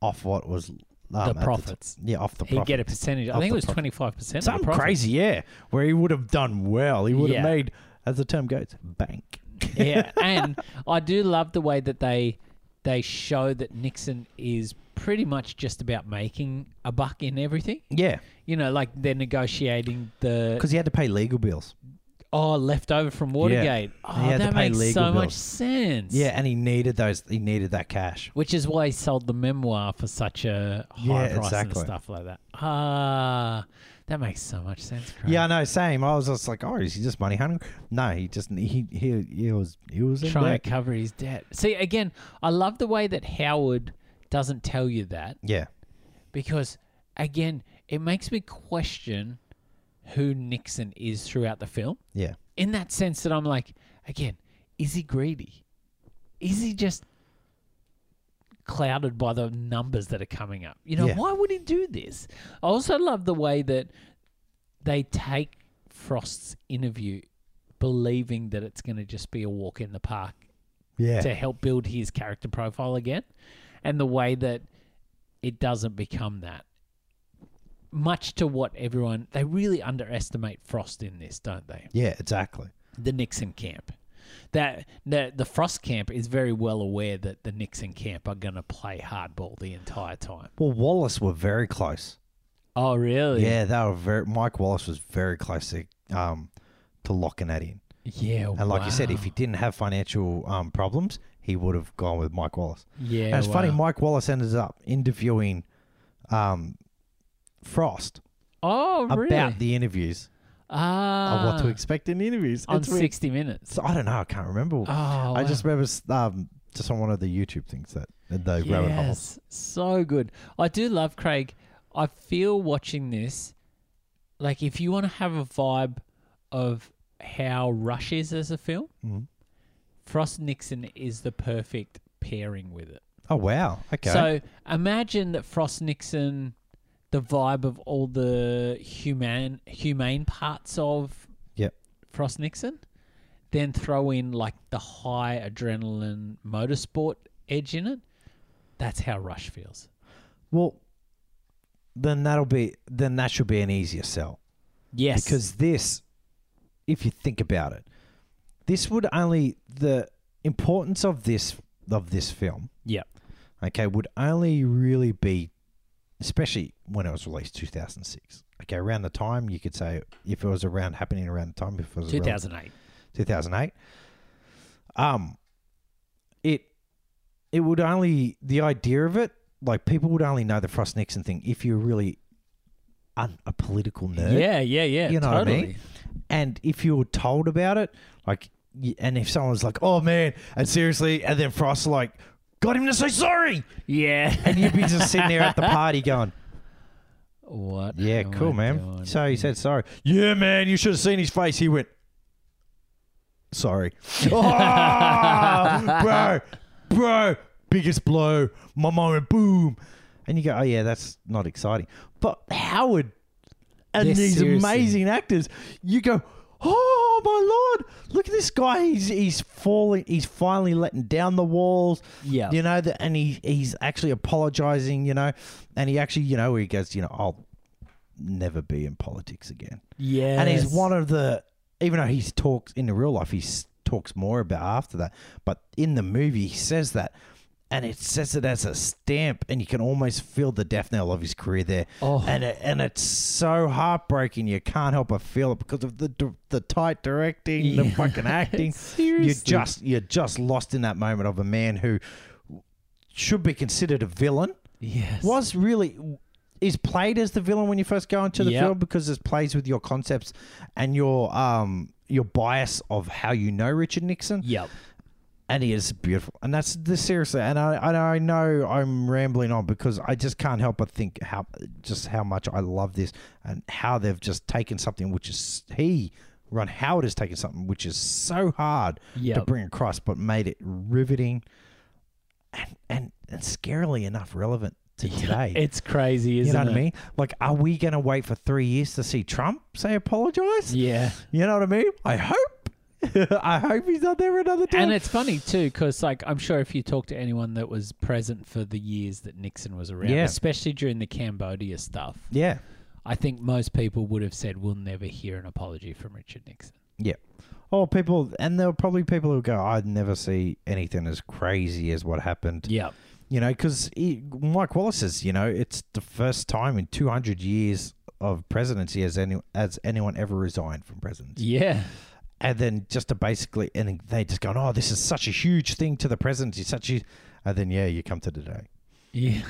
[SPEAKER 2] off what was um, at
[SPEAKER 1] the
[SPEAKER 2] t-
[SPEAKER 1] profits.
[SPEAKER 2] yeah, off the
[SPEAKER 1] He'd
[SPEAKER 2] profit.
[SPEAKER 1] get a percentage. I
[SPEAKER 2] Of
[SPEAKER 1] think it
[SPEAKER 2] the
[SPEAKER 1] was
[SPEAKER 2] profit.
[SPEAKER 1] twenty five percent.
[SPEAKER 2] Something crazy, yeah. Where he would have done well. He would
[SPEAKER 1] Yeah.
[SPEAKER 2] have made, as the term goes, bank.
[SPEAKER 1] yeah, and I do love the way that they they show that Nixon is pretty much just about making a buck in everything.
[SPEAKER 2] Yeah,
[SPEAKER 1] You know, like they're negotiating the
[SPEAKER 2] because he had to pay legal bills.
[SPEAKER 1] oh leftover from Watergate.
[SPEAKER 2] He
[SPEAKER 1] Oh,
[SPEAKER 2] had to
[SPEAKER 1] that
[SPEAKER 2] pay
[SPEAKER 1] makes so
[SPEAKER 2] legal
[SPEAKER 1] much
[SPEAKER 2] bills.
[SPEAKER 1] sense.
[SPEAKER 2] Yeah, and he needed those. He needed that cash.
[SPEAKER 1] which is why he sold the memoir for such a high
[SPEAKER 2] Yeah,
[SPEAKER 1] price
[SPEAKER 2] exactly.
[SPEAKER 1] and stuff like that. Ah, that makes so much sense. Craig.
[SPEAKER 2] Yeah, I know. Same. I was just like, oh, is he just money hungry? No, he just he he he was he was in
[SPEAKER 1] trying
[SPEAKER 2] debt.
[SPEAKER 1] to cover his debt. See, again, I love the way that Howard doesn't tell you that.
[SPEAKER 2] Yeah,
[SPEAKER 1] because again, it makes me question who Nixon is throughout the film.
[SPEAKER 2] yeah,
[SPEAKER 1] In that sense that I'm like, again, is he greedy? Is he just clouded by the numbers that are coming up? You know,
[SPEAKER 2] Yeah.
[SPEAKER 1] why would he do this? I also love the way that they take Frost's interview believing that it's going to just be a walk in the park
[SPEAKER 2] yeah.
[SPEAKER 1] to help build his character profile again and the way that it doesn't become that much to what everyone they really underestimate frost in this don't they
[SPEAKER 2] Yeah, exactly.
[SPEAKER 1] the Nixon camp. That, that the Frost camp is very well aware that the Nixon camp are going to play hardball the entire time.
[SPEAKER 2] Well, Wallace were very close.
[SPEAKER 1] Oh, really?
[SPEAKER 2] Yeah, they were very. Mike Wallace was very close to um to locking that in.
[SPEAKER 1] Yeah.
[SPEAKER 2] And like you said, if he didn't have financial um problems, he would have gone with Mike Wallace.
[SPEAKER 1] yeah,
[SPEAKER 2] and it's funny,
[SPEAKER 1] wow.
[SPEAKER 2] Mike Wallace ended up interviewing um Frost
[SPEAKER 1] Oh, really?
[SPEAKER 2] about the interviews
[SPEAKER 1] ah,
[SPEAKER 2] of what to expect in interviews.
[SPEAKER 1] on
[SPEAKER 2] It's weird.
[SPEAKER 1] sixty minutes.
[SPEAKER 2] So I don't know. I can't remember.
[SPEAKER 1] Oh,
[SPEAKER 2] I
[SPEAKER 1] wow.
[SPEAKER 2] just remember s- um, just on one of the YouTube things that the rabbit hole.
[SPEAKER 1] Yes, so good. I do love Craig. I feel watching this, like if you want to have a vibe of how Rush is as a film,
[SPEAKER 2] Mhm.
[SPEAKER 1] Frost Nixon is the perfect pairing with it.
[SPEAKER 2] Oh wow. Okay.
[SPEAKER 1] So imagine that Frost Nixon, the vibe of all the human humane parts of
[SPEAKER 2] Yep.
[SPEAKER 1] Frost Nixon, then throw in like the high adrenaline motorsport edge in it. That's how Rush feels.
[SPEAKER 2] well, then that'll be then that should be an easier sell
[SPEAKER 1] Yes,
[SPEAKER 2] because this, if you think about it, this would only the importance of this of this film.
[SPEAKER 1] Yep.
[SPEAKER 2] Okay, would only really be, especially when it was released two thousand six. Okay, around the time you could say if it was around happening around the time if it was
[SPEAKER 1] two
[SPEAKER 2] around-
[SPEAKER 1] thousand eight.
[SPEAKER 2] 2008 um it it would only the idea of it like people would only know the frost nixon thing if you're really un, a political nerd
[SPEAKER 1] Yeah, yeah, yeah.
[SPEAKER 2] You know what I
[SPEAKER 1] totally.
[SPEAKER 2] mean? and if you were told about it like y- and if someone was like oh man and seriously and then frost like got him to say sorry
[SPEAKER 1] Yeah.
[SPEAKER 2] and you'd be just sitting there at the party going
[SPEAKER 1] what?
[SPEAKER 2] yeah
[SPEAKER 1] am
[SPEAKER 2] cool
[SPEAKER 1] I
[SPEAKER 2] man
[SPEAKER 1] doing?
[SPEAKER 2] so he said sorry yeah man you should have seen his face he went sorry oh, bro bro biggest blow my moment boom and you go oh yeah that's not exciting but howard and
[SPEAKER 1] Yeah,
[SPEAKER 2] these
[SPEAKER 1] seriously.
[SPEAKER 2] amazing actors you go oh my lord look at this guy he's he's falling he's finally letting down the walls
[SPEAKER 1] Yeah.
[SPEAKER 2] you know that and he he's actually apologizing you know and he actually you know he goes you know i'll never be in politics again
[SPEAKER 1] Yeah.
[SPEAKER 2] and he's one of the even though he's talks in the real life he s- talks more about after that but in the movie he says that and it says it as a stamp and you can almost feel the death knell of his career there
[SPEAKER 1] Oh.
[SPEAKER 2] and it, and it's so heartbreaking you can't help but feel it because of the dir- the tight directing the
[SPEAKER 1] Yeah.
[SPEAKER 2] fucking acting
[SPEAKER 1] Seriously.
[SPEAKER 2] you're just you're just lost in that moment of a man who should be considered a villain
[SPEAKER 1] yes.
[SPEAKER 2] was really is played as the villain when you first go into the
[SPEAKER 1] Yep.
[SPEAKER 2] film because it plays with your concepts and your um your bias of how you know Richard Nixon
[SPEAKER 1] Yep.
[SPEAKER 2] and he is beautiful and that's the seriously and I and I know I'm rambling on because I just can't help but think how just how much I love this and how they've just taken something which is he Ron Howard has taken something which is so hard to
[SPEAKER 1] Yep.
[SPEAKER 2] bring across but made it riveting and and, and scarily enough relevant to today
[SPEAKER 1] It's crazy,
[SPEAKER 2] you
[SPEAKER 1] isn't
[SPEAKER 2] know what
[SPEAKER 1] it?
[SPEAKER 2] I mean? Like, are we going to wait for three years to see Trump say apologize?
[SPEAKER 1] Yeah.
[SPEAKER 2] You know what I mean? I hope. I hope he's not there another time.
[SPEAKER 1] And it's funny too, because like I'm sure if you talk to anyone that was present for the years that Nixon was around,
[SPEAKER 2] Yeah.
[SPEAKER 1] especially during the Cambodia stuff,
[SPEAKER 2] yeah.
[SPEAKER 1] I think most people would have said we'll never hear an apology from Richard Nixon.
[SPEAKER 2] Yeah. Oh, people, and there were probably people who go, I'd never see anything as crazy as what happened.
[SPEAKER 1] Yep.
[SPEAKER 2] You know, because Mike Wallace says, you know, it's the first time in 200 years of presidency has, any, has anyone ever resigned from presidency.
[SPEAKER 1] Yeah.
[SPEAKER 2] and then just to basically, and then they just going, oh, this is such a huge thing to the presidency, such a, and then yeah, you come to today.
[SPEAKER 1] Yeah.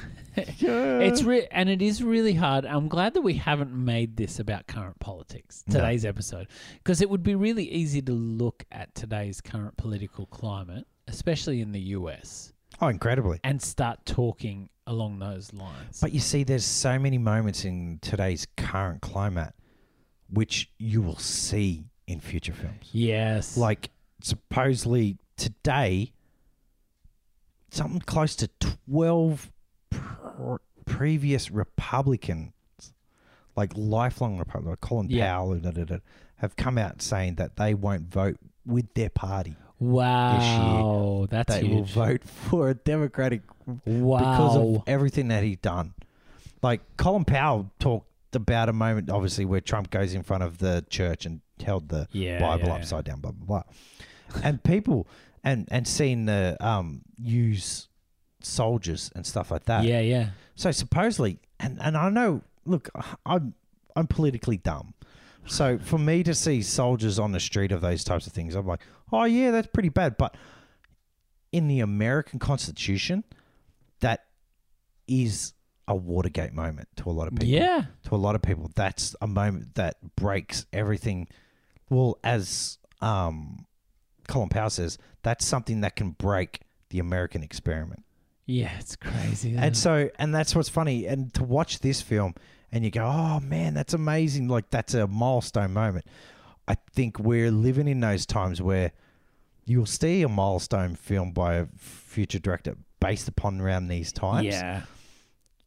[SPEAKER 2] Yeah,
[SPEAKER 1] It's re- and it is really hard. I'm glad that we haven't made this about current politics
[SPEAKER 2] No.
[SPEAKER 1] today's episode because it would be really easy to look at today's current political climate, especially in the US,
[SPEAKER 2] oh, incredibly.
[SPEAKER 1] and start talking along those lines.
[SPEAKER 2] But you see, there's so many moments in today's current climate, which you will see in future films.
[SPEAKER 1] yes,
[SPEAKER 2] Like supposedly today, something close to 12 pr- previous Republicans, like lifelong Republicans, like Colin
[SPEAKER 1] Yeah.
[SPEAKER 2] Powell, da, da, da, have come out saying that they won't vote with their party.
[SPEAKER 1] wow, that's
[SPEAKER 2] They
[SPEAKER 1] huge.
[SPEAKER 2] will vote for a Democratic
[SPEAKER 1] wow,
[SPEAKER 2] because of everything that he's done. Like Colin Powell talked about a moment, obviously, where Trump goes in front of the church and held the
[SPEAKER 1] Yeah,
[SPEAKER 2] Bible
[SPEAKER 1] yeah.
[SPEAKER 2] upside down, blah blah blah, and people and and seeing the um use soldiers and stuff like that.
[SPEAKER 1] yeah, yeah.
[SPEAKER 2] So supposedly, and and I know, look, I- I'm I'm politically dumb. So for me to see soldiers on the street of those types of things, I'm like, oh yeah, that's pretty bad. But in the American Constitution, that is a Watergate moment to a lot of people.
[SPEAKER 1] Yeah.
[SPEAKER 2] To a lot of people, that's a moment that breaks everything. Well, as um, Colin Powell says, that's something that can break the American experiment.
[SPEAKER 1] Yeah, it's crazy. isn't
[SPEAKER 2] And
[SPEAKER 1] it?
[SPEAKER 2] so, and that's what's funny. And to watch this film and you go, oh man, that's amazing. Like, that's a milestone moment. I think we're living in those times where you'll see a milestone film by a future director based upon around these times.
[SPEAKER 1] yeah.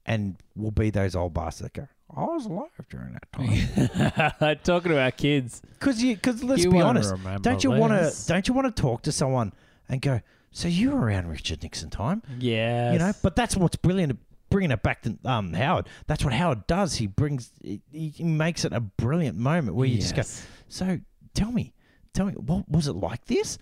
[SPEAKER 2] And will be those old bastards that go, I was alive during that time.
[SPEAKER 1] Talking to our kids.
[SPEAKER 2] Because you, because let's
[SPEAKER 1] You
[SPEAKER 2] be
[SPEAKER 1] wanna
[SPEAKER 2] honest,
[SPEAKER 1] remember
[SPEAKER 2] don't you want to,
[SPEAKER 1] this.
[SPEAKER 2] don't you want to talk to someone and go, so you were around Richard Nixon time?
[SPEAKER 1] Yeah.
[SPEAKER 2] you know. But that's what's brilliant. Bringing it back to um, Howard. That's what Howard does. He brings, he, he makes it a brilliant moment where you just go. So tell me, tell me, what was it like this?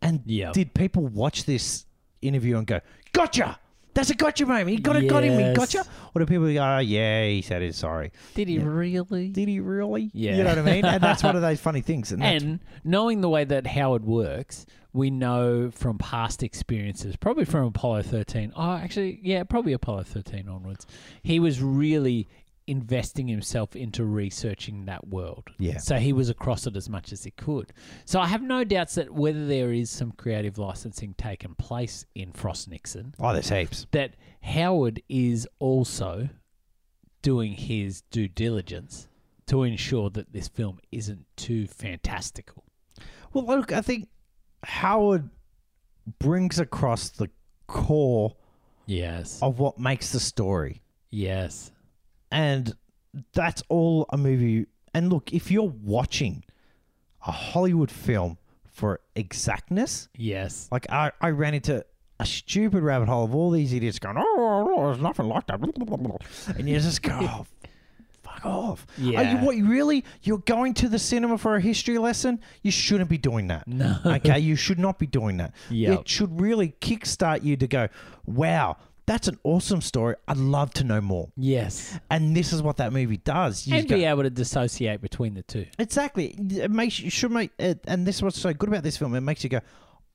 [SPEAKER 2] And
[SPEAKER 1] Yeah.
[SPEAKER 2] did people watch this interview and go, "Gotcha"? That's a gotcha moment. He got it, got him. He
[SPEAKER 1] Yes.
[SPEAKER 2] gotcha. Or do people go, "Oh yeah, he said he's sorry"?
[SPEAKER 1] Did he
[SPEAKER 2] Yeah.
[SPEAKER 1] really?
[SPEAKER 2] Did he really?
[SPEAKER 1] Yeah.
[SPEAKER 2] You know what I mean? And that's one of those funny things. And, that's,
[SPEAKER 1] and knowing the way that Howard works, we know from past experiences, probably from Apollo 13. Oh, actually, yeah, probably Apollo 13 onwards. He was really investing himself into researching that world.
[SPEAKER 2] Yeah.
[SPEAKER 1] So he was across it as much as he could. So I have no doubts that whether there is some creative licensing taken place in Frost Nixon,
[SPEAKER 2] oh, there's heaps.
[SPEAKER 1] that Howard is also doing his due diligence to ensure that this film isn't too fantastical.
[SPEAKER 2] Well, look, I think Howard brings across the core
[SPEAKER 1] Yes.
[SPEAKER 2] of what makes the story.
[SPEAKER 1] Oh. Yes.
[SPEAKER 2] and that's all a movie. And look, if you're watching a Hollywood film for exactness,
[SPEAKER 1] Yes.
[SPEAKER 2] like I, I ran into a stupid rabbit hole of all these idiots going, oh, oh, oh, there's nothing like that, and you just go. "Oh, Fuck off! Are you
[SPEAKER 1] Yeah.
[SPEAKER 2] what? You really? You're going to the cinema for a history lesson? You shouldn't be doing that. No. Okay, you should not be doing that.
[SPEAKER 1] Yep.
[SPEAKER 2] It should really kickstart you to go, wow, that's an awesome story. I'd love to know more.
[SPEAKER 1] Yes.
[SPEAKER 2] And this is what that movie does. You
[SPEAKER 1] and
[SPEAKER 2] go-
[SPEAKER 1] be able to dissociate between the two.
[SPEAKER 2] exactly. It makes you should make it, and this is what's so good about this film. It makes you go,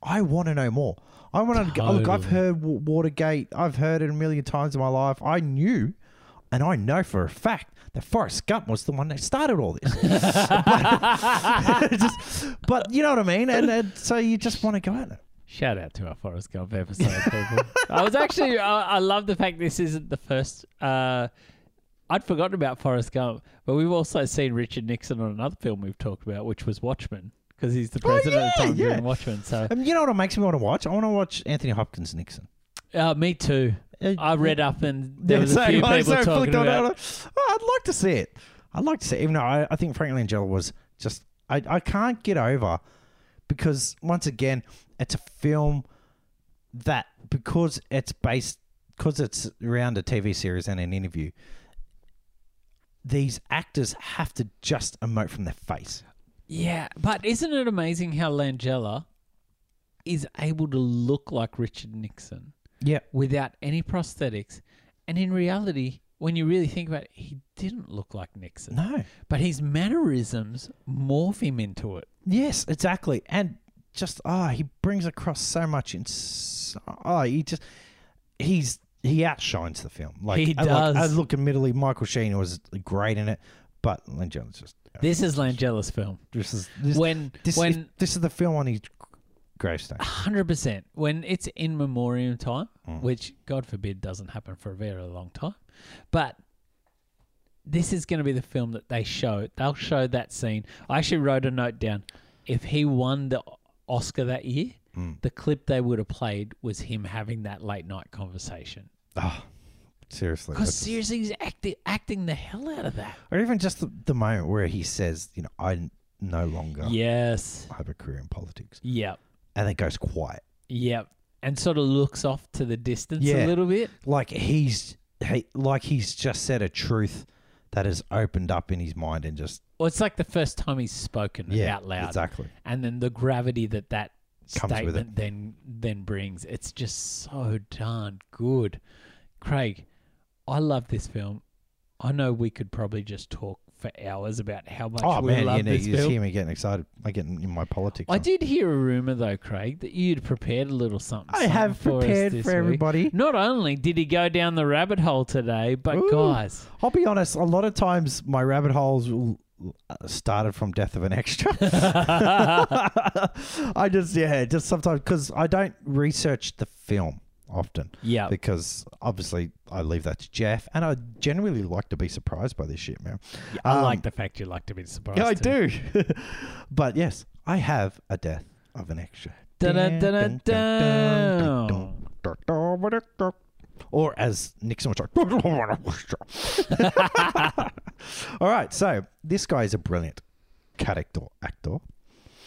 [SPEAKER 2] I want to know more. I want to look. I've
[SPEAKER 1] Totally.
[SPEAKER 2] heard Wa- Watergate. I've heard it a million times in my life. I knew, and I know for a fact that Forrest Gump was the one that started all this. but, just- but you know what I mean. And, and so you just want to go at it.
[SPEAKER 1] Shout out to our Forrest Gump episode, people. I was actually, I, I love the fact this isn't the first. Uh, I'd forgotten about Forrest Gump, but we've also seen Richard Nixon on another film we've talked about, which was Watchmen, because he's the president at the
[SPEAKER 2] Oh, yeah,
[SPEAKER 1] time
[SPEAKER 2] yeah.
[SPEAKER 1] during Watchmen. So,
[SPEAKER 2] And you know what it makes me want to watch? I want to watch Anthony Hopkins Nixon.
[SPEAKER 1] uh, me too.
[SPEAKER 2] Uh,
[SPEAKER 1] I read up and there
[SPEAKER 2] Yeah,
[SPEAKER 1] was a
[SPEAKER 2] so-
[SPEAKER 1] few people
[SPEAKER 2] I was so
[SPEAKER 1] talking
[SPEAKER 2] flicked on
[SPEAKER 1] about.
[SPEAKER 2] that. Oh, I'd like to see it. I'd like to see it. Even though I, I think Franklin Langella was just, I, I can't get over because once again, it's a film that because it's based, because it's around a TV series and an interview, these actors have to just emote from their face.
[SPEAKER 1] Yeah, but isn't it amazing how Langella is able to look like Richard Nixon
[SPEAKER 2] Yeah.
[SPEAKER 1] without any prosthetics? And in reality, when you really think about it, he didn't look like Nixon.
[SPEAKER 2] No.
[SPEAKER 1] But his mannerisms morph him into it.
[SPEAKER 2] Yes, exactly. And just ah, he brings across so much in so, oh, he just he's he outshines the film. Like
[SPEAKER 1] He
[SPEAKER 2] I- like,
[SPEAKER 1] does.
[SPEAKER 2] I look, admittedly, Michael Sheen was great in it, but Langella's just uh,
[SPEAKER 1] This is Langella's film.
[SPEAKER 2] this is Oh, this
[SPEAKER 1] When
[SPEAKER 2] this,
[SPEAKER 1] when Ah,
[SPEAKER 2] is, this is the film on his gravestone.
[SPEAKER 1] hundred percent. When it's in memoriam time,
[SPEAKER 2] Mm.
[SPEAKER 1] which God forbid doesn't happen for a very long time, but this is going to be the film that they show. They'll show that scene. I actually wrote a note down. If he won the Oscar that year,
[SPEAKER 2] Mm.
[SPEAKER 1] the clip they would have played was him having that late night conversation.
[SPEAKER 2] Oh, seriously.
[SPEAKER 1] Because
[SPEAKER 2] that's-
[SPEAKER 1] seriously, he's acting acting the hell out of that.
[SPEAKER 2] Or even just the, the moment where he says, you know, I no longer
[SPEAKER 1] Yes.
[SPEAKER 2] have a career in politics.
[SPEAKER 1] Yep.
[SPEAKER 2] And it goes quiet.
[SPEAKER 1] Yep. And sort of looks off to the distance
[SPEAKER 2] Yeah.
[SPEAKER 1] a little bit.
[SPEAKER 2] like he's he, like he's just said a truth that has opened up in his mind and just
[SPEAKER 1] Well, it's like the first time he's spoken
[SPEAKER 2] yeah
[SPEAKER 1] out loud,
[SPEAKER 2] exactly
[SPEAKER 1] and then the gravity that that
[SPEAKER 2] Comes with it.
[SPEAKER 1] statement then then brings. It's just so darn good, Craig. I love this film. I know we could probably just talk for hours about how much
[SPEAKER 2] oh
[SPEAKER 1] we
[SPEAKER 2] man
[SPEAKER 1] love
[SPEAKER 2] you, know,
[SPEAKER 1] this
[SPEAKER 2] you just
[SPEAKER 1] film.
[SPEAKER 2] hear me getting excited I get in my politics
[SPEAKER 1] I
[SPEAKER 2] on.
[SPEAKER 1] did hear a rumor though, Craig, that you'd prepared a little something.
[SPEAKER 2] I have
[SPEAKER 1] something us
[SPEAKER 2] prepared
[SPEAKER 1] this
[SPEAKER 2] for
[SPEAKER 1] week.
[SPEAKER 2] everybody
[SPEAKER 1] Not only did he go down the rabbit hole today, but
[SPEAKER 2] Ooh.
[SPEAKER 1] guys,
[SPEAKER 2] I'll be honest a lot of times my rabbit holes will- uh, started from death of an extra I just yeah just sometimes because I don't research the film often
[SPEAKER 1] yeah,
[SPEAKER 2] because obviously I leave that to Jeff, and I generally like to be surprised by this shit, man.
[SPEAKER 1] I
[SPEAKER 2] Um,
[SPEAKER 1] like the fact you like to be surprised.
[SPEAKER 2] Yeah, I
[SPEAKER 1] too.
[SPEAKER 2] do. but yes, I have a death of an extra.
[SPEAKER 1] Dun-dun-dun-dun-dun.
[SPEAKER 2] Or as Nixon was like, all right. So this guy is a brilliant character actor.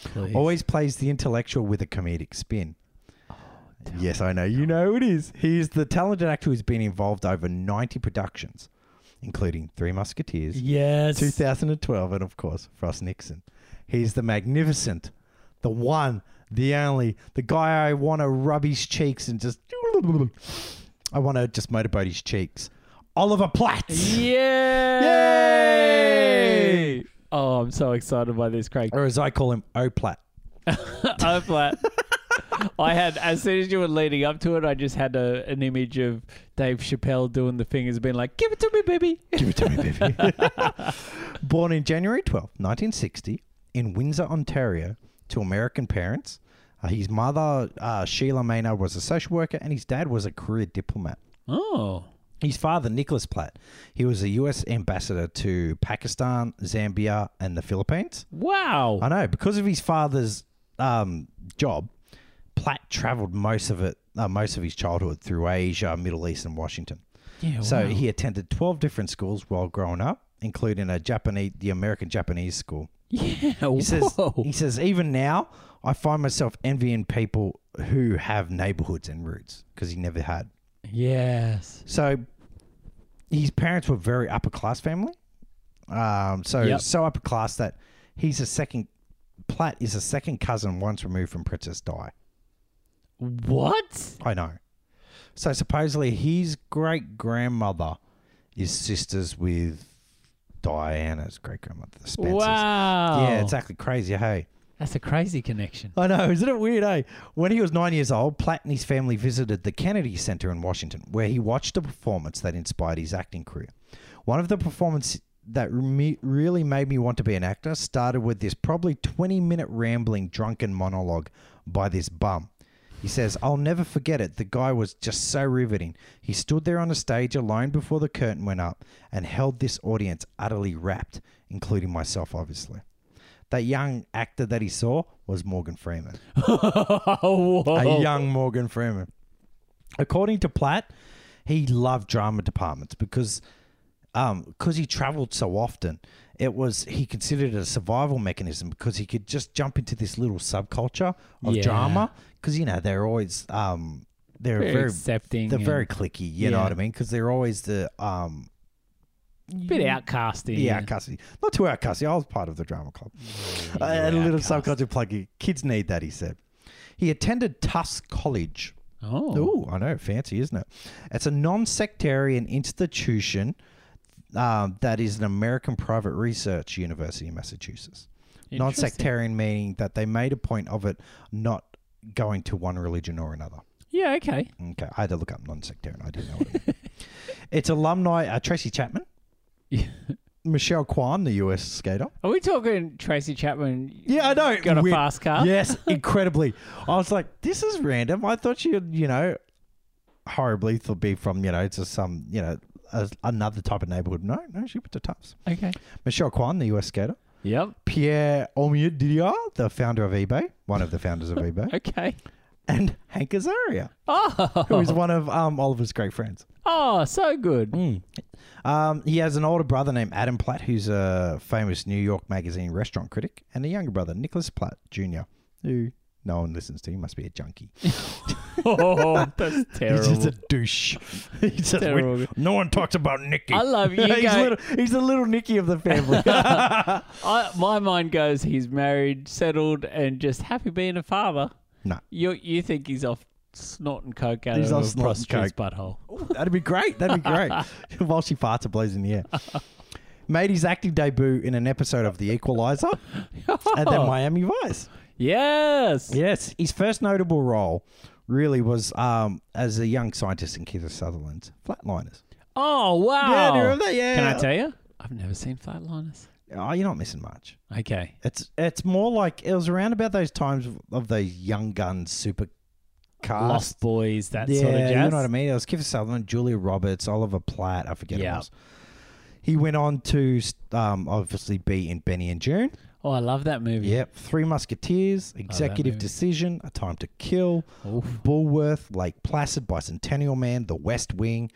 [SPEAKER 1] Please.
[SPEAKER 2] Always plays the intellectual with a comedic spin. yes, I know. You know it is. He's the talented actor who's been involved over 90 productions, including Three Musketeers,
[SPEAKER 1] Yes.
[SPEAKER 2] 2012, and of course, Frost Nixon. He's the magnificent, the one, the only, the guy I want to rub his cheeks and just. I want to just motorboat his cheeks. Oliver Platt!
[SPEAKER 1] Yay! Oh, I'm so excited by this, Craig.
[SPEAKER 2] Or as I call him, O Platt.
[SPEAKER 1] I'm flat. I had, as soon as you were leading up to it, I just had a, an image of Dave Chappelle doing the fingers, being like, give it to me, baby.
[SPEAKER 2] Give it to me, baby. Born in January 12, 1960, in Windsor, Ontario, to American parents. Uh, his mother, uh, Sheila Maynard, was a social worker, and his dad was a career diplomat.
[SPEAKER 1] Oh.
[SPEAKER 2] His father, Nicholas Platt, he was a U.S. ambassador to Pakistan, Zambia, and the Philippines.
[SPEAKER 1] Wow.
[SPEAKER 2] I know because of his father's um, job, Platt travelled most of it, uh, most of his childhood through Asia, Middle East, and Washington.
[SPEAKER 1] yeah,
[SPEAKER 2] So
[SPEAKER 1] Oh, wow.
[SPEAKER 2] he attended 12 different schools while growing up, including a Japanese, the American Japanese school.
[SPEAKER 1] yeah,
[SPEAKER 2] He says,
[SPEAKER 1] whoa.
[SPEAKER 2] he says, even now, I find myself envying people who have neighborhoods and roots because he never had.
[SPEAKER 1] yes.
[SPEAKER 2] So his parents were very upper class family. Um, so
[SPEAKER 1] Yep.
[SPEAKER 2] so upper class that he's a second. Platt is a second cousin once removed from Princess Di.
[SPEAKER 1] What?
[SPEAKER 2] I know. So supposedly his great grandmother is sisters with Diana's great grandmother, the Spencers.
[SPEAKER 1] Wow.
[SPEAKER 2] Yeah, it's actually crazy, hey.
[SPEAKER 1] That's a crazy connection.
[SPEAKER 2] I know, isn't it weird, eh? When he was nine years old, Platt and his family visited the Kennedy Center in Washington, where he watched a performance that inspired his acting career. One of the performances that re- really made me want to be an actor started with this probably 20 minute rambling drunken monologue by this bum. He says, I'll never forget it. The guy was just so riveting. He stood there on a stage alone before the curtain went up and held this audience utterly rapt, including myself, obviously. That young actor that he saw was Morgan Freeman
[SPEAKER 1] whoa.
[SPEAKER 2] a young Morgan Freeman. According to Platt, he loved drama departments because um 'cause because he traveled so often it was he considered it a survival mechanism because he could just jump into this little subculture of
[SPEAKER 1] Yeah.
[SPEAKER 2] drama because you know they're always um they're
[SPEAKER 1] very,
[SPEAKER 2] very,
[SPEAKER 1] accepting.
[SPEAKER 2] they're
[SPEAKER 1] and
[SPEAKER 2] very clicky you know
[SPEAKER 1] Yeah.
[SPEAKER 2] what i mean because they're always the um
[SPEAKER 1] bit outcasting.
[SPEAKER 2] yeah, outcasty. Not too outcasty. I was part of the drama club.
[SPEAKER 1] Yeah,
[SPEAKER 2] I had a
[SPEAKER 1] you
[SPEAKER 2] little
[SPEAKER 1] outcast.
[SPEAKER 2] subculture plug. Kids need that, he said. He attended Tufts College,
[SPEAKER 1] Oh.
[SPEAKER 2] Ooh, I know, fancy, isn't it? It's a non-sectarian institution um, that is an American private research university in Massachusetts.
[SPEAKER 1] Interesting.
[SPEAKER 2] Non-sectarian meaning that they made a point of it not going to one religion or another.
[SPEAKER 1] Yeah, okay.
[SPEAKER 2] Okay, I had to look up non-sectarian. I didn't know. What it meant. it's alumni uh, Tracy Chapman,
[SPEAKER 1] Yeah.
[SPEAKER 2] Michelle Kwan, the U.S. skater.
[SPEAKER 1] Are we talking Tracy Chapman?
[SPEAKER 2] Yeah, I know.
[SPEAKER 1] Got a
[SPEAKER 2] Weird.
[SPEAKER 1] fast car.
[SPEAKER 2] Yes, incredibly. I was like, this is random. I thought she'd, you know, horribly to be from, you know, to some, you know, a, another type of neighborhood. No, no, she went to Tufts.
[SPEAKER 1] Okay.
[SPEAKER 2] Michelle Kwan, the US skater.
[SPEAKER 1] Yep.
[SPEAKER 2] Pierre Omier Didier, the founder of eBay, one of the founders of eBay,
[SPEAKER 1] Okay.
[SPEAKER 2] and Hank Azaria,
[SPEAKER 1] Oh.
[SPEAKER 2] who is one of um, Oliver's great friends.
[SPEAKER 1] Oh, so good.
[SPEAKER 2] Um, he has an older brother named Adam Platt, who's a famous New York Magazine restaurant critic, and a younger brother, Nicholas Platt Jr., who no one listens to. You must be a junkie.
[SPEAKER 1] oh, that's
[SPEAKER 2] He's
[SPEAKER 1] terrible.
[SPEAKER 2] just a douche. He just went,
[SPEAKER 1] Terrible.
[SPEAKER 2] no one talks about Nicky.
[SPEAKER 1] I love you.
[SPEAKER 2] he's,
[SPEAKER 1] go-
[SPEAKER 2] little, he's the little Nicky of the family.
[SPEAKER 1] I, my mind goes, he's married, settled, and just happy being a farmer.
[SPEAKER 2] No.
[SPEAKER 1] You you think he's off snorting coke out
[SPEAKER 2] He's
[SPEAKER 1] of
[SPEAKER 2] off
[SPEAKER 1] a
[SPEAKER 2] snorting
[SPEAKER 1] prostitute's butthole.
[SPEAKER 2] Ooh, That'd be great. That'd be great. While she farts and blows in the air. Made his acting debut in an episode of The Equalizer and
[SPEAKER 1] Oh.
[SPEAKER 2] then Miami Vice.
[SPEAKER 1] Yes.
[SPEAKER 2] Yes, his first notable role really was um, as a young scientist in Keith Sutherland's Flatliners.
[SPEAKER 1] Oh, wow.
[SPEAKER 2] Yeah, do you remember that? Yeah.
[SPEAKER 1] Can I tell you? I've never seen Flatliners.
[SPEAKER 2] Oh, you're not missing much.
[SPEAKER 1] Okay.
[SPEAKER 2] It's it's more like it was around about those times of those young guns super cast.
[SPEAKER 1] Lost Boys, that
[SPEAKER 2] yeah,
[SPEAKER 1] sort of jazz.
[SPEAKER 2] you know what I mean. It was Kiefer Sutherland, Julia Roberts, Oliver Platt. I forget
[SPEAKER 1] Yeah.
[SPEAKER 2] who else. He went on to um, obviously be in Benny and June.
[SPEAKER 1] Oh, I love that movie.
[SPEAKER 2] Yep, Three Musketeers, Executive
[SPEAKER 1] Oh, movie.
[SPEAKER 2] Decision, A Time to Kill,
[SPEAKER 1] Oof.
[SPEAKER 2] Bullworth, Lake Placid, Bicentennial Man, The West Wing.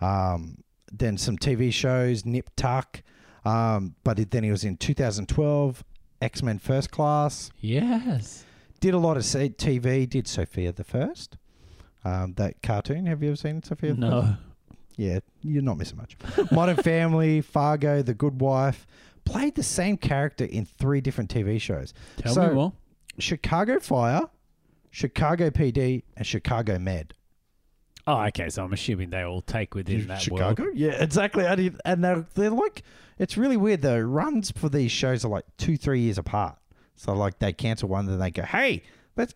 [SPEAKER 2] Um, then some TV shows, Nip Tuck. Um, but it- then he was in 2012, X Men First Class.
[SPEAKER 1] Yes.
[SPEAKER 2] Did a lot of se- TV. Did Sophia the First, um, that cartoon. Have you ever seen Sophia? the First?
[SPEAKER 1] No.
[SPEAKER 2] Yeah, you're not missing much. Modern Family, Fargo, The Good Wife. Played the same character in three different TV shows.
[SPEAKER 1] Tell
[SPEAKER 2] So-
[SPEAKER 1] me more.
[SPEAKER 2] Chicago Fire, Chicago PD, and Chicago Med.
[SPEAKER 1] Oh, okay. So I'm assuming they all take within that
[SPEAKER 2] Chicago?
[SPEAKER 1] world.
[SPEAKER 2] Yeah, exactly. And, it- and they're, they're like, it's really weird. The runs for these shows are like two, three years apart. So, like, they cancel one, then they go, hey, let's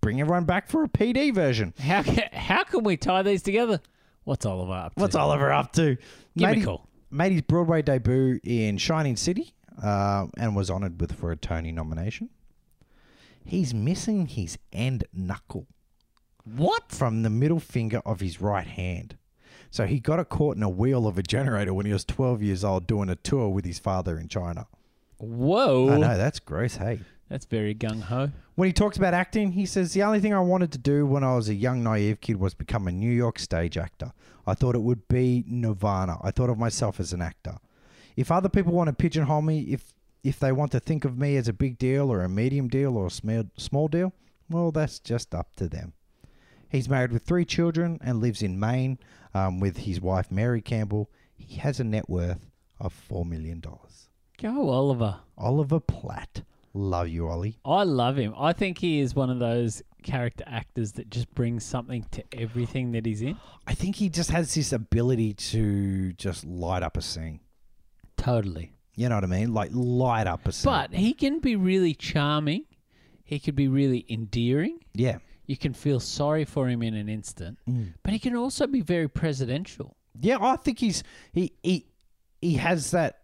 [SPEAKER 2] bring everyone back for a PD version.
[SPEAKER 1] How can, how can we tie these together? What's Oliver up to?
[SPEAKER 2] What's Oliver up to?
[SPEAKER 1] Give
[SPEAKER 2] Made
[SPEAKER 1] me a
[SPEAKER 2] his-
[SPEAKER 1] call.
[SPEAKER 2] Made his Broadway debut in Shining City uh, and was honored with for a Tony nomination. He's missing his end knuckle.
[SPEAKER 1] What?
[SPEAKER 2] from the middle finger of his right hand. So he got it caught in a wheel of a generator when he was 12 years old doing a tour with his father in China. I
[SPEAKER 1] Whoa.
[SPEAKER 2] know, that's gross, hey.
[SPEAKER 1] That's very gung ho.
[SPEAKER 2] When he talks about acting, he says, The only thing I wanted to do when I was a young, naive kid was become a New York stage actor. I thought it would be Nirvana. I thought of myself as an actor. If other people want to pigeonhole me, if if they want to think of me as a big deal or a medium deal or a small, small deal, well, that's just up to them. He's married with three children and lives in Maine um, with his wife, Mary Campbell. He has a net worth of $4 million.
[SPEAKER 1] Go, Oliver.
[SPEAKER 2] Oliver Platt. Love you, Ollie.
[SPEAKER 1] I love him. I think he is one of those character actors that just brings something to everything that he's in.
[SPEAKER 2] I think he just has this ability to just light up a scene.
[SPEAKER 1] Totally.
[SPEAKER 2] You know what I mean? Like light up a scene.
[SPEAKER 1] But he can be really charming. He could be really endearing.
[SPEAKER 2] yeah,
[SPEAKER 1] You can feel sorry for him in an instant.
[SPEAKER 2] Mm.
[SPEAKER 1] But he can also be very presidential.
[SPEAKER 2] yeah, I think he's he he he has that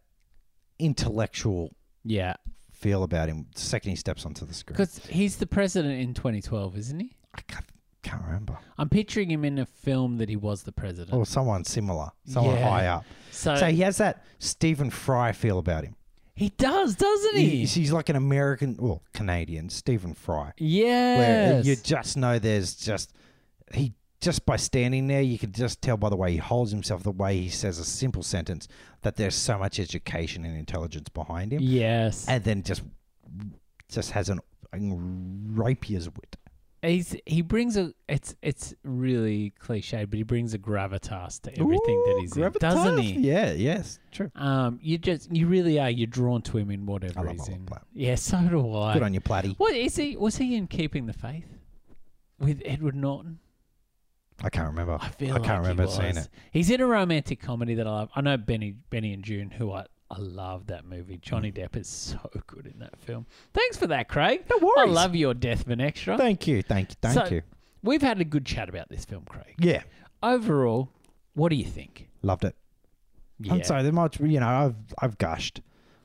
[SPEAKER 2] intellectual
[SPEAKER 1] Yeah.
[SPEAKER 2] feel about him the second he steps onto the screen.
[SPEAKER 1] Because he's the president in 2012, isn't he?
[SPEAKER 2] I can't, can't remember.
[SPEAKER 1] I'm picturing him in a film that he was the president.
[SPEAKER 2] Or someone similar, someone
[SPEAKER 1] Yeah.
[SPEAKER 2] high up.
[SPEAKER 1] so,
[SPEAKER 2] Oh. so he has that Stephen Fry feel about him.
[SPEAKER 1] he does, doesn't he?
[SPEAKER 2] He's, he's like an American, well, Canadian Stephen Fry. where
[SPEAKER 1] Yes.
[SPEAKER 2] you just know there's just he just by standing there you can just tell by the way he holds himself the way he says a simple sentence that there's so much education and intelligence behind him
[SPEAKER 1] yes.
[SPEAKER 2] and then just just has an, an rapier's wit
[SPEAKER 1] He's he brings a it's it's really cliched, but he brings a gravitas to everything that he's in, doesn't he?
[SPEAKER 2] yeah yes true
[SPEAKER 1] Um, you just you really are you're drawn to him in whatever
[SPEAKER 2] I love
[SPEAKER 1] he's
[SPEAKER 2] Oliver
[SPEAKER 1] in.
[SPEAKER 2] Platt.
[SPEAKER 1] Yeah, so do I.
[SPEAKER 2] good on you platty
[SPEAKER 1] What is he? Was he in Keeping the Faith with Edward Norton?
[SPEAKER 2] i can't remember
[SPEAKER 1] I feel
[SPEAKER 2] i can't
[SPEAKER 1] like he
[SPEAKER 2] remember seeing
[SPEAKER 1] was.
[SPEAKER 2] it
[SPEAKER 1] He's in a romantic comedy that I love. I know Benny Benny and June, who I I love that movie. Johnny Depp is so good in that film. Thanks for that, Craig.
[SPEAKER 2] Mm. No worries.
[SPEAKER 1] I love your Deathman extra.
[SPEAKER 2] thank you thank you thank
[SPEAKER 1] So-
[SPEAKER 2] you
[SPEAKER 1] We've had a good chat about this film, Craig.
[SPEAKER 2] yeah
[SPEAKER 1] overall, what do you think?
[SPEAKER 2] loved it
[SPEAKER 1] Yeah.
[SPEAKER 2] I'm sorry, there might you know, I've I've gushed.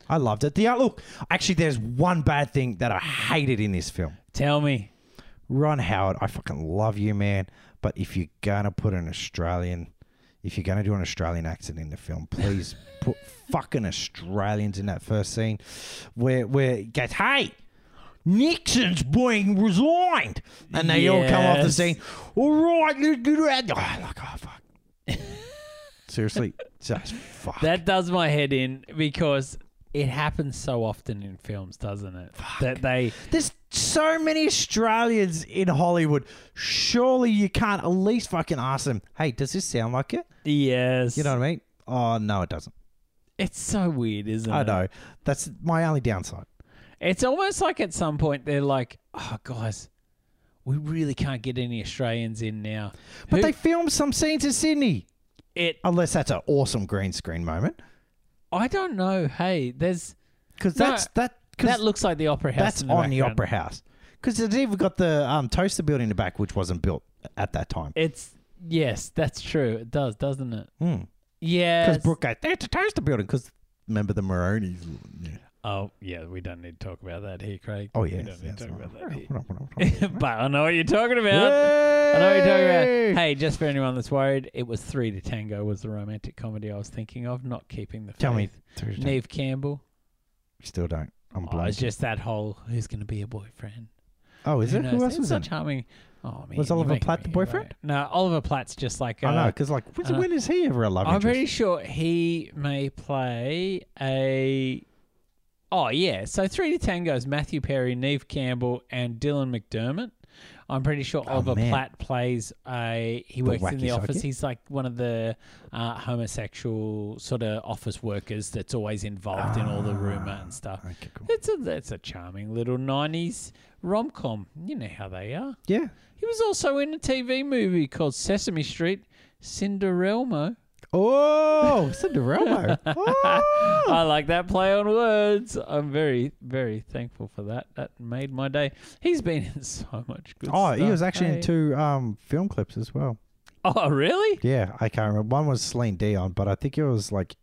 [SPEAKER 2] I loved it. The uh, look, actually, there's one bad thing that I hated in this film.
[SPEAKER 1] Tell me.
[SPEAKER 2] Ron Howard, I fucking love you, man. But if you're gonna put an Australian, if you're gonna do an Australian accent in the film, please put fucking Australians in that first scene, where where it goes, hey. Nixon's being resigned, and they all come off the
[SPEAKER 1] Yes.
[SPEAKER 2] scene. All right, let's do that. Oh, like, oh fuck. Seriously, just fuck.
[SPEAKER 1] That does my head in because It happens so often in films, doesn't it? That they
[SPEAKER 2] There's so many Australians in Hollywood. Surely you can't at least fucking ask them, hey, does this sound like it?
[SPEAKER 1] yes,
[SPEAKER 2] You know what I mean? Oh, no, it doesn't.
[SPEAKER 1] it's so weird, isn't
[SPEAKER 2] I
[SPEAKER 1] it?
[SPEAKER 2] know. That's my only downside.
[SPEAKER 1] It's almost like at some point they're like, "Oh, guys, we really can't get any Australians in now."
[SPEAKER 2] But
[SPEAKER 1] Who-
[SPEAKER 2] they filmed some scenes in Sydney.
[SPEAKER 1] it,
[SPEAKER 2] Unless that's an awesome green screen moment.
[SPEAKER 1] I don't know. Hey, there's
[SPEAKER 2] Because
[SPEAKER 1] No,
[SPEAKER 2] that's that. Cause
[SPEAKER 1] that looks like the opera house.
[SPEAKER 2] that's
[SPEAKER 1] in
[SPEAKER 2] on the
[SPEAKER 1] background.
[SPEAKER 2] opera house. Because it's even got the um, toaster building in the back, which wasn't built at that time.
[SPEAKER 1] It's yes, that's true. It does, doesn't it?
[SPEAKER 2] Because
[SPEAKER 1] Yeah.
[SPEAKER 2] Hmm. Brooke goes, "There's a toaster building. Because remember the Maronis. Yeah.
[SPEAKER 1] Oh yeah, we don't need to talk about that here, Craig.
[SPEAKER 2] Oh
[SPEAKER 1] we
[SPEAKER 2] yeah,
[SPEAKER 1] don't need to talk about that here.
[SPEAKER 2] that.
[SPEAKER 1] but I know what you're talking about. I know what you're talking about. Hey, just for anyone that's worried, it was Three to Tango was the romantic comedy I was thinking of, not keeping the faith.
[SPEAKER 2] Tell me, Thursday.
[SPEAKER 1] Neve Campbell.
[SPEAKER 2] still don't.
[SPEAKER 1] Oh,
[SPEAKER 2] I'm
[SPEAKER 1] it's
[SPEAKER 2] blind.
[SPEAKER 1] just that whole who's going to be a boyfriend.
[SPEAKER 2] Oh, is
[SPEAKER 1] Who
[SPEAKER 2] it?
[SPEAKER 1] knows?
[SPEAKER 2] Who else
[SPEAKER 1] It's
[SPEAKER 2] was in?
[SPEAKER 1] such harming. Oh man,
[SPEAKER 2] Was
[SPEAKER 1] you're
[SPEAKER 2] Oliver
[SPEAKER 1] making
[SPEAKER 2] Platt the
[SPEAKER 1] me
[SPEAKER 2] boyfriend?
[SPEAKER 1] right. No, Oliver Platt's just like uh,
[SPEAKER 2] I know, because like,
[SPEAKER 1] I know.
[SPEAKER 2] when is he ever a love
[SPEAKER 1] I'm
[SPEAKER 2] interest?
[SPEAKER 1] pretty sure he may play a. Oh yeah, so three to tango's Matthew Perry, Neve Campbell, and Dylan McDermott. I'm pretty sure
[SPEAKER 2] Oh,
[SPEAKER 1] Oliver
[SPEAKER 2] man.
[SPEAKER 1] Platt plays a. He
[SPEAKER 2] The
[SPEAKER 1] works in the
[SPEAKER 2] wacky
[SPEAKER 1] office.
[SPEAKER 2] sidekick?
[SPEAKER 1] He's like one of the uh, homosexual sort of office workers that's always involved in all the
[SPEAKER 2] Ah.
[SPEAKER 1] rumor and stuff.
[SPEAKER 2] Okay, cool.
[SPEAKER 1] It's a that's a charming little '90s rom com. You know how they are.
[SPEAKER 2] Yeah.
[SPEAKER 1] He was also in a TV movie called Sesame Street, Cinderelmo.
[SPEAKER 2] Oh, Cinderella. oh.
[SPEAKER 1] I like that play on words. I'm very, very thankful for that. That made my day. He's been in so much good
[SPEAKER 2] oh,
[SPEAKER 1] stuff.
[SPEAKER 2] he was actually
[SPEAKER 1] eh?
[SPEAKER 2] in two um, film clips as well.
[SPEAKER 1] Oh, really?
[SPEAKER 2] Yeah, I can't remember. One was Celine Dion, but I think it was like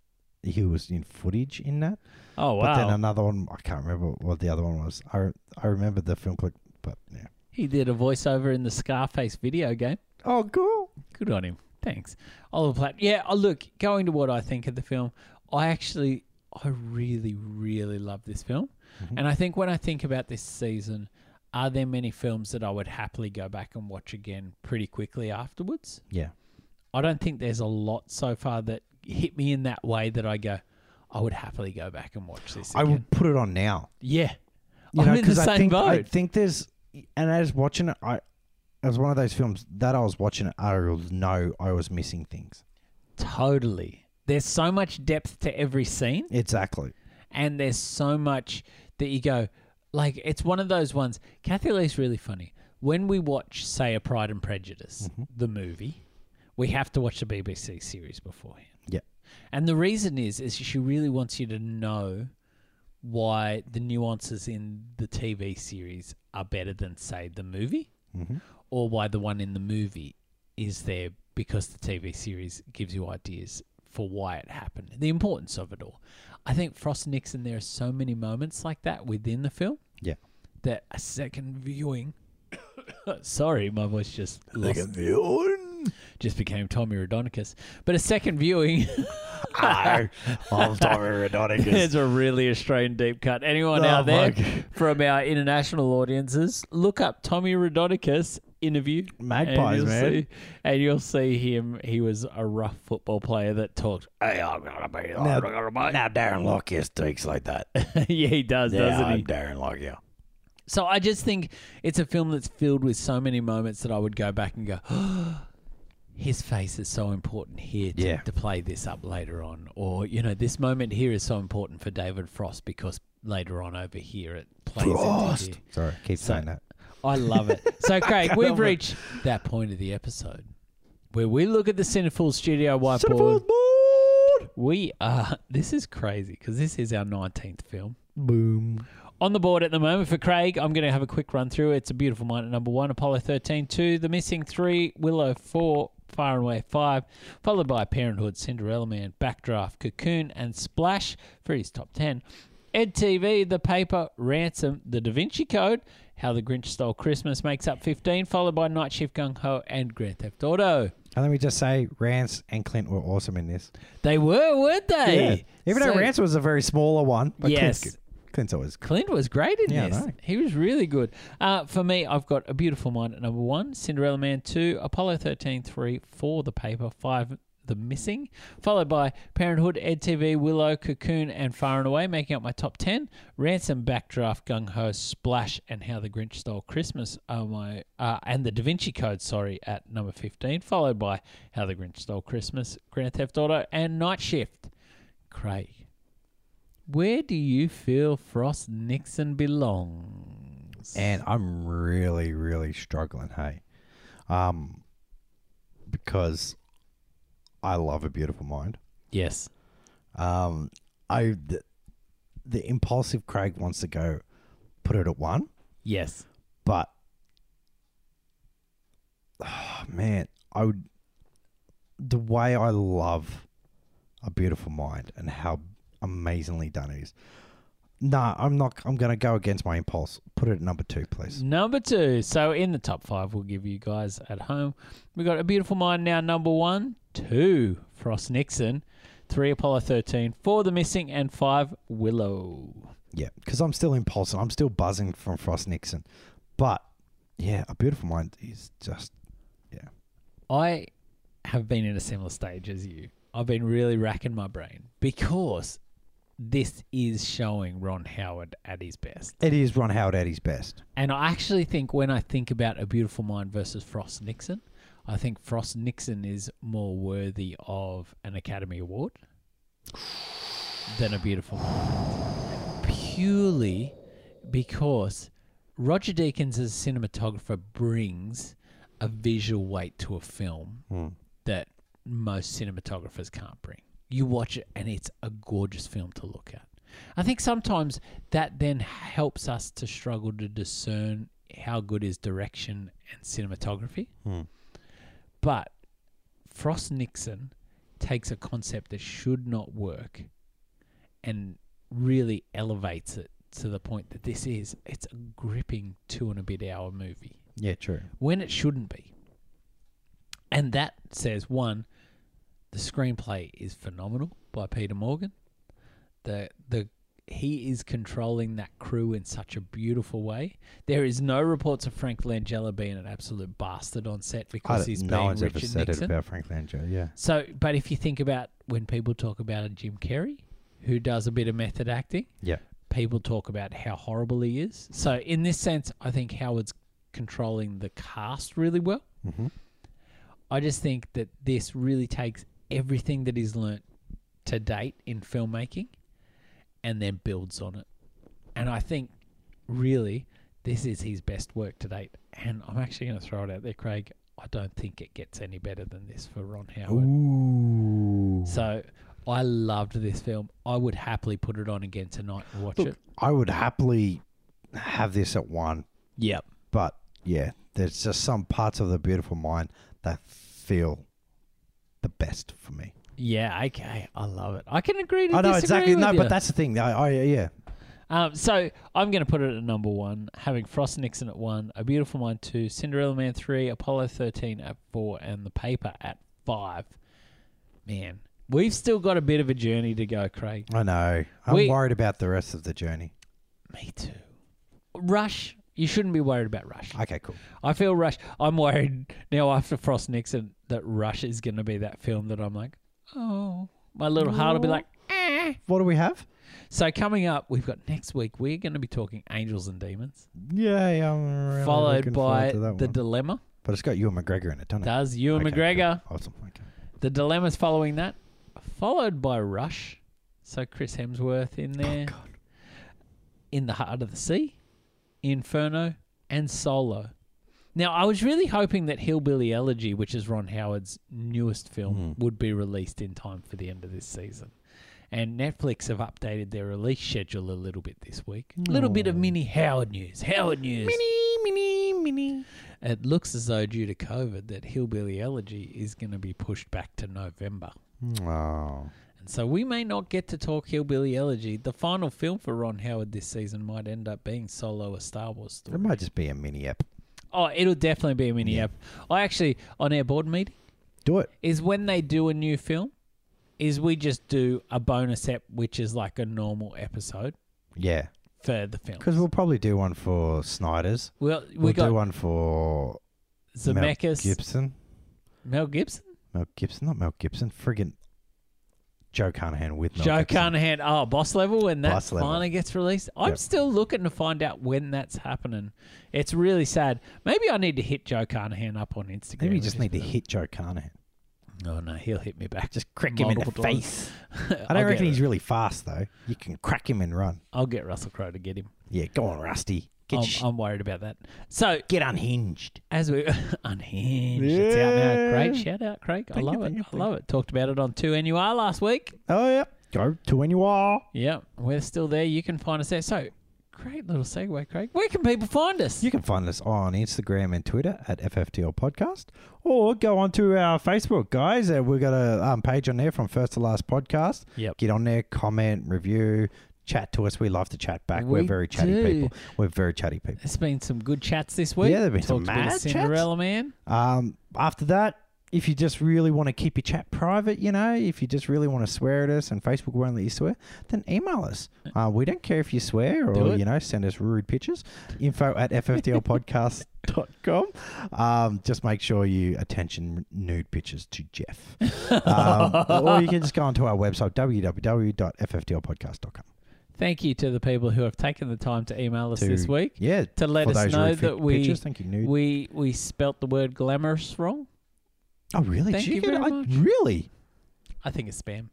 [SPEAKER 2] he was in footage in that.
[SPEAKER 1] Oh,
[SPEAKER 2] But then um,
[SPEAKER 1] wow.
[SPEAKER 2] another one, I can't remember what the other one was. I re- I remember the film clip, but yeah.
[SPEAKER 1] He did a voiceover in the Scarface video game.
[SPEAKER 2] Oh, cool.
[SPEAKER 1] Good on him. Thanks. Oliver Platt. Yeah, oh, look, going to what I think of the film, I actually, I really, really love this film.
[SPEAKER 2] Mhm.
[SPEAKER 1] And I think when I think about this season, are there many films that I would happily go back and watch again pretty quickly afterwards?
[SPEAKER 2] Yeah.
[SPEAKER 1] I don't think there's a lot so far that hit me in that way that I go, I would happily go back and watch this.
[SPEAKER 2] I
[SPEAKER 1] again."
[SPEAKER 2] would put it on now.
[SPEAKER 1] Yeah.
[SPEAKER 2] You
[SPEAKER 1] I'm
[SPEAKER 2] know,
[SPEAKER 1] in the
[SPEAKER 2] 'cause I
[SPEAKER 1] same
[SPEAKER 2] think I
[SPEAKER 1] boat.
[SPEAKER 2] think there's, and as watching it, I it was one of those films that I was watching it. I was know I was missing things.
[SPEAKER 1] Totally. There's so much depth to every scene.
[SPEAKER 2] Exactly.
[SPEAKER 1] and there's so much that you go like it's one of those ones kathy lee's really funny when we watch say a pride and prejudice the movie we have to watch the bbc series beforehand
[SPEAKER 2] Yeah.
[SPEAKER 1] and the reason is is she really wants you to know why the nuances in the tv series are better than say the movie
[SPEAKER 2] Mm-hmm.
[SPEAKER 1] or why the one in the movie is there because the TV series gives you ideas for why it happened, the importance of it all. I think Frost Nixon, there are so many moments like that within the film.
[SPEAKER 2] Yeah.
[SPEAKER 1] That a second viewing. sorry, my voice just lost, just became Tommy Rodonicus. But a second viewing
[SPEAKER 2] Hello, I'm Tommy Rodonicus.
[SPEAKER 1] is a really Australian deep cut. Anyone
[SPEAKER 2] Oh,
[SPEAKER 1] out there
[SPEAKER 2] my God.
[SPEAKER 1] from our international audiences, look up Tommy Rodonicus interview.
[SPEAKER 2] Magpies,
[SPEAKER 1] and you'll
[SPEAKER 2] man.
[SPEAKER 1] See, and you'll see him. He was a rough football player that talked. Hey, I'm gonna be.
[SPEAKER 2] Now-
[SPEAKER 1] now
[SPEAKER 2] Darren Lockyer speaks like that.
[SPEAKER 1] yeah, he does, doesn't he?
[SPEAKER 2] Darren Lockyer.
[SPEAKER 1] So I just think it's a film that's filled with so many moments that I would go back and go, his face is so important here to,
[SPEAKER 2] Yeah.
[SPEAKER 1] to play this up later on. Or, you know, this moment here is so important for David Frost because later on over here it plays into here.
[SPEAKER 2] Sorry, keep
[SPEAKER 1] So-
[SPEAKER 2] saying that.
[SPEAKER 1] I love it. So, Craig, we've reached that point of the episode where we look at the Cinefool Studio whiteboard. We are, this is crazy because this is our 19th film
[SPEAKER 2] Boom.
[SPEAKER 1] on the board at the moment for Craig. I'm going to have a quick run through. It's a beautiful mind at number one, Apollo 13, two, The Missing Three, Willow four, Far and Away five, followed by Parenthood, Cinderella Man, Backdraft, Cocoon, and Splash for his top ten. Ed TV, The Paper, Ransom, The Da Vinci Code, How the Grinch Stole Christmas makes up 15, followed by Night Shift Gung Ho and Grand Theft Auto.
[SPEAKER 2] And let me just say, Rance and Clint were awesome in this.
[SPEAKER 1] They were, weren't they?
[SPEAKER 2] Yeah. Even
[SPEAKER 1] So-
[SPEAKER 2] though Rance was a very smaller one, but
[SPEAKER 1] Yes.
[SPEAKER 2] Clint's, good. Clint's always good.
[SPEAKER 1] Clint was great in
[SPEAKER 2] Yeah, I
[SPEAKER 1] this.
[SPEAKER 2] know.
[SPEAKER 1] He was really good. Uh, for me, I've got A Beautiful Mind at number one, Cinderella Man 2, Apollo 13 3, 4 The Paper, 5 The Missing, followed by Parenthood, EdTV, Willow, Cocoon, and Far and Away, making up my top 10. Ransom, Backdraft, Gung Ho, Splash, and How the Grinch Stole Christmas are my, uh, and The Da Vinci Code, sorry, at number 15, followed by How the Grinch Stole Christmas, Grand Theft Auto, and Night Shift. Craig, where do you feel Frost Nixon belongs?
[SPEAKER 2] and I'm really, really struggling. Hey, um, because I love a beautiful mind.
[SPEAKER 1] yes.
[SPEAKER 2] Um, I the, the impulsive Craig wants to go put it at one,
[SPEAKER 1] Yes.
[SPEAKER 2] but oh, man, I would the way I love a beautiful mind and how amazingly done it is. Nah, I'm not. I'm gonna go against my impulse. Put it at number two, please.
[SPEAKER 1] Number two. So in the top five, we'll give you guys at home. We got a beautiful mind now. Number one, two, Frost Nixon, three, Apollo thirteen, four, The Missing, and five, Willow.
[SPEAKER 2] Yeah, because I'm still impulsive. I'm still buzzing from Frost Nixon. But yeah, A Beautiful Mind is just
[SPEAKER 1] I have been in a similar stage as you. I've been really racking my brain because this is showing Ron Howard at his best.
[SPEAKER 2] it is Ron Howard at his best.
[SPEAKER 1] And I actually think when I think about A Beautiful Mind versus Frost Nixon, I think Frost Nixon is more worthy of an Academy Award than A Beautiful Mind. Purely because Roger Deakins as a cinematographer brings a visual weight to a film that most cinematographers can't bring. You watch it and it's a gorgeous film to look at. I think sometimes that then helps us to struggle to discern how good is direction and cinematography. But Frost Nixon takes a concept that should not work and really elevates it to the point that this is it's a gripping two and a bit hour movie
[SPEAKER 2] Yeah, true.
[SPEAKER 1] when it shouldn't be. And that says one, the screenplay is phenomenal by Peter Morgan. The the he is controlling that crew in such a beautiful way. There is no reports of Frank Langella being an absolute bastard on set
[SPEAKER 2] I
[SPEAKER 1] because
[SPEAKER 2] don't,
[SPEAKER 1] he's
[SPEAKER 2] no
[SPEAKER 1] being
[SPEAKER 2] one's
[SPEAKER 1] Richard
[SPEAKER 2] ever said
[SPEAKER 1] Nixon.
[SPEAKER 2] it about Frank Langella. Yeah.
[SPEAKER 1] so, but if you think about when people talk about a Jim Carrey who does a bit of method acting,
[SPEAKER 2] Yeah.
[SPEAKER 1] people talk about how horrible he is. So in this sense, I think Howard's controlling the cast really well.
[SPEAKER 2] Mm-hmm.
[SPEAKER 1] I just think that this really takes everything that he's learnt to date in filmmaking and then builds on it. And I think really this is his best work to date. And I'm actually going to throw it out there, Craig. I don't think it gets any better than this for Ron Howard.
[SPEAKER 2] Ooh.
[SPEAKER 1] So I loved this film. I would happily put it on again tonight and watch
[SPEAKER 2] Look,
[SPEAKER 1] it.
[SPEAKER 2] I would happily have this at one,
[SPEAKER 1] Yep.
[SPEAKER 2] but yeah, there's just some parts of The Beautiful Mind that feel the best for me.
[SPEAKER 1] Yeah, okay. I love it. I can agree to
[SPEAKER 2] I know
[SPEAKER 1] disagree
[SPEAKER 2] exactly.
[SPEAKER 1] with
[SPEAKER 2] No,
[SPEAKER 1] you.
[SPEAKER 2] but that's the thing. I, I yeah.
[SPEAKER 1] Um, so I'm going to put it at number one, having Frost Nixon at one, A Beautiful Mind two, Cinderella Man three, Apollo 13 at four, and The Paper at five. Man, we've still got a bit of a journey to go, Craig.
[SPEAKER 2] I know. I'm
[SPEAKER 1] We-
[SPEAKER 2] worried about the rest of the journey.
[SPEAKER 1] Me too. Rush, you shouldn't be worried about Rush.
[SPEAKER 2] Okay, cool.
[SPEAKER 1] I feel Rush. I'm worried now after Frost Nixon that Rush is going to be that film that I'm like, oh, my little heart will be like. "Eh."
[SPEAKER 2] What do we have?
[SPEAKER 1] So coming up, we've got next week. We're going to be talking Angels and Demons.
[SPEAKER 2] Yeah, I'm really
[SPEAKER 1] followed
[SPEAKER 2] looking forward
[SPEAKER 1] by
[SPEAKER 2] to
[SPEAKER 1] the
[SPEAKER 2] that one.
[SPEAKER 1] dilemma.
[SPEAKER 2] but it's got you and McGregor in it, doesn't it?
[SPEAKER 1] Does Ewan
[SPEAKER 2] Okay, cool.
[SPEAKER 1] McGregor
[SPEAKER 2] Awesome. Okay.
[SPEAKER 1] the dilemma's following that, followed by Rush, so Chris Hemsworth in there,
[SPEAKER 2] Oh, God.
[SPEAKER 1] in the heart of the sea, Inferno, and Solo. Now I was really hoping that Hillbilly Elegy, which is Ron Howard's newest film,
[SPEAKER 2] Hmm.
[SPEAKER 1] would be released in time for the end of this season. And Netflix have updated their release schedule a little bit this week. A little bit of mini Howard news. Howard news.
[SPEAKER 2] Oh. Mini, mini.
[SPEAKER 1] It looks as though, due to COVID, that Hillbilly Elegy is going to be pushed back to November.
[SPEAKER 2] Oh.
[SPEAKER 1] And so we may not get to talk Hillbilly Elegy. The final film for Ron Howard this season might end up being Solo, a Star Wars
[SPEAKER 2] It
[SPEAKER 1] story.
[SPEAKER 2] might just be a mini app.
[SPEAKER 1] Oh, it'll definitely be a mini app. I actually, on our board meeting,
[SPEAKER 2] Do it.
[SPEAKER 1] is when they do a new film, is we just do a bonus app, which is like a normal episode
[SPEAKER 2] Yeah.
[SPEAKER 1] for the film.
[SPEAKER 2] Because we'll probably do one for Snyder's.
[SPEAKER 1] Well, we
[SPEAKER 2] We'll do
[SPEAKER 1] got
[SPEAKER 2] one for Mel
[SPEAKER 1] Zemeckis,
[SPEAKER 2] Gibson.
[SPEAKER 1] Mel Gibson.
[SPEAKER 2] Mel Gibson, not Mel Gibson, friggin' Joe Carnahan with Mel
[SPEAKER 1] Joe
[SPEAKER 2] Gibson.
[SPEAKER 1] Carnahan, oh, boss level, when that
[SPEAKER 2] Boss Level.
[SPEAKER 1] finally gets released. I'm
[SPEAKER 2] Yep.
[SPEAKER 1] still looking to find out when that's happening. It's really sad. Maybe I need to hit Joe Carnahan up on Instagram.
[SPEAKER 2] Maybe you
[SPEAKER 1] and
[SPEAKER 2] just need to
[SPEAKER 1] put
[SPEAKER 2] hit Joe Carnahan.
[SPEAKER 1] a- Oh no, he'll hit me back.
[SPEAKER 2] Just crack him in the
[SPEAKER 1] Multiple times.
[SPEAKER 2] face. I
[SPEAKER 1] I'll
[SPEAKER 2] don't
[SPEAKER 1] get
[SPEAKER 2] reckon
[SPEAKER 1] it.
[SPEAKER 2] he's really fast though. You can crack him and run.
[SPEAKER 1] I'll get Russell Crowe to get him.
[SPEAKER 2] Yeah, go on, Rusty. Get
[SPEAKER 1] I'm,
[SPEAKER 2] sh-
[SPEAKER 1] I'm worried about that. So
[SPEAKER 2] get unhinged.
[SPEAKER 1] as we unhinged, it's out now. Great
[SPEAKER 2] Yeah.
[SPEAKER 1] shout out, Craig. I
[SPEAKER 2] Thank you,
[SPEAKER 1] love it.
[SPEAKER 2] thank you,
[SPEAKER 1] I
[SPEAKER 2] thank
[SPEAKER 1] love it. Talked about it on Two NUR last week.
[SPEAKER 2] Oh yep. Go to when you are.
[SPEAKER 1] Yeah, we're still there. You can find us there. So great little segue, Craig. Where can people find us?
[SPEAKER 2] You can find us on Instagram and Twitter at FFTL Podcast, or go on to our Facebook, guys. Uh, We've got a um, page on there from first to last podcast.
[SPEAKER 1] Yep.
[SPEAKER 2] Get on there, comment, review, chat to us. We love to chat back. We are
[SPEAKER 1] We
[SPEAKER 2] very chatty
[SPEAKER 1] do.
[SPEAKER 2] people. We're very chatty people.
[SPEAKER 1] It's been some good chats this week.
[SPEAKER 2] Yeah, there've been some
[SPEAKER 1] Talked a bit of
[SPEAKER 2] mad chats.
[SPEAKER 1] Cinderella Man.
[SPEAKER 2] Um, after that, if you just really want to keep your chat private, you know, if you just really want to swear at us and Facebook won't let you swear, then email us. Uh, we don't care if you swear
[SPEAKER 1] Do
[SPEAKER 2] or,
[SPEAKER 1] it.
[SPEAKER 2] you know, send us rude pictures. Info at ffdlpodcast.com. Um, just make sure you attention nude pictures to Jeff. Um, or you can just go onto our website, www.ffdlpodcast.com.
[SPEAKER 1] Thank you to the people who have taken the time to email us
[SPEAKER 2] To-
[SPEAKER 1] this week.
[SPEAKER 2] Yeah.
[SPEAKER 1] To let
[SPEAKER 2] for
[SPEAKER 1] us
[SPEAKER 2] those
[SPEAKER 1] know
[SPEAKER 2] rude fi-
[SPEAKER 1] that we-
[SPEAKER 2] Pictures. Thank you, nude.
[SPEAKER 1] We we spelt the word glamorous wrong.
[SPEAKER 2] oh, really?
[SPEAKER 1] Thank
[SPEAKER 2] Did
[SPEAKER 1] you
[SPEAKER 2] get-
[SPEAKER 1] very
[SPEAKER 2] I-
[SPEAKER 1] much.
[SPEAKER 2] Really? I
[SPEAKER 1] I think it's spam.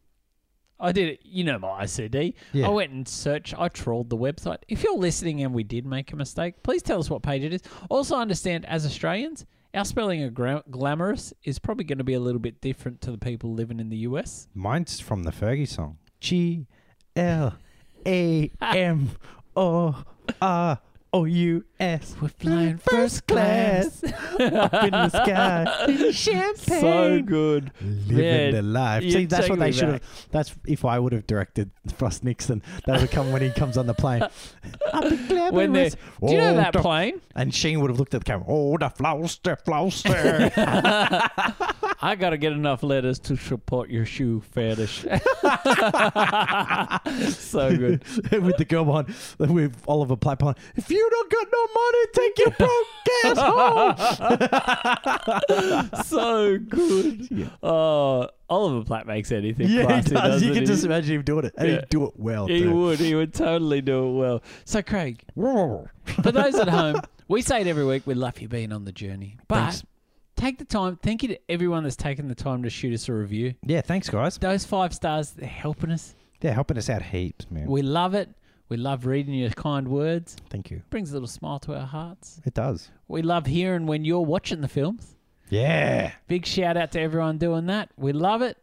[SPEAKER 1] I did it. You know my ICD.
[SPEAKER 2] Yeah.
[SPEAKER 1] I went and searched. I trawled the website. If you're listening and we did make a mistake, please tell us what page it is. Also, understand as Australians, our spelling of gra- glamorous is probably going to be a little bit different to the people living in the US.
[SPEAKER 2] Mine's from the Fergie song. G L A M O R O U S.
[SPEAKER 1] We're flying first class.
[SPEAKER 2] Up in the sky. in Champagne.
[SPEAKER 1] so good.
[SPEAKER 2] Living
[SPEAKER 1] Yeah,
[SPEAKER 2] the life.
[SPEAKER 1] you
[SPEAKER 2] See, that's
[SPEAKER 1] take
[SPEAKER 2] what
[SPEAKER 1] me
[SPEAKER 2] they should
[SPEAKER 1] back.
[SPEAKER 2] have. That's if I would have directed Frost Nixon. That would come when he comes on the plane. Up in glamorous.
[SPEAKER 1] When they- Do you know
[SPEAKER 2] Oh,
[SPEAKER 1] that
[SPEAKER 2] the-
[SPEAKER 1] plane?
[SPEAKER 2] And Sheen would have looked at the camera. Oh, the flouster, flouster.
[SPEAKER 1] I gotta get enough letters to support your shoe fetish. so good.
[SPEAKER 2] with the girl on with Oliver Platt on. If you don't got no money, take your broke ass home.
[SPEAKER 1] So good. Uh, Oliver Platt makes anything
[SPEAKER 2] Yeah, he
[SPEAKER 1] classy,
[SPEAKER 2] does.
[SPEAKER 1] doesn't
[SPEAKER 2] You can
[SPEAKER 1] he?
[SPEAKER 2] just imagine him doing it, and
[SPEAKER 1] Yeah.
[SPEAKER 2] he'd do it well.
[SPEAKER 1] He
[SPEAKER 2] too.
[SPEAKER 1] would. He would totally do it well. So, Craig, for those at home, we say it every week. We love you being on the journey. But
[SPEAKER 2] Thanks.
[SPEAKER 1] take the time. Thank you to everyone that's taken the time to shoot us a review.
[SPEAKER 2] Yeah, thanks, guys.
[SPEAKER 1] Those five stars, they're helping us.
[SPEAKER 2] They're helping us out heaps, man.
[SPEAKER 1] We love it. We love reading your kind words.
[SPEAKER 2] Thank you.
[SPEAKER 1] Brings a little smile to our hearts.
[SPEAKER 2] It does.
[SPEAKER 1] We love hearing when you're watching the films.
[SPEAKER 2] Yeah.
[SPEAKER 1] Big shout out to everyone doing that. We love it.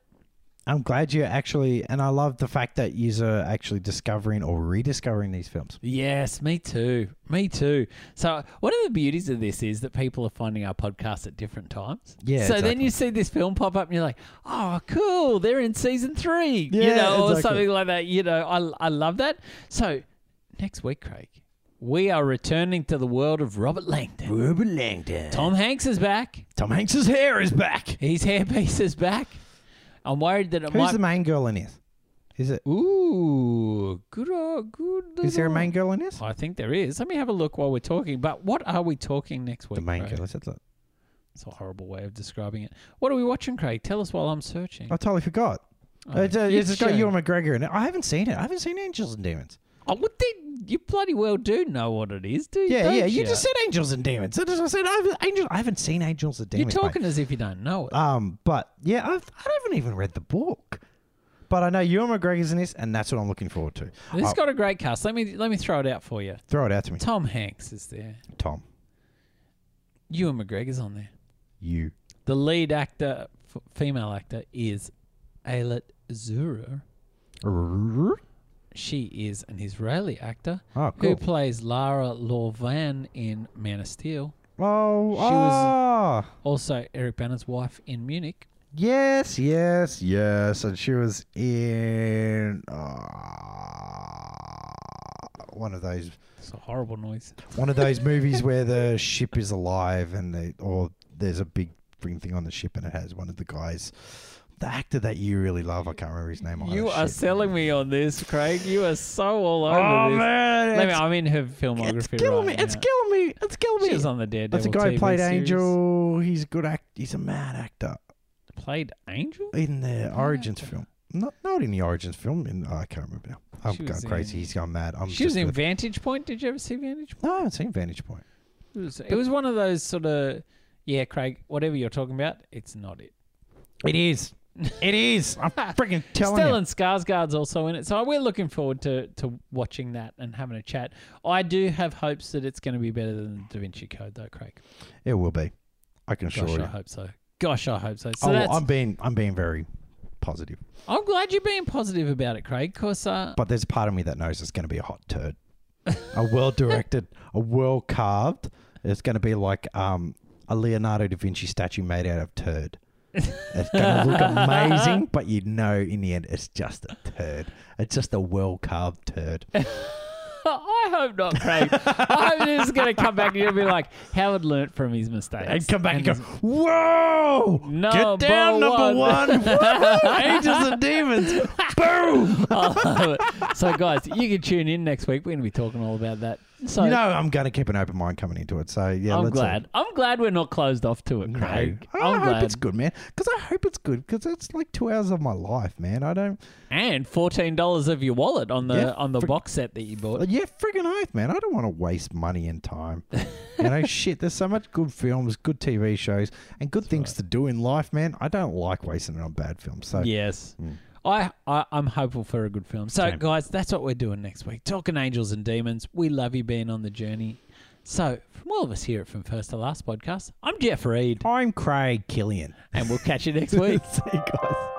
[SPEAKER 2] I'm glad you actually, and I love the fact that you are actually discovering or rediscovering these films.
[SPEAKER 1] Yes, me too. Me too. So, one of the beauties of this is that people are finding our podcast at different times.
[SPEAKER 2] Yeah,
[SPEAKER 1] So then
[SPEAKER 2] exactly.
[SPEAKER 1] you see this film pop up and you're like, oh, cool. They're in season three, you
[SPEAKER 2] Yeah,
[SPEAKER 1] know, or
[SPEAKER 2] exactly.
[SPEAKER 1] something like that. You know, I, I love that. So, next week, Craig, we are returning to the world of Robert Langdon.
[SPEAKER 2] Robert Langdon. Tom,
[SPEAKER 1] Tom Hanks is back.
[SPEAKER 2] Tom Hanks' hair is back.
[SPEAKER 1] His hairpiece is back. I'm worried that it
[SPEAKER 2] Who's
[SPEAKER 1] might
[SPEAKER 2] the main girl in this? Is it?
[SPEAKER 1] Ooh, good, uh, good.
[SPEAKER 2] Is there a
[SPEAKER 1] little-
[SPEAKER 2] main girl in this?
[SPEAKER 1] I think there is. Let me have a look while we're talking. But what are we talking next week?
[SPEAKER 2] The main
[SPEAKER 1] Craig?
[SPEAKER 2] girl. Let's have a look.
[SPEAKER 1] It's a horrible way of describing it. What are we watching, Craig? Tell us while I'm searching.
[SPEAKER 2] I totally forgot.
[SPEAKER 1] Oh,
[SPEAKER 2] it's uh,
[SPEAKER 1] you
[SPEAKER 2] it's got
[SPEAKER 1] shame.
[SPEAKER 2] Ewan McGregor in it. I haven't seen it. I haven't seen Angels and Demons.
[SPEAKER 1] Oh, what the- you bloody well do know what it is, do you?
[SPEAKER 2] Yeah,
[SPEAKER 1] don't
[SPEAKER 2] yeah. You just said Angels and Demons. That's what I said. I've, Angel, I haven't seen Angels and
[SPEAKER 1] You're
[SPEAKER 2] Demons. mate.
[SPEAKER 1] talking as if you don't know it.
[SPEAKER 2] Um, but yeah, I've, I haven't even read the book, but I know Ewan McGregor's in this, and that's what I'm looking forward to.
[SPEAKER 1] This
[SPEAKER 2] I'll
[SPEAKER 1] has got a great cast. Let me let me throw it out for you.
[SPEAKER 2] throw it out to me,
[SPEAKER 1] Tom Hanks is there.
[SPEAKER 2] Tom.
[SPEAKER 1] Ewan McGregor's on there.
[SPEAKER 2] You
[SPEAKER 1] The lead actor, f- female actor, is Ailet Zuru.
[SPEAKER 2] oh,
[SPEAKER 1] She is an Israeli actor who
[SPEAKER 2] cool.
[SPEAKER 1] plays Lara Lorvan in Man of Steel.
[SPEAKER 2] Oh,
[SPEAKER 1] She was-
[SPEAKER 2] ah,
[SPEAKER 1] Also, Eric Banner's wife in Munich.
[SPEAKER 2] yes, yes, yes, and she was in uh, one of those
[SPEAKER 1] It's a horrible noise.
[SPEAKER 2] one of those movies where the ship is alive and they or there's a big green thing on the ship and it has one of the guys the actor that you really love i can't remember his name
[SPEAKER 1] You
[SPEAKER 2] either.
[SPEAKER 1] are
[SPEAKER 2] Shit.
[SPEAKER 1] selling me on this, Craig. You are so all over
[SPEAKER 2] oh
[SPEAKER 1] this.
[SPEAKER 2] man
[SPEAKER 1] Let me,
[SPEAKER 2] it's,
[SPEAKER 1] I'm in her
[SPEAKER 2] it's
[SPEAKER 1] filmography
[SPEAKER 2] killing
[SPEAKER 1] right
[SPEAKER 2] me it's
[SPEAKER 1] now.
[SPEAKER 2] killing me it's killing
[SPEAKER 1] She was
[SPEAKER 2] me
[SPEAKER 1] on the Daredevil
[SPEAKER 2] that's a guy who
[SPEAKER 1] TV
[SPEAKER 2] played
[SPEAKER 1] series.
[SPEAKER 2] angel he's a good act he's a mad actor
[SPEAKER 1] played Angel?
[SPEAKER 2] in the
[SPEAKER 1] Yeah.
[SPEAKER 2] Origins film. Not not in the Origins film. In I can't remember now. I'm
[SPEAKER 1] She was
[SPEAKER 2] going crazy.
[SPEAKER 1] in-
[SPEAKER 2] He's gone mad. I'm
[SPEAKER 1] she was
[SPEAKER 2] just
[SPEAKER 1] in
[SPEAKER 2] gonna-
[SPEAKER 1] Vantage Point. Did you ever see Vantage Point?
[SPEAKER 2] No, I haven't seen Vantage Point.
[SPEAKER 1] It was, it was one of those sort of, yeah, Craig, whatever you're talking about, it's not it.
[SPEAKER 2] It is. It is. I'm freaking telling you.
[SPEAKER 1] Stellan Skarsgård's also in it, so we're looking forward to to watching that and having a chat. I do have hopes that it's going to be better than Da Vinci Code, though, Craig.
[SPEAKER 2] It will be. I can
[SPEAKER 1] Gosh,
[SPEAKER 2] assure you.
[SPEAKER 1] I hope so. Gosh, I hope so. So
[SPEAKER 2] oh,
[SPEAKER 1] that's,
[SPEAKER 2] I'm being I'm being very positive.
[SPEAKER 1] I'm glad you're being positive about it, Craig. Cause uh,
[SPEAKER 2] But there's a part of me that knows it's going to be a hot turd. a well directed, a well carved. It's going to be like um, a Leonardo da Vinci statue made out of turd. It's going to look amazing, but you know in the end it's just a turd. It's just a well carved turd.
[SPEAKER 1] I hope not, Craig. I hope this is going to come back and you'll be like Howard learnt from his mistakes
[SPEAKER 2] And come back and,
[SPEAKER 1] his-
[SPEAKER 2] go, whoa!
[SPEAKER 1] No,
[SPEAKER 2] Get down,
[SPEAKER 1] ball
[SPEAKER 2] number
[SPEAKER 1] one."
[SPEAKER 2] one. Woohoo! Angels and demons. Boom!
[SPEAKER 1] I love it. so, guys, you can tune in next week. We're going to be talking all about that. So,
[SPEAKER 2] you know, I'm going to keep an open mind coming into it. So, yeah,
[SPEAKER 1] I'm
[SPEAKER 2] let's
[SPEAKER 1] glad. I'm glad we're not closed off to it,
[SPEAKER 2] No.
[SPEAKER 1] Craig.
[SPEAKER 2] I
[SPEAKER 1] I'm
[SPEAKER 2] hope
[SPEAKER 1] glad.
[SPEAKER 2] it's good, man. Because I hope it's good. Because it's like two hours of my life, man. I don't.
[SPEAKER 1] And fourteen dollars of your wallet on the
[SPEAKER 2] Yeah,
[SPEAKER 1] on the
[SPEAKER 2] for-
[SPEAKER 1] box set that you bought.
[SPEAKER 2] uh, Yeah, friggin' oath, man. I don't want to waste money and time. you know, shit. There's so much good films, good TV shows, and good things to do in life, man. I don't like wasting it on bad films. So,
[SPEAKER 1] Yes.
[SPEAKER 2] Mm.
[SPEAKER 1] I, I I'm hopeful for a good film. So
[SPEAKER 2] Same.
[SPEAKER 1] guys, that's what we're doing next week. Talking angels and demons. We love you being on the journey. So from all of us here at From First to Last Podcast, I'm Jeff Reed,
[SPEAKER 2] I'm Craig Killian.
[SPEAKER 1] and we'll catch you next week.
[SPEAKER 2] See you guys.